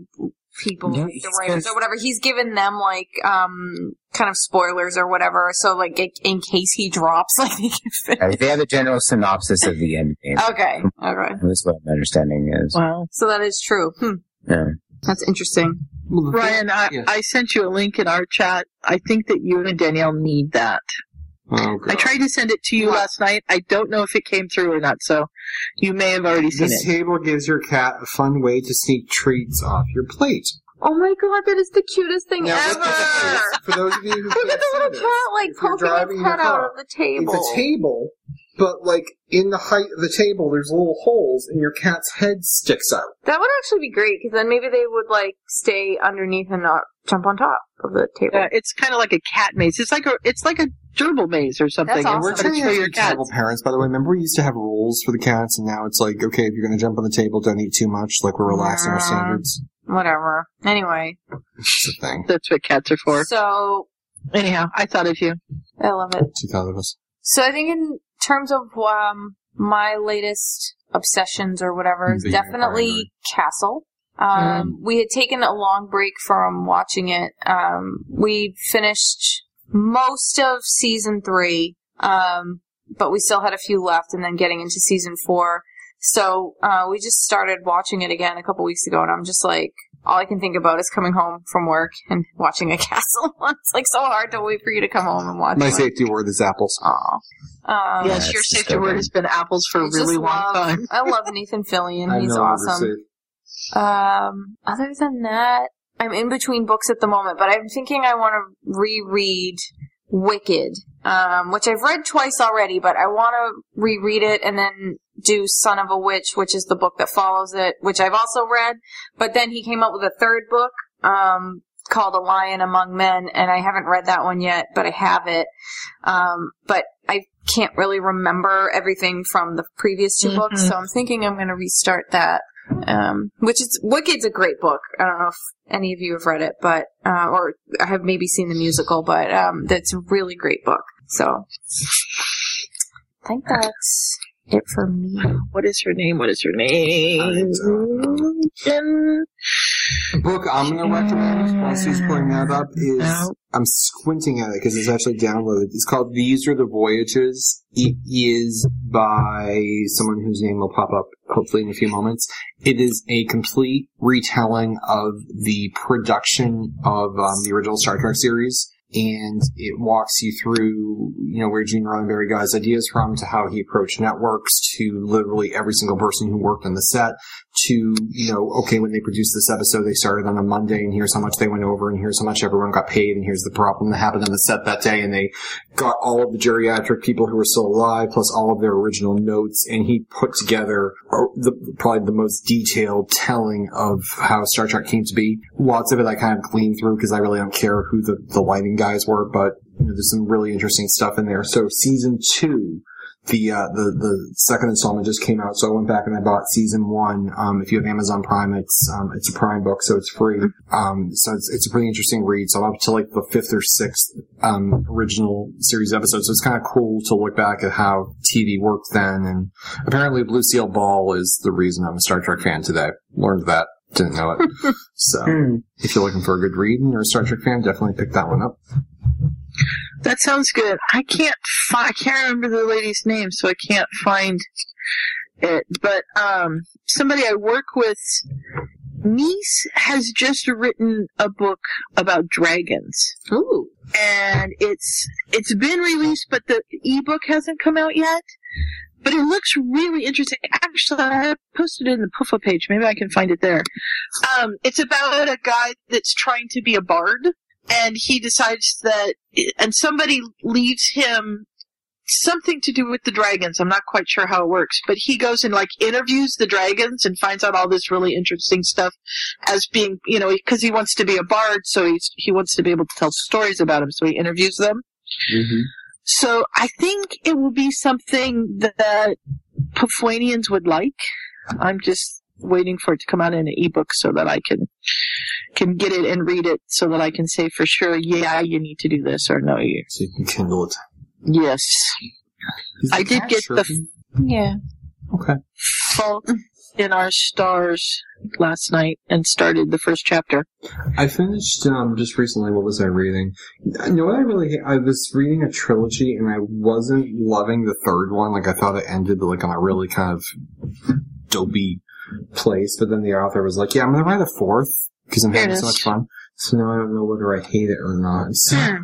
Speaker 3: people,
Speaker 4: Yeah,
Speaker 3: like, the
Speaker 4: he's
Speaker 3: writers
Speaker 4: been-
Speaker 3: or whatever, he's given them like um kind of spoilers or whatever, so like i- in case he drops, like they can fit.
Speaker 4: Uh, they have a general synopsis of the end game.
Speaker 3: Okay, okay.
Speaker 4: That's what my understanding is.
Speaker 1: Wow.
Speaker 3: So that is true. Hmm,
Speaker 4: Yeah.
Speaker 3: that's interesting.
Speaker 1: Ryan, I,
Speaker 2: Yes.
Speaker 1: I sent you a link in our chat. I think that you and Danielle need that.
Speaker 2: Oh,
Speaker 1: I
Speaker 2: God.
Speaker 1: tried to send it to you
Speaker 3: What?
Speaker 1: last night. I don't know if it came through or not, so you may have already seen
Speaker 2: This
Speaker 1: it.
Speaker 2: table gives your cat a fun way to sneak treats off your plate.
Speaker 3: Oh my god, that is the cutest thing
Speaker 2: Now,
Speaker 3: ever.
Speaker 2: look at this. For those of you who
Speaker 3: Look
Speaker 2: can't
Speaker 3: at the little
Speaker 2: see this,
Speaker 3: cat like
Speaker 2: if you're
Speaker 3: poking
Speaker 2: driving
Speaker 3: its
Speaker 2: in the
Speaker 3: head out
Speaker 2: car,
Speaker 3: of the table.
Speaker 2: It's a table, but like in the height of the table, there's little holes, and your cat's head sticks out.
Speaker 3: that would actually be great because then maybe they would like stay underneath and not jump on top of the table.
Speaker 1: Yeah, it's kind of like a cat maze. It's like a it's like a gerbil maze or something.
Speaker 3: That's
Speaker 1: and
Speaker 3: awesome.
Speaker 1: we're trying
Speaker 2: to
Speaker 1: for your
Speaker 2: be terrible
Speaker 1: cats.
Speaker 2: parents, by the way. Remember, we used to have rules for the cats, and now it's like, okay, if you're going to jump on the table, don't eat too much. Like we're relaxing our
Speaker 3: Yeah.
Speaker 2: standards.
Speaker 3: Whatever. Anyway,
Speaker 2: It's a thing.
Speaker 1: That's what cats are for.
Speaker 3: so
Speaker 1: Anyhow, I thought of you.
Speaker 3: I love it.
Speaker 2: Two thousand of us.
Speaker 3: So I think in terms of um, my latest obsessions or whatever is
Speaker 2: Being
Speaker 3: definitely Castle. Um, We had taken a long break from watching it. Um, we finished most of season three, um, but we still had a few left, and then getting into season four. So uh, we just started watching it again a couple weeks ago, and I'm just like, all I can think about is coming home from work and watching a castle. it's like so hard to wait for you to come home and watch.
Speaker 2: My
Speaker 3: one.
Speaker 2: safety word is apples.
Speaker 3: Aw. Um,
Speaker 1: yes,
Speaker 4: that's
Speaker 1: your safety
Speaker 4: disturbing.
Speaker 1: word has been apples for
Speaker 3: I
Speaker 1: a really
Speaker 3: just
Speaker 1: long
Speaker 3: love-
Speaker 1: time.
Speaker 3: I love Nathan Fillion.
Speaker 2: I'm
Speaker 3: He's
Speaker 2: no longer
Speaker 3: awesome.
Speaker 2: safe.
Speaker 3: Um, other than that, I'm in between books at the moment, but I'm thinking I want to reread Wicked, um, which I've read twice already, but I want to reread it and then do Son of a Witch, which is the book that follows it, which I've also read. But then he came up with a third book um, called A Lion Among Men, and I haven't read that one yet, but I have it. Um, but I can't really remember everything from the previous 2 books, so I'm thinking I'm going to restart that. Um, which is Wicked's a great book. I don't know if any of you have read it, but uh, or have maybe seen the musical, but um, that's a really great book. So I think that's it for me.
Speaker 1: What is her name? What is her name? Jen-
Speaker 2: book I'm going to recommend while she's pulling that up is
Speaker 1: No.
Speaker 2: I'm squinting at it because it's actually downloaded. It's called These Are the Voyages. It is by someone whose name will pop up hopefully in a few moments. It is a complete retelling of the production of um, the original Star Trek series. And it walks you through, you know, where Gene Roddenberry got his ideas from, to how he approached networks, to literally every single person who worked on the set, to you know okay when they produced this episode they started on a monday and here's how much they went over and here's how much everyone got paid and here's the problem that happened on the set that day and they got all of the geriatric people who were still alive plus all of their original notes and he put together uh, the, probably the most detailed telling of how star trek came to be lots of it i kind of gleaned through because i really don't care who the, the lighting guys were but you know, there's some really interesting stuff in there so season two the uh, the the second installment just came out, so I went back and I bought season one. Um, if you have Amazon Prime, it's um, it's a Prime book, so it's free. Um, so it's it's a pretty interesting read. So I'm up to like the fifth or sixth um, original series episode. So it's kind of cool to look back at how TV worked then. And apparently, Lucille Ball is the reason I'm a Star Trek fan today. Learned that, didn't know it. so if you're looking for a good read and you're a Star Trek fan, definitely pick that one up.
Speaker 1: That sounds good. I can't fi- I can't remember the lady's name, so I can't find it. But um, somebody I work with, niece, has just written a book about dragons,
Speaker 3: Ooh,
Speaker 1: and it's it's been released, but the ebook hasn't come out yet. But it looks really interesting. Actually, I posted it in the Puffa page. Maybe I can find it there. Um, it's about a guy that's trying to be a bard, and he decides that, and somebody leaves him something to do with the dragons. I'm not quite sure how it works, but he goes and like interviews the dragons and finds out all this really interesting stuff as being, you know, because he wants to be a bard, so he's, he wants to be able to tell stories about them, so he interviews them. So I think it will be something that Pufuanians would like. I'm just waiting for it to come out in an ebook so that I can can get it and read it so that I can say for sure, yeah, you need to do this or no, you.
Speaker 2: So you can kindle it.
Speaker 1: Yes, I did get the
Speaker 3: Yeah.
Speaker 2: Okay.
Speaker 1: fault in our stars last night and started the first chapter.
Speaker 2: I finished um, just recently. What was I reading? You know what I really? I was reading a trilogy, and I wasn't loving the third one. Like I thought it ended like on a really kind of dopey place. But then the author was like, "Yeah, I'm gonna write a fourth because I'm
Speaker 1: Fair
Speaker 2: having so
Speaker 1: enough.
Speaker 2: much fun." So now I don't know whether I hate it or not. So-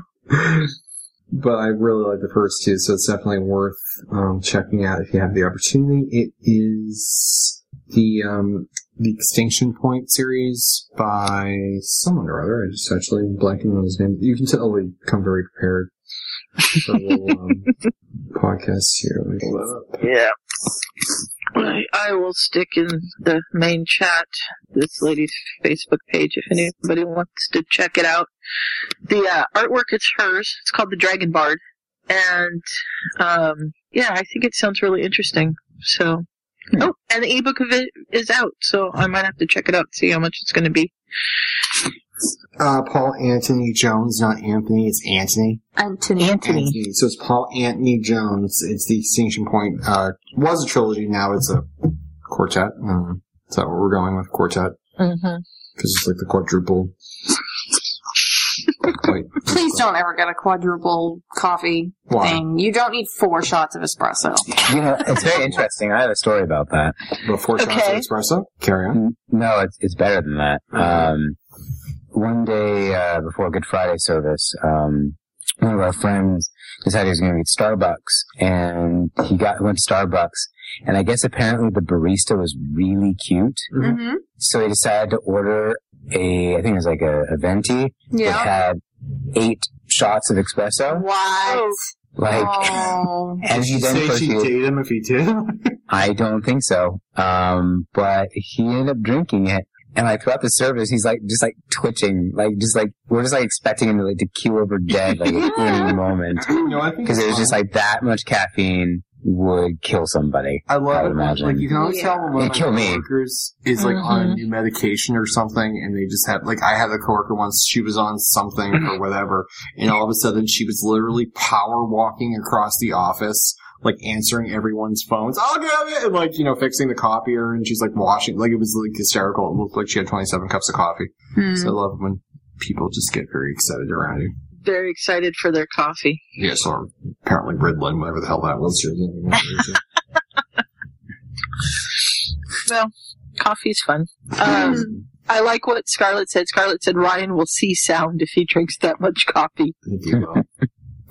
Speaker 2: but I really like the first two, so it's definitely worth um, checking out if you have the opportunity. It is the um, the Extinction Point series by someone or other. I just actually am blanking on his name. You can tell we come very prepared for a little um, podcast here. Let me pull that up.
Speaker 1: Yeah. I, I will stick in the main chat this lady's Facebook page if anybody wants to check it out. The uh, artwork it's hers. It's called the Dragon Bard, and um, yeah, I think it sounds really interesting. So, oh, and the ebook of it is out, so I might have to check it out and see how much it's going to be.
Speaker 2: Uh, Paul Anthony Jones, not Anthony. It's Anthony.
Speaker 3: Anthony.
Speaker 2: Anthony. So it's Paul Anthony Jones. It's the Extinction Point. Uh, was a trilogy. Now it's a quartet. Uh, is that what we're going with? Quartet?
Speaker 1: Mm-hmm.
Speaker 2: Because it's like the quadruple. Wait.
Speaker 3: Please don't ever get a quadruple coffee
Speaker 2: Why?
Speaker 3: thing. You don't need four shots of espresso.
Speaker 4: You know, it's very interesting. I have a story about that.
Speaker 2: The four
Speaker 1: Okay.
Speaker 2: shots of espresso. Carry on.
Speaker 4: N- No, it's it's better than that. Um, one day uh, before Good Friday service, um, one of our friends decided he was going to get Starbucks, and he got went to Starbucks, and I guess apparently the barista was really cute,
Speaker 3: Mm-hmm.
Speaker 4: so he decided to order a I think it was like a, a venti that
Speaker 3: Yeah.
Speaker 4: had eight shots of espresso,
Speaker 1: Oh,
Speaker 3: What?
Speaker 4: like.
Speaker 3: oh.
Speaker 4: And he then proceeded-
Speaker 2: him if he did?
Speaker 4: I don't think so. Um, but he ended up drinking it. And like throughout the service, he's like just like twitching, like just like we're just like expecting him to like to keel over dead like at any moment
Speaker 2: no, I think
Speaker 4: because it was
Speaker 2: it's
Speaker 4: just
Speaker 2: fine.
Speaker 4: like that much caffeine would kill somebody.
Speaker 2: I love
Speaker 4: I
Speaker 2: it.
Speaker 4: would imagine.
Speaker 2: Like you can always
Speaker 3: Yeah.
Speaker 2: tell when one
Speaker 4: It'd
Speaker 2: of
Speaker 4: kill
Speaker 2: my
Speaker 4: me.
Speaker 2: coworkers is like on a new medication or something, and they just have like I had a coworker once. She was on something or whatever, and all of a sudden she was literally power walking across the office. Like answering everyone's phones, I'll grab it, and like you know, fixing the copier, and she's like washing, like it was like hysterical. It looked like she had twenty-seven cups of coffee.
Speaker 3: Hmm.
Speaker 2: So I love when people just get very excited around you.
Speaker 1: Very excited for their coffee.
Speaker 2: Yes, or apparently Ritalin, whatever the hell that was.
Speaker 1: Coffee's fun. Um, I like what Scarlett said. Scarlett said Ryan will see sound if he drinks that much coffee.
Speaker 2: Thank you, Bob.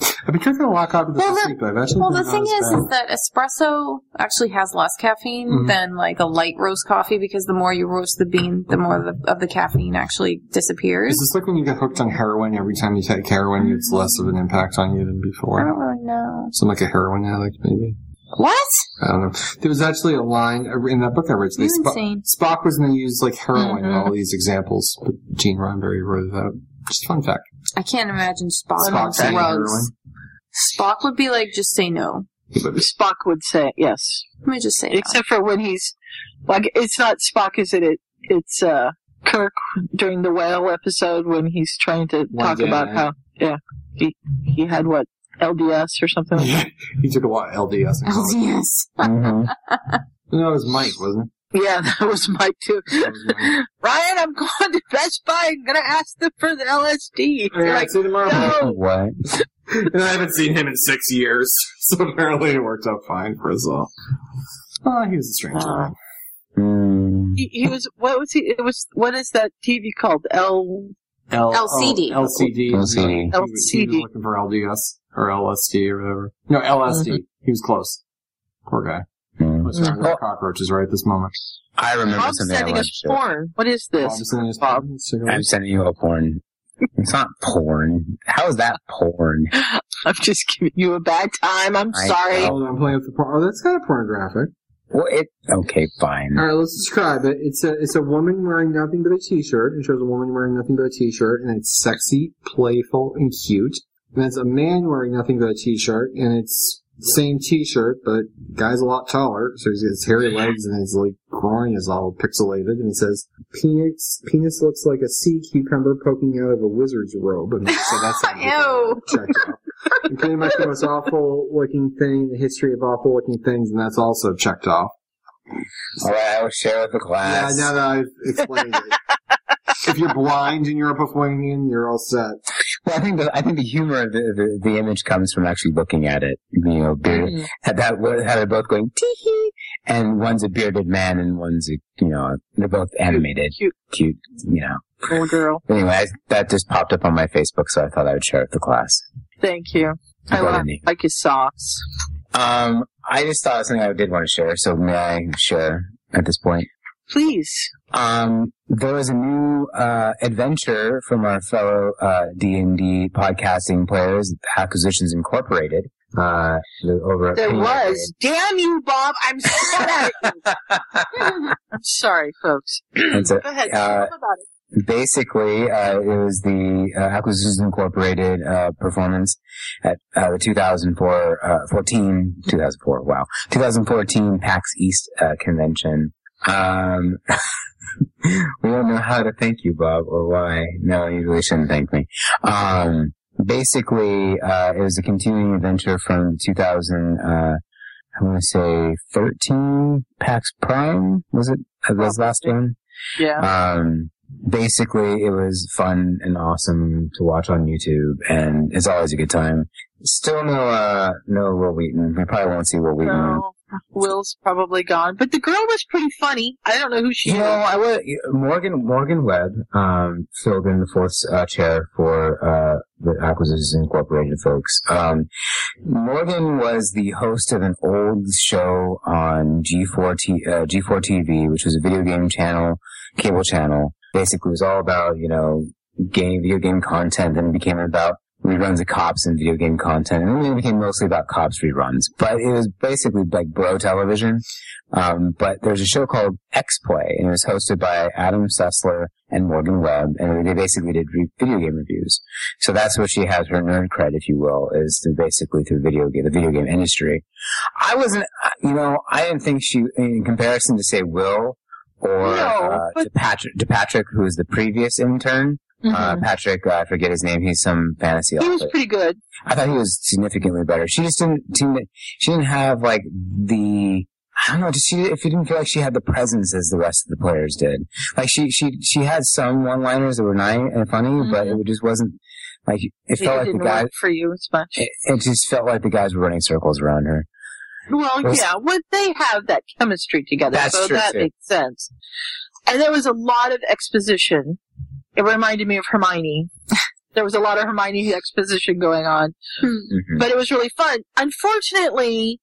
Speaker 2: I've been drinking a lot of coffee this
Speaker 3: Well, the-
Speaker 2: week, but I've actually
Speaker 3: Well,
Speaker 2: been not
Speaker 3: the thing
Speaker 2: as
Speaker 3: is,
Speaker 2: bad.
Speaker 3: is that espresso actually has less caffeine
Speaker 2: Mhm.
Speaker 3: than like a light roast coffee because the more you roast the bean, the more the, of the caffeine actually disappears.
Speaker 2: Is this like when you get hooked on heroin? Every time you take heroin, it's less of an impact on you than
Speaker 3: Mm-hmm. I
Speaker 2: before.
Speaker 3: don't really know.
Speaker 2: So I'm like a heroin addict, maybe.
Speaker 3: What?
Speaker 2: I don't know. There was actually a line I re- in that book I read today.
Speaker 3: You're
Speaker 2: Spo-
Speaker 3: insane.
Speaker 2: Spock was going to use like heroin in
Speaker 3: Mm-hmm.
Speaker 1: Mhm.
Speaker 2: all these examples, but Gene Roddenberry wrote that. Just a fun fact.
Speaker 3: I can't imagine Spock on
Speaker 2: Spock saying heroin.
Speaker 3: drugs. Spock would be like, just say no.
Speaker 2: He would be-
Speaker 1: Spock would say yes,
Speaker 3: Let me just say no.
Speaker 1: except for when he's like it's not Spock, is it? it it's uh, Kirk during the whale episode when he's trying to
Speaker 2: One
Speaker 1: talk
Speaker 2: day,
Speaker 1: about
Speaker 2: right?
Speaker 1: how yeah he he had what LDS or something.
Speaker 2: Oh,
Speaker 1: like that.
Speaker 2: he took a lot of LDS. in college.
Speaker 3: LDS.
Speaker 4: Mm-hmm.
Speaker 2: No, it was Mike, wasn't
Speaker 1: yeah, that was Mike too.
Speaker 2: it? That was Mike.
Speaker 1: Ryan, I'm going to Best Buy. I'm gonna ask them for the LSD.
Speaker 2: Oh, Yeah,
Speaker 1: Like,
Speaker 2: I'd say tomorrow.
Speaker 1: no.
Speaker 4: What?
Speaker 2: and I haven't seen him in six years, so apparently it worked out fine for us all. Oh, he was a strange man.
Speaker 4: Mm.
Speaker 1: He, he was what was he? It was what is that TV called? L
Speaker 2: L-
Speaker 3: LCD.
Speaker 2: oh, LCD.
Speaker 4: LCD.
Speaker 2: He was, he was
Speaker 1: LCD.
Speaker 2: looking for LDS or LSD or whatever. No, LSD. He was close. Poor guy.
Speaker 4: Mm.
Speaker 2: What's wrong with
Speaker 4: Mhm.
Speaker 2: cockroaches right at this moment?
Speaker 4: I remember
Speaker 1: Bob's
Speaker 4: something I Um,
Speaker 1: sending
Speaker 4: wanted
Speaker 1: us
Speaker 4: to. share.
Speaker 1: porn. What is this?
Speaker 2: Robinson and his
Speaker 1: Bob.
Speaker 4: I'm sending you a porn. It's not porn. How is that porn?
Speaker 1: I'm just giving you a bad time. I'm
Speaker 4: I
Speaker 1: sorry.
Speaker 4: know.
Speaker 2: Oh, I'm playing up the porn. Oh, that's kind of pornographic.
Speaker 4: Well, it okay, fine.
Speaker 2: All right, let's describe it. It's a it's a woman wearing nothing but a t-shirt, and shows a woman wearing nothing but a t-shirt, and it's sexy, playful, and cute. And it's a man wearing nothing but a t-shirt, and it's same t-shirt, but guy's a lot taller, so he's got his hairy legs and his like groin is all pixelated, and he says, "Penis, penis looks like a sea cucumber poking out of a wizard's robe." And so that's how he
Speaker 3: Ew.
Speaker 2: checked out. And pretty much the most awful looking thing in the history of awful looking things, and that's also checked off.
Speaker 4: All right, I will share with the
Speaker 2: Yeah,
Speaker 4: class.
Speaker 2: now that I've explained it. If you're blind and you're a Lithuanian, you're all set.
Speaker 4: Well, I think the, I think the humor of the, the, the image comes from actually looking at it. You know,
Speaker 7: Mm-hmm.
Speaker 4: beard,
Speaker 1: Mm,
Speaker 4: had that how they're both going tee hee, and one's a bearded man and one's a you know they're both animated,
Speaker 7: Cute.
Speaker 4: cute, you know.
Speaker 7: Little girl.
Speaker 4: Anyway, I, that just popped up on my Facebook, so I thought I would share it with the class.
Speaker 1: Thank you. I
Speaker 4: About
Speaker 1: like,
Speaker 4: any.
Speaker 1: like his socks.
Speaker 4: Um, I just thought of something I did want to share, so may I share at this point?
Speaker 1: Please.
Speaker 4: Um, there was a new uh, adventure from our fellow uh, D&D podcasting players, Acquisitions Incorporated. Uh, over at
Speaker 1: There
Speaker 4: Penguin
Speaker 1: was. Damn you, Bob. I'm so mad at you. I'm sorry, folks.
Speaker 4: Arcade. It's a-
Speaker 7: Go ahead.
Speaker 4: Uh,
Speaker 7: Tell them about it.
Speaker 4: basically, uh, it was the uh, Acquisitions Incorporated uh, performance at uh, the 2004, uh, 14, 2004, wow, 2014 PAX East uh, convention. Um, we don't know how to thank you, Bob, or why. No, you really shouldn't thank me. Um, basically, uh, it was a continuing adventure from 2000. Uh, I want to say 13 PAX Prime was it? Uh, Was the last one?
Speaker 1: Yeah.
Speaker 4: Um, basically, it was fun and awesome to watch on YouTube, and it's always a good time. Still no, uh, no Will Wheaton. We probably won't see Will Wheaton.
Speaker 1: So Will's probably gone, but the girl was pretty funny. I don't know who she
Speaker 4: You know,
Speaker 1: is.
Speaker 4: I would Morgan Morgan Webb um, filled in the fourth uh, chair for uh, the Acquisitions Incorporated folks. Um, Morgan was the host of an old show on G4 T, uh, G4 TV, which was a video game channel, cable channel. Basically, it was all about you know game video game content, and it became about reruns of cops and video game content, and then it became mostly about cops reruns. But it was basically like bro television. Um, but there's a show called X Play, and it was hosted by Adam Sessler and Morgan Webb, and they basically did re- video game reviews. So that's where she has her nerd cred, if you will, is to basically through video game, the video game industry. I wasn't, I- you know, I didn't think she, in comparison to say Will or
Speaker 1: No,
Speaker 4: uh,
Speaker 1: but-
Speaker 4: to Patrick, to Patrick, who was the previous intern. Uh,
Speaker 3: Mm-hmm.
Speaker 1: Mhm.
Speaker 4: Patrick, uh, I forget his name. He's some fantasy
Speaker 1: He was
Speaker 4: author.
Speaker 1: pretty good.
Speaker 4: I thought he was significantly better. She just didn't. didn't- She didn't have like the. I don't know. Just she, if you didn't feel like she had the presence as the rest of the players did, like she she she had some one-liners that were nice and funny,
Speaker 3: Mm-hmm.
Speaker 4: but it just wasn't like it
Speaker 1: It
Speaker 4: felt like the
Speaker 1: didn't
Speaker 4: guy.
Speaker 1: work for you as much.
Speaker 4: It, it just felt like the guys were running circles around her.
Speaker 1: Well,
Speaker 4: Yes.
Speaker 1: yeah, well, they have that chemistry together,
Speaker 4: That's
Speaker 1: so
Speaker 4: true,
Speaker 1: that
Speaker 4: too.
Speaker 1: makes sense. And there was a lot of exposition. It reminded me of Hermione. there was a lot of Hermione exposition going on,
Speaker 3: Mm-hmm.
Speaker 4: Mhm.
Speaker 1: but it was really fun. Unfortunately,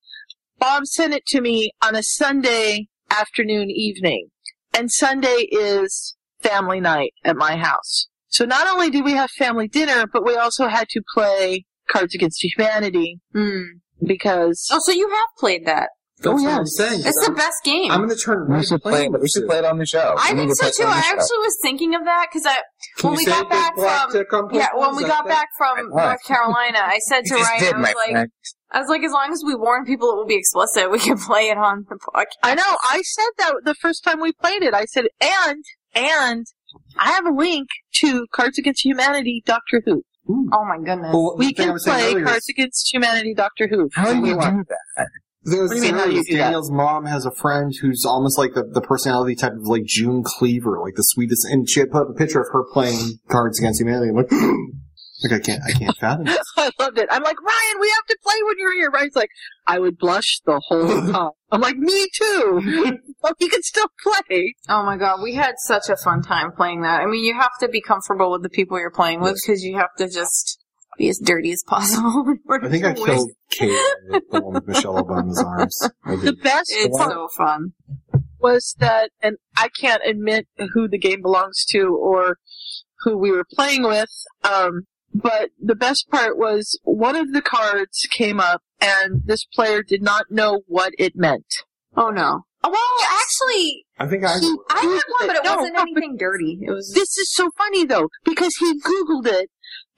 Speaker 1: Bob sent it to me on a Sunday afternoon evening, and Sunday is family night at my house. So not only did we have family dinner, but we also had to play Cards Against Humanity
Speaker 3: Hmm.
Speaker 1: because
Speaker 3: Oh, so you have played that.
Speaker 2: That's what
Speaker 1: yeah.
Speaker 2: I'm saying.
Speaker 3: It's the best game.
Speaker 2: I'm going to turn.
Speaker 4: We should play. We should play it on the show.
Speaker 3: I
Speaker 4: We need
Speaker 3: think
Speaker 4: to play
Speaker 3: so
Speaker 4: it
Speaker 3: too.
Speaker 4: on the
Speaker 3: I
Speaker 4: show.
Speaker 3: actually was thinking of that because I
Speaker 2: Can
Speaker 3: when
Speaker 2: you
Speaker 3: we
Speaker 2: say
Speaker 3: got
Speaker 2: big
Speaker 3: back
Speaker 2: black
Speaker 3: from-
Speaker 2: tick on
Speaker 3: yeah
Speaker 2: purple?
Speaker 3: when
Speaker 2: Is
Speaker 3: we
Speaker 2: that
Speaker 3: got
Speaker 2: the-
Speaker 3: back from
Speaker 4: Alright.
Speaker 3: North Carolina, I said to
Speaker 4: You just
Speaker 3: Ryan,
Speaker 4: did,
Speaker 3: I
Speaker 4: my
Speaker 3: was like,
Speaker 4: friend.
Speaker 3: I was like, as long as we warn people, it will be explicit. We can play it on the podcast.
Speaker 1: I know. I said that the first time we played it. I said, and, and I have a link to Cards Against Humanity Doctor Who.
Speaker 3: Oh my goodness.
Speaker 2: Well, the
Speaker 1: We
Speaker 2: thing I
Speaker 1: can
Speaker 2: was saying
Speaker 1: play
Speaker 2: earlier is-
Speaker 1: Cards Against Humanity Doctor Who.
Speaker 4: How do you do that?
Speaker 2: There was
Speaker 1: What do you mean,
Speaker 2: Sarah
Speaker 1: how do you
Speaker 2: was
Speaker 1: do that?
Speaker 2: Daniel's mom has a friend who's almost like the, the personality type of like June Cleaver, like the sweetest. And she had put up a picture of her playing Cards Against Humanity. I'm like, like I can't, I can't fathom. it.
Speaker 1: I loved it. I'm like, Ryan, we have to play when you're here. Ryan's like, I would blush the whole time. I'm like, me too. but we can still play.
Speaker 3: Oh my god, we had such a fun time playing that. I mean, you have to be comfortable with the people you're playing with because you have to just be as dirty as possible. in order
Speaker 2: I think I
Speaker 3: to
Speaker 2: killed
Speaker 3: win.
Speaker 2: Kate, the, the one with Michelle Obama's arms. I
Speaker 1: The
Speaker 2: did.
Speaker 1: best
Speaker 3: It's
Speaker 1: part
Speaker 3: so fun.
Speaker 1: was that, and I can't admit who the game belongs to or who we were playing with, um, but the best part was one of the cards came up and this player did not know what it meant.
Speaker 3: Oh no. Oh, well, actually,
Speaker 2: I think I.
Speaker 3: I had one, but it
Speaker 1: No,
Speaker 3: wasn't
Speaker 1: no, but-
Speaker 3: anything dirty. It was
Speaker 1: This is so funny though, because he Googled it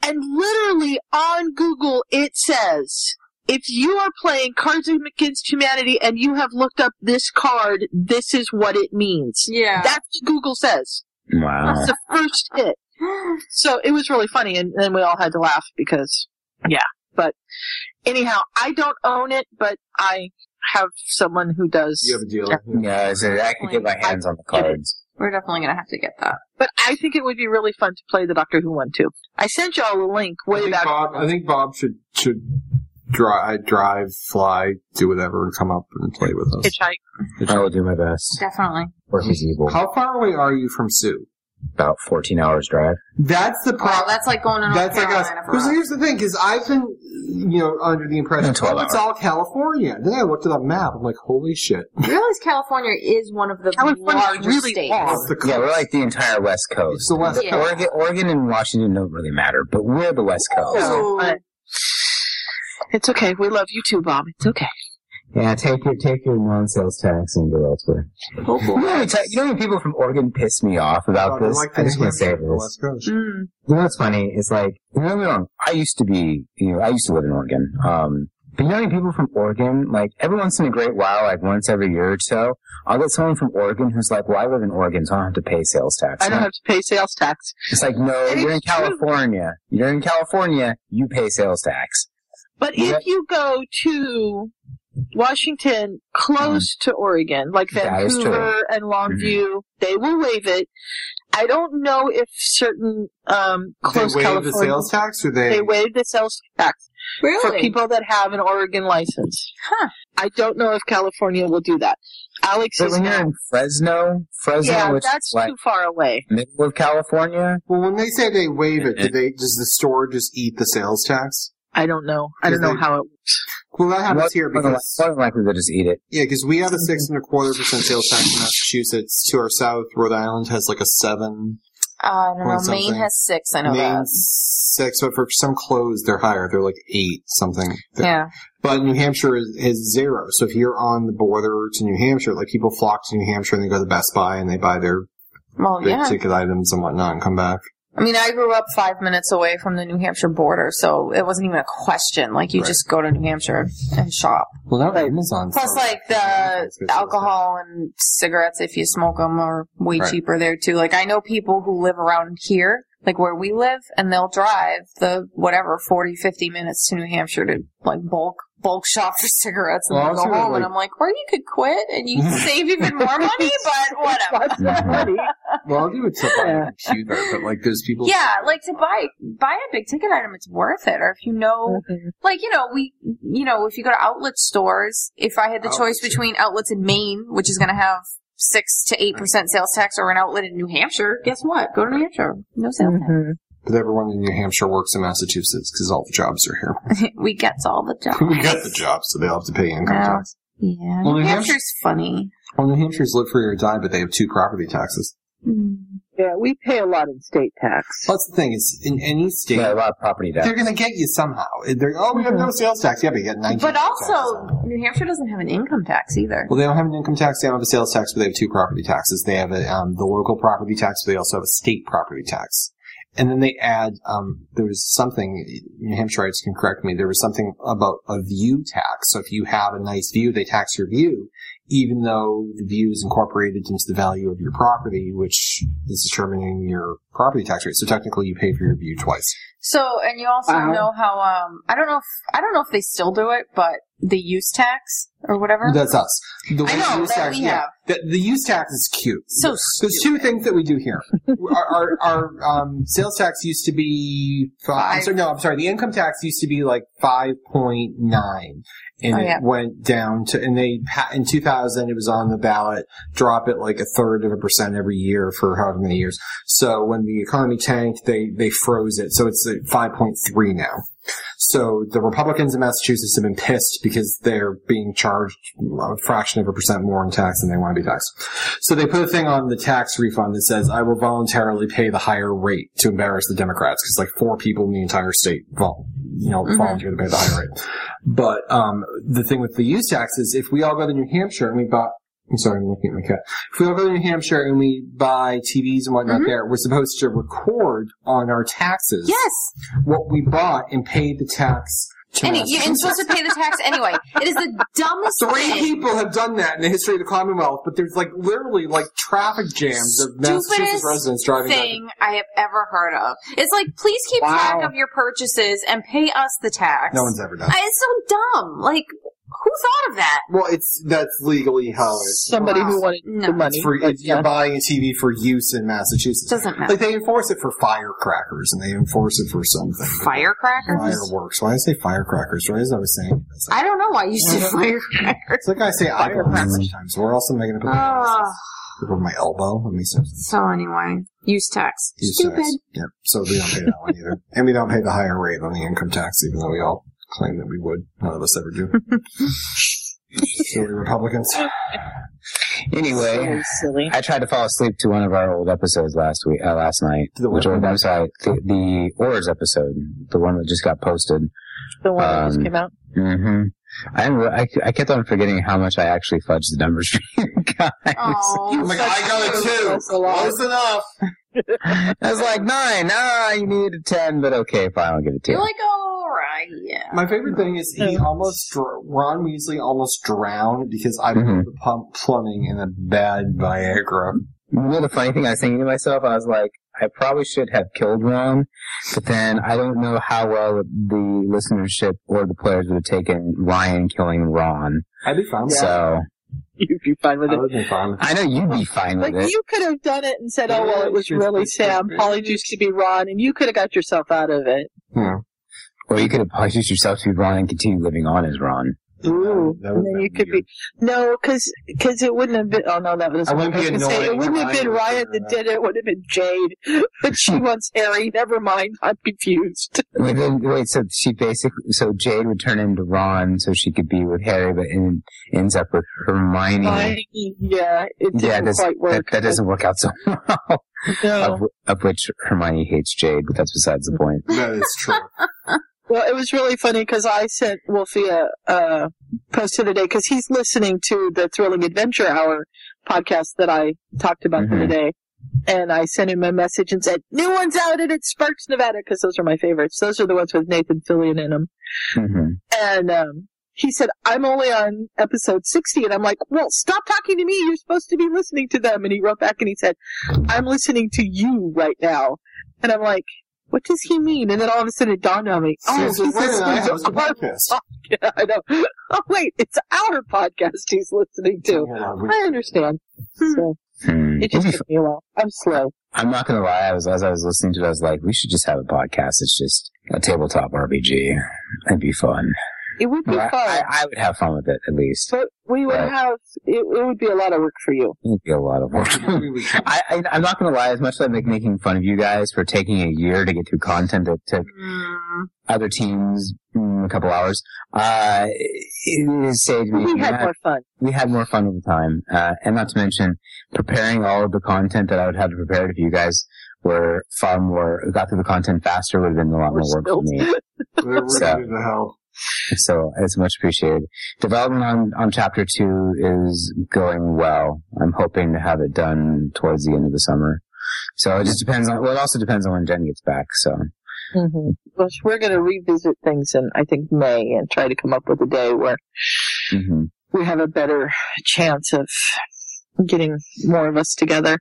Speaker 1: and literally on Google it says if you are playing Cards Against Humanity and you have looked up this card, this is what it means.
Speaker 3: Yeah.
Speaker 1: That's what Google says.
Speaker 4: Wow.
Speaker 1: That's the first hit. So it was really funny, and then we all had to laugh because, yeah. But anyhow, I don't own it, but I have someone who does.
Speaker 2: You have a dealer.
Speaker 4: Yeah, so I could get my hands on the cards.
Speaker 3: We're definitely gonna have to get that.
Speaker 1: But I think it would be really fun to play the Doctor Who one too. I sent y'all a link
Speaker 2: I
Speaker 1: way
Speaker 2: think
Speaker 1: back.
Speaker 2: Bob. I think Bob should should drive, drive, fly, do whatever, and come up and play with us.
Speaker 1: Hitchhike.
Speaker 4: I will do my best.
Speaker 3: Definitely.
Speaker 4: Work is evil.
Speaker 2: How far away are you from Sue?
Speaker 4: About 14 hours drive.
Speaker 2: That's the
Speaker 3: Wow,
Speaker 2: problem.
Speaker 3: that's like going on.
Speaker 2: That's like us.
Speaker 3: Carolina for
Speaker 2: Because here's the thing, because I've been, you know, under the impression,
Speaker 4: That's
Speaker 2: oh,
Speaker 4: all
Speaker 2: it's all California. Then I looked at the map. I'm like, holy shit.
Speaker 3: I realize California is one of the
Speaker 1: California's
Speaker 3: larger
Speaker 1: really
Speaker 3: states.
Speaker 1: long.
Speaker 2: It's the coast.
Speaker 4: Yeah, we're like the entire West Coast.
Speaker 2: It's the West
Speaker 3: Yeah.
Speaker 2: Coast.
Speaker 4: Oregon, Oregon and Washington don't really matter, but we're the West Coast.
Speaker 3: Ooh.
Speaker 1: but it's okay. We love you too, Bob. It's okay.
Speaker 4: Yeah, take your take your non-sales tax and go elsewhere.
Speaker 2: Oh,
Speaker 4: You know, how many ti- you know how many people from Oregon piss me off about
Speaker 2: I
Speaker 4: this?
Speaker 2: Oh, like
Speaker 4: I just
Speaker 2: the
Speaker 4: want to say
Speaker 2: name of the
Speaker 4: this.
Speaker 2: West Coast.
Speaker 1: Mm.
Speaker 4: You know what's funny is like, you know, don't get me wrong, I used to be, you know, I used to live in Oregon. Um, but you know, how many people from Oregon, like every once in a great while, like once every year or so, I'll get someone from Oregon who's like, "Well, I live in Oregon, so I don't have to pay sales tax."
Speaker 1: I don't
Speaker 4: And
Speaker 1: have to pay sales tax.
Speaker 4: It's like, no,
Speaker 1: And
Speaker 4: you're in
Speaker 1: it's true.
Speaker 4: California. You're in California. You pay sales tax.
Speaker 1: But
Speaker 4: Yeah.
Speaker 1: if you go to Washington, close to Oregon, like
Speaker 4: Mm. That is true. Mm-hmm.
Speaker 1: Vancouver and Longview, they will waive it. I don't know if certain um, close
Speaker 2: they waive
Speaker 1: California
Speaker 2: the sales tax, or they,
Speaker 1: they waive the sales tax
Speaker 3: Really?
Speaker 1: for people that have an Oregon license.
Speaker 3: Huh.
Speaker 1: I don't know if California will do that. Alex
Speaker 4: But
Speaker 1: is
Speaker 4: when you're in Fresno, Fresno,
Speaker 1: yeah,
Speaker 4: which
Speaker 1: that's
Speaker 4: is like
Speaker 1: too far away.
Speaker 4: middle of California,
Speaker 2: Well, when they say they waive it, do they does the store just eat the sales tax?
Speaker 1: I don't know. I don't
Speaker 2: Because
Speaker 1: know
Speaker 2: they-
Speaker 1: how it
Speaker 2: Well, that happens
Speaker 4: more
Speaker 2: here
Speaker 4: more than li-
Speaker 2: because
Speaker 4: more than likely they'll just eat it.
Speaker 2: yeah, because we have a six and a quarter percent sales tax in Massachusetts. To our south, Rhode Island has like a seven.
Speaker 3: Uh, I don't
Speaker 2: Or
Speaker 3: know. Maine
Speaker 2: something.
Speaker 3: has six. I know
Speaker 2: Maine
Speaker 3: that.
Speaker 2: six, but for some clothes they're higher. They're like eight something.
Speaker 3: Yeah.
Speaker 2: But New Hampshire is, is zero. So if you're on the border to New Hampshire, like people flock to New Hampshire and they go to Best Buy and they buy their
Speaker 3: Well,
Speaker 2: big
Speaker 3: yeah.
Speaker 2: ticket items and whatnot and come back.
Speaker 3: I mean, I grew up five minutes away from the New Hampshire border, so it wasn't even a question. Like, you
Speaker 2: Right.
Speaker 3: just go to New Hampshire and shop.
Speaker 2: Well, now Amazon.
Speaker 3: Plus, like the alcohol and cigarettes, if you smoke them, are way
Speaker 2: Right.
Speaker 3: cheaper there too. Like I know people who live around here, like where we live, and they'll drive the whatever 40, 50 minutes to New Hampshire to like bulk bulk shop for cigarettes and
Speaker 2: Well, I
Speaker 3: then
Speaker 2: was
Speaker 3: go
Speaker 2: gonna,
Speaker 3: home. and
Speaker 2: like-
Speaker 3: I'm like, where you could quit and you could save even more money, but whatever.
Speaker 4: Mm-hmm.
Speaker 1: was.
Speaker 2: Well, I'll do it to buy a computer, but like those people.
Speaker 3: Yeah, like to buy buy a big ticket item, it's worth it. Or if you know, like you know, we you know, if you go to outlet stores, if I had the
Speaker 2: Outlets,
Speaker 3: choice between outlets in Maine, which is going to have six to eight percent sales tax, or an outlet in New Hampshire, guess what? Go to New Hampshire, no sales
Speaker 1: Mm-hmm.
Speaker 2: But everyone in New Hampshire works in Massachusetts because all the jobs are here.
Speaker 3: tax. we get all the jobs.
Speaker 2: we got the jobs, so they all have to pay income
Speaker 3: Yeah.
Speaker 2: tax.
Speaker 3: Yeah,
Speaker 2: Well, New
Speaker 3: New
Speaker 2: Hampshire-
Speaker 3: Hampshire's funny.
Speaker 2: Well, New Hampshire's live free or die, but they have two property taxes.
Speaker 3: Hmm.
Speaker 1: Yeah, we pay a lot in state tax.
Speaker 2: Well, that's the thing is, in any state,
Speaker 4: Yeah, a lot of property tax.
Speaker 2: they're going to get you somehow. They're oh, we have no sales tax. Yeah, but you get nineteen.
Speaker 3: Mm-hmm. But
Speaker 2: taxes.
Speaker 3: also, New Hampshire doesn't have an income tax either.
Speaker 2: well, they don't have an income tax. They don't have a sales tax, but they have two property taxes. They have a, um, the local property tax, but they also have a state property tax. And then they add um, there was something New Hampshireites can correct me. There was something about a view tax. So if you have a nice view, they tax your view, even though the view is incorporated into the value of your property, which is determining your property tax rate. So technically, you pay for your view twice.
Speaker 3: So, and you also
Speaker 2: Uh-huh.
Speaker 1: Wow.
Speaker 3: know how um I don't know if I don't know if they still do it, but the use tax or whatever.
Speaker 2: That's us. The
Speaker 3: I know,
Speaker 2: use
Speaker 3: that
Speaker 2: tax,
Speaker 3: we
Speaker 2: yeah.
Speaker 3: have.
Speaker 2: The, the use tax is cute.
Speaker 3: so
Speaker 2: There's two things that we do here. our our, our um, sales tax used to be five. I'm
Speaker 3: Five.
Speaker 2: sorry, no, I'm sorry. The income tax used to be like five point nine, and
Speaker 3: Oh,
Speaker 2: it
Speaker 3: yeah.
Speaker 2: went down to. And they pa- in 2000 it was on the ballot. Drop it like a third of a percent every year for however many years. So when the economy tanked, they they froze it. So it's at 5.3 now. So the Republicans in Massachusetts have been pissed because they're being charged a fraction of a percent more in tax than they want to be taxed. So they put a thing on the tax refund that says, I will voluntarily pay the higher rate to embarrass the Democrats, because like four people in the entire state vol- you know, volunteer to pay the higher rate. But um, the thing with the use tax is if we all go to New Hampshire and we buy, I'm sorry, I'm looking at my cat. If we all go to New Hampshire and we buy TVs and whatnot there, we're supposed to record on our taxes
Speaker 3: yes,
Speaker 2: what we bought and pay the tax
Speaker 3: Any, you're supposed to pay the tax anyway. It is the dumbest
Speaker 11: Three
Speaker 3: thing.
Speaker 11: people have done that in the history of the Commonwealth, but there's like literally like traffic jams of Massachusetts
Speaker 3: Stupidest
Speaker 11: residents driving. back-
Speaker 3: thing I have ever heard of. It's like, please keep
Speaker 11: Wow.
Speaker 3: track of your purchases and pay us the tax.
Speaker 2: No one's ever done.
Speaker 3: I- It's so dumb. Like, who thought of that?
Speaker 11: Well, it's that's legally how it.
Speaker 1: Somebody who wanted
Speaker 3: No.
Speaker 1: the money.
Speaker 2: It's for
Speaker 1: but
Speaker 2: if you're
Speaker 1: yeah.
Speaker 2: buying a TV for use in Massachusetts.
Speaker 3: Doesn't matter.
Speaker 2: Like they enforce it for firecrackers and they enforce it for something.
Speaker 3: Firecrackers?
Speaker 2: Fireworks. Why did I say firecrackers? Right as I was saying, it, it's like,
Speaker 3: I don't know why you said firecrackers.
Speaker 2: it's like I say eyeballs sometimes. Where else am I going to put my
Speaker 3: Oh,
Speaker 2: eyeballs? Over my elbow? That makes no sense.
Speaker 3: so anyway, use tax.
Speaker 2: Use
Speaker 3: Stupid.
Speaker 2: tax. Yep. So we don't pay that one either, and we don't pay the higher rate on the income tax, even though we all claim that we would. None of us ever do. Silly Republicans.
Speaker 4: Anyway,
Speaker 1: Really silly.
Speaker 4: I tried to fall asleep to one of our old episodes last week, uh, last night.
Speaker 2: To the
Speaker 4: which
Speaker 2: one-
Speaker 4: I'm sorry, the, the Oars episode, the one that just got posted.
Speaker 1: The one that just
Speaker 4: Um,
Speaker 1: came out.
Speaker 4: hmm I, didn't re- I I kept on forgetting how much I actually fudged the numbers for you guys.
Speaker 2: I'm
Speaker 3: Oh,
Speaker 2: like, I got a two.
Speaker 1: That's a lot.
Speaker 2: Close enough.
Speaker 4: I was like nine. Ah, you needed a ten, but okay, fine, I'll give it to
Speaker 3: you're
Speaker 4: you.
Speaker 3: like, alright, yeah.
Speaker 2: My favorite thing is he
Speaker 1: Oh.
Speaker 2: almost dr- Ron Weasley almost drowned because I
Speaker 4: Mhm.
Speaker 2: put the pump plumbing in a bad Viagra.
Speaker 4: You know the funny thing I was thinking to myself, I was like, I probably should have killed Ron, but then I don't know how well the listenership or the players would have taken Ryan killing Ron.
Speaker 2: I'd be fine with
Speaker 4: So
Speaker 1: You'd be fine with
Speaker 2: that. I
Speaker 1: it.
Speaker 2: would be fine with
Speaker 4: I know you'd be fine with
Speaker 1: Like
Speaker 4: it.
Speaker 1: you could have done it and said, "Oh well, it was really Sam. Polly used to be Ron," and you could have got yourself out of it.
Speaker 4: Or you could have punished yourself to be Ron and continue living on as Ron.
Speaker 1: Ooh,
Speaker 2: that
Speaker 1: and
Speaker 2: would've
Speaker 1: then
Speaker 2: been
Speaker 1: you could be no, because it wouldn't have been. Oh no, that was.
Speaker 2: I wouldn't be
Speaker 1: was gonna say,
Speaker 2: annoying
Speaker 1: It wouldn't have
Speaker 2: Hermione
Speaker 1: been
Speaker 2: with
Speaker 1: Riot
Speaker 2: her,
Speaker 1: that did it. It would have been Jade, but she wants Harry. Never mind, I'm confused.
Speaker 4: Wait, then, wait, so she basically, so Jade would turn into Ron so she could be with Harry, but in, ends up with Hermione.
Speaker 1: I- yeah, it didn't
Speaker 4: Yeah, that's-
Speaker 1: quite
Speaker 4: That,
Speaker 1: work.
Speaker 4: that doesn't work out so well.
Speaker 1: No.
Speaker 4: Of, of which Hermione hates Jade, but that's besides the point.
Speaker 2: you. That is true.
Speaker 1: Oh, Well, it was really funny because I sent Wolfie a uh, post the other day because he's listening to the Thrilling Adventure Hour podcast that I talked about the other day. And I sent him a message and said, New one's out and it's Sparks, Nevada, because those are my favorites. Those are the ones with Nathan Fillion in them.
Speaker 4: hmm
Speaker 1: And um, he said, I'm only on episode 60. And I'm like, well, stop talking to me. You're supposed to be listening to them. And he wrote back and he said, I'm listening to you right now. And I'm like, what does he mean? And then all of a sudden it dawned on me. Oh,
Speaker 2: Seriously,
Speaker 1: he's
Speaker 2: wait a minute, I
Speaker 1: listening
Speaker 2: host a
Speaker 1: to our
Speaker 2: podcast.
Speaker 1: podcast. I know. Oh, wait, it's our podcast he's listening to.
Speaker 2: Yeah, we-
Speaker 1: I understand. So it just took me a while. I'm slow.
Speaker 4: I'm not gonna lie, I was, as I was listening to it, I was like, we should just have a podcast. It's just a tabletop RPG. It'd be fun.
Speaker 1: It would be
Speaker 4: Or I,
Speaker 1: fun,
Speaker 4: I, I would have fun with it, at least.
Speaker 1: but we would
Speaker 4: Right.
Speaker 1: have, it, it would be a lot of work for you.
Speaker 4: It'd be a lot of work.
Speaker 2: we would have-
Speaker 4: I, I, I'm not gonna lie, as much as I'm like, making fun of you guys for taking a year to get through content that took
Speaker 3: Mm.
Speaker 4: other teams mm, a couple hours, uh, it, it saved me.
Speaker 1: We
Speaker 4: And
Speaker 1: had
Speaker 4: I-
Speaker 1: more fun.
Speaker 4: we had more fun with the time, uh, and not to mention preparing all of the content that I would have to prepare if you guys were far more got through the content faster would have been a lot
Speaker 1: We're
Speaker 4: more work for
Speaker 1: spilled.
Speaker 4: me.
Speaker 2: We're ready to help.
Speaker 4: So it's much appreciated. Development on, on chapter two is going well. I'm hoping to have it done towards the end of the summer. So it just depends on. Well, it also depends on when Jen gets back. So
Speaker 1: hmm Well, we're going to revisit things in, I think, May and try to come up with a day where
Speaker 4: hmm
Speaker 1: we have a better chance of getting more of us together.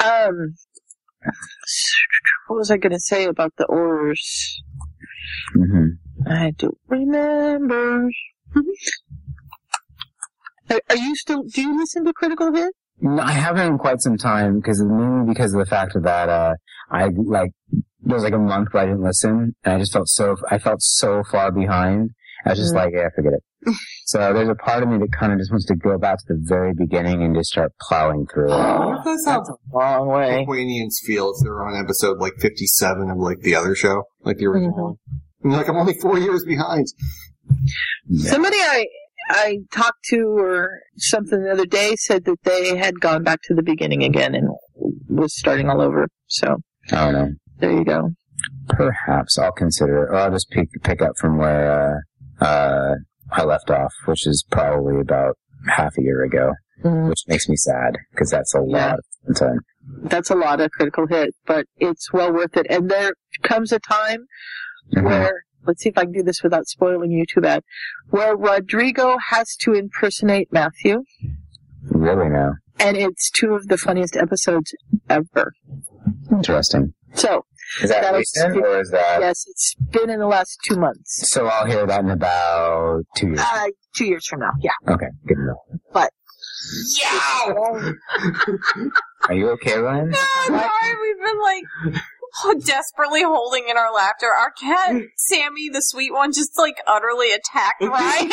Speaker 1: Um, what was I going to say about the orders?
Speaker 4: hmm
Speaker 1: I don't remember. Mm-hmm. Are are you still? Do you listen to Critical Hit?
Speaker 4: No, I haven't in quite some time because mainly because of the fact of that uh, I like there was like a month where I didn't listen and I just felt so I felt so far behind. I was just
Speaker 1: Mhm.
Speaker 4: like, yeah, forget it. so there's a part of me that kind of just wants to go back to the very beginning and just start plowing through. it.
Speaker 2: That's how
Speaker 1: Long way.
Speaker 2: Aquanians feel if they're on episode like 57 of like the other show, like the
Speaker 3: Mm-hmm.
Speaker 2: original one. And they're like, I'm only four years behind.
Speaker 1: Somebody I I talked to or something the other day said that they had gone back to the beginning again and was starting all over. So
Speaker 4: I don't know.
Speaker 1: there you go.
Speaker 4: Perhaps I'll consider, it, or I'll just pick pick up from where uh, uh, I left off, which is probably about half a year ago,
Speaker 1: Mhm.
Speaker 4: which makes me sad because that's a
Speaker 1: Yeah.
Speaker 4: lot of time.
Speaker 1: That's a lot of critical hit, but it's well worth it. And there comes a time
Speaker 4: Mhm.
Speaker 1: where let's see if I can do this without spoiling you too bad, where Rodrigo has to impersonate Matthew,
Speaker 4: Really now.
Speaker 1: and it's two of the funniest episodes ever.
Speaker 4: Interesting.
Speaker 1: So,
Speaker 4: Is that
Speaker 1: That'll
Speaker 4: recent
Speaker 1: speak-
Speaker 4: or is that?
Speaker 1: yes, it's been in the last two months,
Speaker 4: So I'll hear that in about two years.
Speaker 1: uh, two years from now. Yeah.
Speaker 4: Okay, good enough. Are you okay, Ryan?
Speaker 3: I'm sorry, we've been like oh, desperately holding in our laughter. Our cat, Sammy, the sweet one, just like utterly attacked Ryan,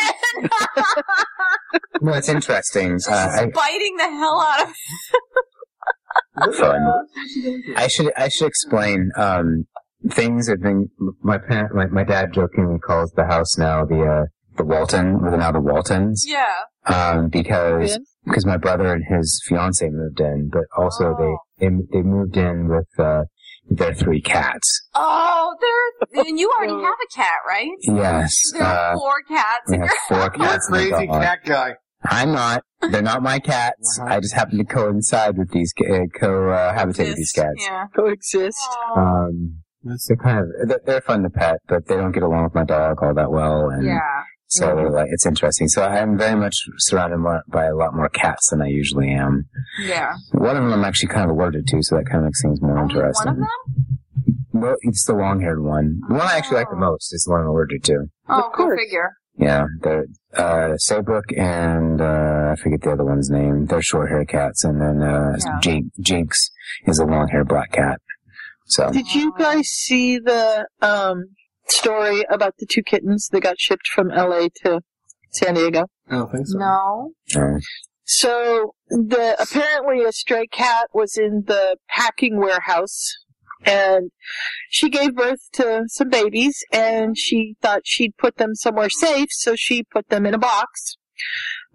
Speaker 4: Well, it's interesting. Uh, I,
Speaker 3: biting the hell out of him.
Speaker 4: fun. I should I should explain um, things that thing my parent my, my dad jokingly calls the house now the uh, the Walton or now the Waltons
Speaker 3: Yeah.
Speaker 4: um, because
Speaker 1: Yeah.
Speaker 4: because my brother and his fiance moved in, but also they they they moved in with uh, their three cats.
Speaker 3: Oh, there. And you already have a cat, right?
Speaker 4: Yes,
Speaker 3: There are
Speaker 4: uh,
Speaker 3: four cats.
Speaker 4: we have four
Speaker 2: You're a
Speaker 4: cats. in the
Speaker 2: crazy
Speaker 4: dog.
Speaker 2: cat guy.
Speaker 4: I'm not. They're not my cats.
Speaker 3: Uh-huh.
Speaker 4: I just happen to coincide with these, ca- uh, cohabitate with these
Speaker 3: Just-
Speaker 4: cats.
Speaker 3: Yeah.
Speaker 1: Coexist.
Speaker 3: Oh,
Speaker 4: Um, they're kind of they're, they're fun to pet, but they don't get along with my dog all that well, and
Speaker 3: yeah.
Speaker 4: so they're like it's interesting. So I'm very much surrounded mo- by a lot more cats than I usually am.
Speaker 3: Yeah.
Speaker 4: One of them I'm actually kind of allergic to, so that kind of makes things more
Speaker 3: Only
Speaker 4: interesting.
Speaker 3: one of them?
Speaker 4: Well, it's the long-haired one. The one I actually like the
Speaker 3: Oh.
Speaker 4: most is the one I'm allergic to.
Speaker 3: Oh,
Speaker 1: Of
Speaker 3: go
Speaker 1: course.
Speaker 3: figure.
Speaker 4: Yeah, they're uh, Saybrook and uh, I forget the other one's name. They're short hair cats, and then uh,
Speaker 3: Yeah.
Speaker 4: Jin- Jinx is a long haired black cat. So
Speaker 1: Did you guys see the um, story about the two kittens that got shipped from LA to San Diego?
Speaker 2: I don't think so.
Speaker 3: No.
Speaker 4: uh,
Speaker 1: So the apparently a stray cat was in the packing warehouse and she gave birth to some babies and she thought she'd put them somewhere safe so she put them in a box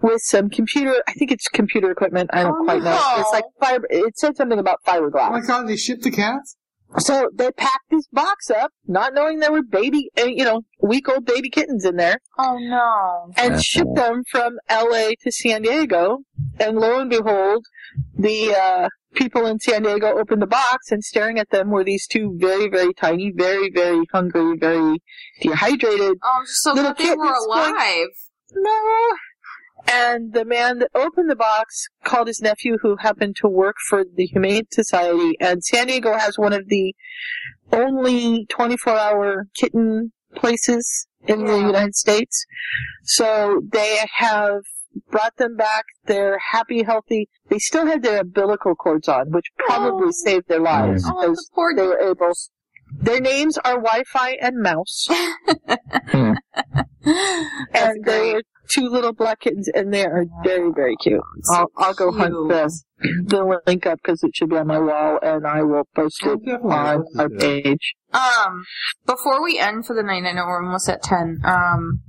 Speaker 1: with some computer I think it's computer equipment I don't
Speaker 3: Oh,
Speaker 1: quite know
Speaker 3: no.
Speaker 1: it's like fiber it said something about
Speaker 2: Oh my
Speaker 1: fiberglass
Speaker 2: god, they ship the cats?
Speaker 1: so they packed this box up not knowing there were baby uh, you know week old baby kittens in there
Speaker 3: Oh, no.
Speaker 1: and shipped them from LA to San Diego. And lo and behold, the uh, people in San Diego opened the box, and staring at them were these two very, very tiny, very, very hungry, very dehydrated.
Speaker 3: Oh, I'm just so
Speaker 1: Little
Speaker 3: glad they were
Speaker 1: kittens going-
Speaker 3: alive.
Speaker 1: No. And the man that opened the box called his nephew, who happened to work for the Humane Society. And San Diego has one of the only 24-hour kitten places in the
Speaker 3: Yeah.
Speaker 1: United States. So they have brought them back. They're happy, healthy. They still had their umbilical cords on, which probably
Speaker 3: Oh.
Speaker 1: saved their lives
Speaker 4: Mm.
Speaker 3: Oh, the
Speaker 1: because
Speaker 3: poor
Speaker 1: they were able. Their names are Wi-Fi and Mouse,
Speaker 3: That's
Speaker 1: and they
Speaker 3: great.
Speaker 1: are two little black kittens, and they are very, very cute. I'll, I'll go hunt the, the link up because it should be on my wall, and I will post
Speaker 2: Oh,
Speaker 1: it
Speaker 2: definitely.
Speaker 3: uh,
Speaker 1: on
Speaker 2: Let's
Speaker 1: our
Speaker 2: do that.
Speaker 1: page.
Speaker 3: Um, before we end for the night, I know we're almost at ten. Um,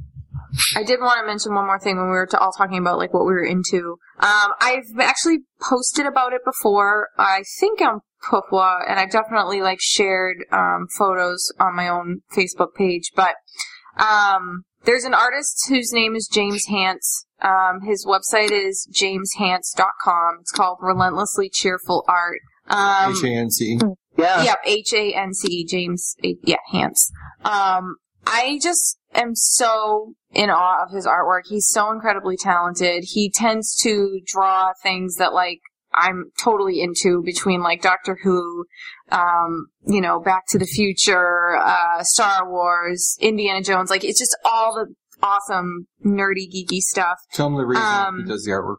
Speaker 3: I did want to mention one more thing when we were all talking about like what we were into. Um, I've actually posted about it before. I think on Pufwa, and I definitely like shared um, photos on my own Facebook page. But um, there's an artist whose name is James Hance. Um, his website is jameshance.com. It's called Relentlessly Cheerful Art. Um,
Speaker 2: H-A-N-C.
Speaker 1: Yeah,
Speaker 3: Yep, H A N C E James. Yeah, Hans. Um, I just am so in awe of his artwork. He's so incredibly talented. He tends to draw things that like I'm totally into between like Doctor Who, um, you know, Back to the Future, uh, Star Wars, Indiana Jones. Like it's just all the awesome nerdy geeky stuff.
Speaker 2: Tell him the reason
Speaker 3: Um,
Speaker 2: he does the artwork.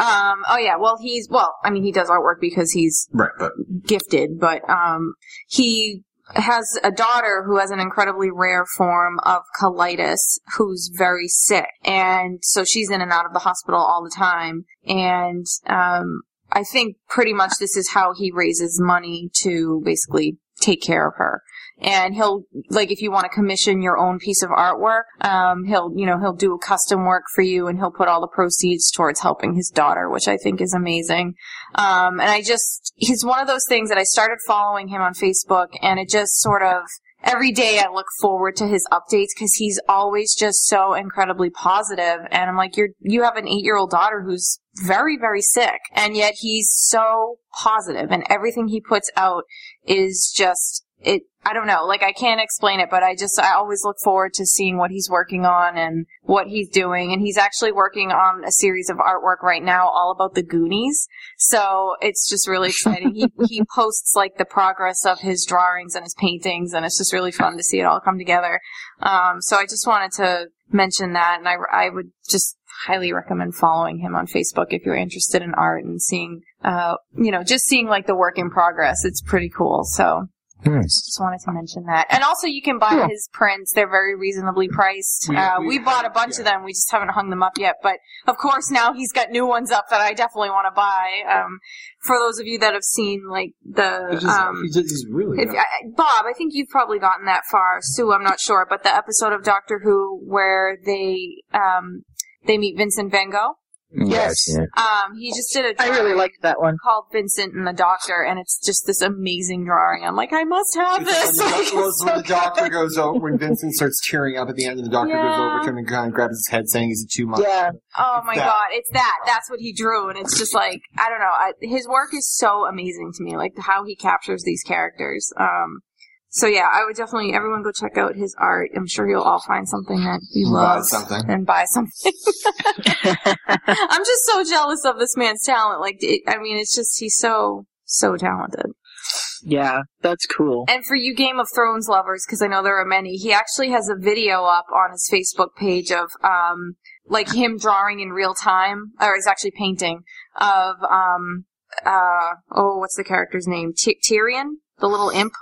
Speaker 3: Um, oh yeah, well he's well, I mean he does artwork because he's
Speaker 2: Right, but
Speaker 3: gifted, but um, he has a daughter who has an incredibly rare form of colitis who's very sick. And so she's in and out of the hospital all the time. And um, I think pretty much this is how he raises money to basically take care of her. And he'll, like, if you want to commission your own piece of artwork, um, he'll, you know, he'll do custom work for you and he'll put all the proceeds towards helping his daughter, which I think is amazing. Um, and I just, he's one of those things that I started following him on Facebook and it just sort of, every day I look forward to his updates because he's always just so incredibly positive. And I'm like, you're, you have an eight year old daughter who's very, very sick. And yet he's so positive and everything he puts out is just it I don't know, like I can't explain it, but I just I always look forward to seeing what he's working on and what he's doing. And he's actually working on a series of artwork right now all about the Goonies. So it's just really exciting. he he posts like the progress of his drawings and his paintings and it's just really fun to see it all come together. Um, so I just wanted to mention that, and I, I would just highly recommend following him on Facebook if you're interested in art and seeing, uh, you know, just seeing like the work in progress. It's pretty cool. So
Speaker 4: Nice.
Speaker 3: just wanted to mention that. And also, you can buy his prints; they're very reasonably priced.
Speaker 2: We-
Speaker 3: uh,
Speaker 2: we-
Speaker 3: we, bought a bunch of them. We just haven't hung them up yet. But of course, now he's got new ones up that I definitely want to buy. Um, for those of you that have seen like the
Speaker 2: It's just-
Speaker 3: um,
Speaker 2: it's just- it's really
Speaker 3: if, I, I- Bob, I think you've probably gotten that far. Sue, I'm not sure, but the episode of Doctor Who where they um, they meet Vincent Van Gogh,
Speaker 4: Yes. yeah.
Speaker 3: um, he just did a
Speaker 1: I
Speaker 3: drawing
Speaker 1: really liked that one.
Speaker 3: called Vincent and the Doctor, and it's just this amazing drawing. I'm like, I must have this.
Speaker 2: When the,
Speaker 3: Like,
Speaker 2: doc- well,
Speaker 3: it's
Speaker 2: when
Speaker 3: so
Speaker 2: the doctor goes over, when Vincent starts tearing up at the end, and the doctor goes
Speaker 3: Yeah.
Speaker 2: over to him and kind of grabs his head, saying he's a two month.
Speaker 1: Yeah.
Speaker 3: Oh my
Speaker 2: That.
Speaker 3: god, it's that. That's what he drew, and it's just like I don't know. I, his work is so amazing to me, like how he captures these characters. Um, so yeah, I would definitely everyone go check out his art. I'm sure you'll all find something that you
Speaker 12: Buy
Speaker 3: love
Speaker 12: something.
Speaker 3: and buy something. I'm just so jealous of this man's talent. Like it, I mean, it's just he's so so talented.
Speaker 1: Yeah, that's cool.
Speaker 3: And for you Game of Thrones lovers, because I know there are many, he actually has a video up on his Facebook page of um, like him drawing in real time, or he's actually painting of um, uh, oh, what's the character's name? Ty Tyrion, the little imp.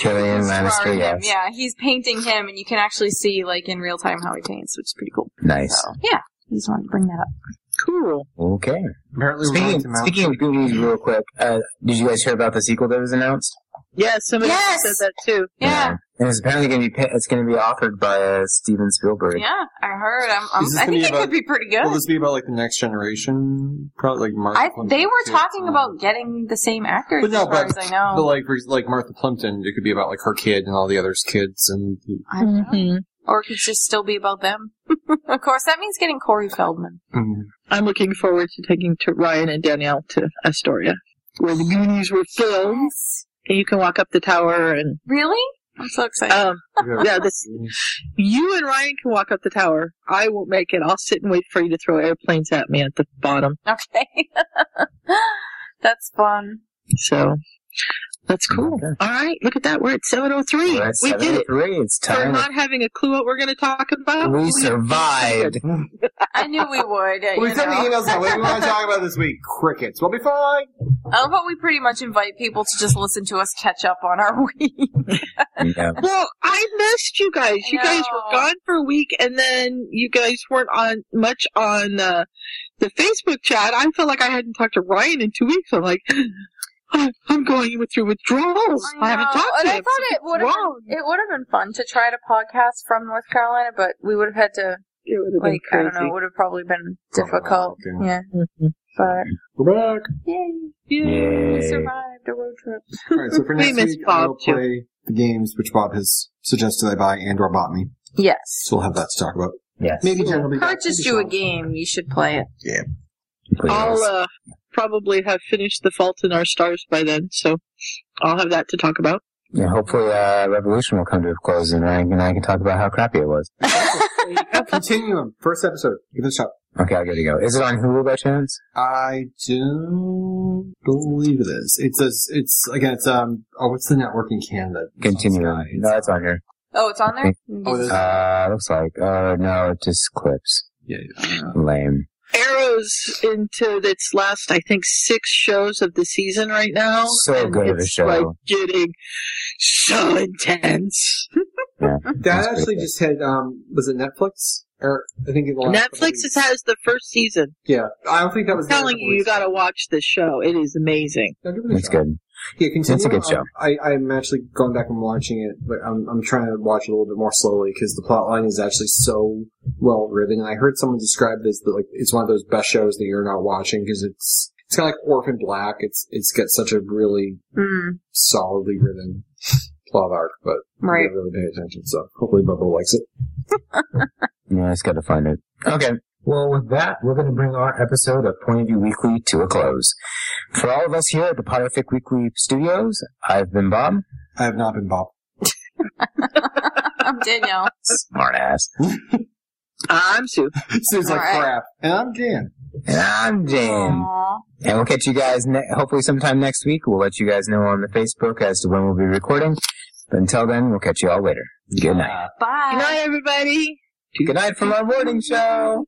Speaker 4: Tyrion
Speaker 3: He's
Speaker 4: Lannister,
Speaker 3: drawing him.
Speaker 4: yes.
Speaker 3: Yeah, he's painting him, and you can actually see like in real time how he paints, which is pretty cool.
Speaker 4: Nice.
Speaker 3: I just wanted to bring that up.
Speaker 1: Cool.
Speaker 4: Okay.
Speaker 2: Apparently, we're going
Speaker 4: Speaking,
Speaker 2: to Mount.
Speaker 4: speaking of Goonies, real quick, uh, did you guys hear about the sequel that was announced?
Speaker 1: Yeah, somebody
Speaker 3: Yes!
Speaker 1: said that too.
Speaker 3: Yeah,
Speaker 4: And it's apparently going to be pa- it's going to be authored by uh, Steven Spielberg.
Speaker 3: yeah, I heard. I'm, I'm,
Speaker 2: Is this
Speaker 3: I
Speaker 2: gonna
Speaker 3: think
Speaker 2: be
Speaker 3: it
Speaker 2: about-
Speaker 3: could be pretty good.
Speaker 2: Will this be about like the next generation? Probably like Martha.
Speaker 3: I,
Speaker 2: Plimpton
Speaker 3: they were
Speaker 2: too.
Speaker 3: talking about getting the same actors
Speaker 2: But no,
Speaker 3: as far
Speaker 2: but-
Speaker 3: as I know.
Speaker 2: But like, for- like Martha Plimpton, it could be about like her kid and all the others' kids, and
Speaker 3: I don't know. Or it could just still be about them. of course, that means getting Corey Feldman.
Speaker 2: mm,
Speaker 1: I'm looking forward to taking to Ryan and Danielle to Astoria, where the Goonies were filmed.
Speaker 3: Yes.
Speaker 1: And you can walk up the tower and
Speaker 3: Really? I'm so excited.
Speaker 1: um, yeah, this you and Ryan can walk up the tower. I won't make it. I'll sit and wait for you to throw airplanes at me at the bottom.
Speaker 3: okay. That's fun.
Speaker 1: So that's cool.
Speaker 4: Okay.
Speaker 1: All right, look at that. We're at 7:03.
Speaker 4: Well, that's
Speaker 1: we did it.
Speaker 4: 703. It's
Speaker 1: For
Speaker 4: time.
Speaker 1: not having a clue what we're going to talk about,
Speaker 4: we survived.
Speaker 3: I knew we would. uh,
Speaker 2: we
Speaker 3: you
Speaker 2: sent the
Speaker 3: know.
Speaker 2: emails out. What do we want to talk about this week? Crickets. We'll be fine.
Speaker 3: Oh, but we pretty much invite people to just listen to us catch up on our week.
Speaker 4: Yeah.
Speaker 1: Well, I missed you guys. You guys were
Speaker 3: know.
Speaker 1: gone for a week, and then you guys weren't on much on uh, the Facebook chat. I felt like I hadn't talked to Ryan in two weeks. I'm like, "Oh, I'm going with- through withdrawals. I, haven't
Speaker 3: know,
Speaker 1: talked
Speaker 3: and
Speaker 1: to
Speaker 3: I
Speaker 1: him.
Speaker 3: thought it would have
Speaker 1: wrong.
Speaker 3: been, it would have been fun to try to podcast from North Carolina, but we would have had to
Speaker 1: It would have been
Speaker 3: like I don't know, it
Speaker 1: crazy.
Speaker 3: would have probably been difficult.
Speaker 2: okay.
Speaker 3: Yeah,
Speaker 4: Mm-hmm.
Speaker 1: Mhm.
Speaker 3: but
Speaker 2: We're back.
Speaker 3: yay, we
Speaker 4: Yay.
Speaker 3: survived a road trip.
Speaker 2: All right, so for
Speaker 1: We
Speaker 2: next
Speaker 1: miss
Speaker 2: week,
Speaker 1: Bob,
Speaker 2: I'll
Speaker 1: too.
Speaker 2: play the games which Bob has suggested I buy and or bought me.
Speaker 3: Yes.
Speaker 2: So we'll have that to talk about.
Speaker 4: Yes.
Speaker 2: Maybe Jen will be back,
Speaker 3: Purchased
Speaker 2: maybe
Speaker 3: you a
Speaker 2: she'll-
Speaker 3: game, you should play it.
Speaker 4: Please.
Speaker 1: I'll uh, probably have finished The Fault in Our Stars by then, so I'll have that to talk about.
Speaker 4: And hopefully, uh, Revolution will come to a close, and Ryan and I can talk about how crappy it was.
Speaker 2: Continuum. First episode. Give it a shot.
Speaker 4: Okay, I gotta go. Is it on Hulu by chance?
Speaker 2: I don't believe it is. It's a, it's again, it's um. Oh, what's the network in Canada?
Speaker 4: Continuum.
Speaker 2: Sky.
Speaker 4: No, it's on here.
Speaker 3: Oh, it's on there?
Speaker 2: Oh, it is.
Speaker 4: Uh, looks like. Uh, no, it just clips.
Speaker 2: yeah, yeah.
Speaker 4: Lame.
Speaker 1: Arrow's into its last, I think, six shows of the season right now.
Speaker 4: So
Speaker 1: and
Speaker 4: good of a
Speaker 1: it's
Speaker 4: show.
Speaker 1: Like getting so intense.
Speaker 4: That's
Speaker 2: That
Speaker 4: pretty
Speaker 2: actually
Speaker 4: good.
Speaker 2: just had um. Was it Netflix? Or I think it was
Speaker 1: Netflix is- has the first season.
Speaker 2: Yeah, I don't think that was.
Speaker 1: I'm telling you, you gotta watch this show. It is amazing.
Speaker 2: No, give it a
Speaker 4: That's
Speaker 2: shot.
Speaker 4: good.
Speaker 2: Yeah, continue.
Speaker 4: It's a good
Speaker 2: Um,
Speaker 4: show.
Speaker 2: I, I'm actually going back and watching it, but I'm, I'm trying to watch it a little bit more slowly because the plot line is actually so well written. And I heard someone describe this that like it's one of those best shows that you're not watching because it's it's kind of like Orphan Black. It's it's got such a really
Speaker 3: Mm,
Speaker 2: solidly written plot arc, but I
Speaker 3: right.
Speaker 2: didn't really pay attention. So hopefully Bubba likes it.
Speaker 4: Yeah, I just gotta find it. Okay. Well, with that, we're going to bring our episode of Point of View Weekly to a close. For all of us here at the Potterfic Weekly Studios, I've been Bob.
Speaker 2: I have not been Bob.
Speaker 3: I'm Danielle.
Speaker 4: Smart ass.
Speaker 1: I'm Sue.
Speaker 2: Sue's like,
Speaker 3: All right.
Speaker 2: crap. And I'm Dan.
Speaker 4: And I'm Dan.
Speaker 3: Aw.
Speaker 4: And we'll catch you guys ne- hopefully sometime next week. We'll let you guys know on the Facebook as to when we'll be recording. But until then, we'll catch you all later. Good night.
Speaker 3: Bye.
Speaker 1: Good night, everybody.
Speaker 4: Good night from our morning show.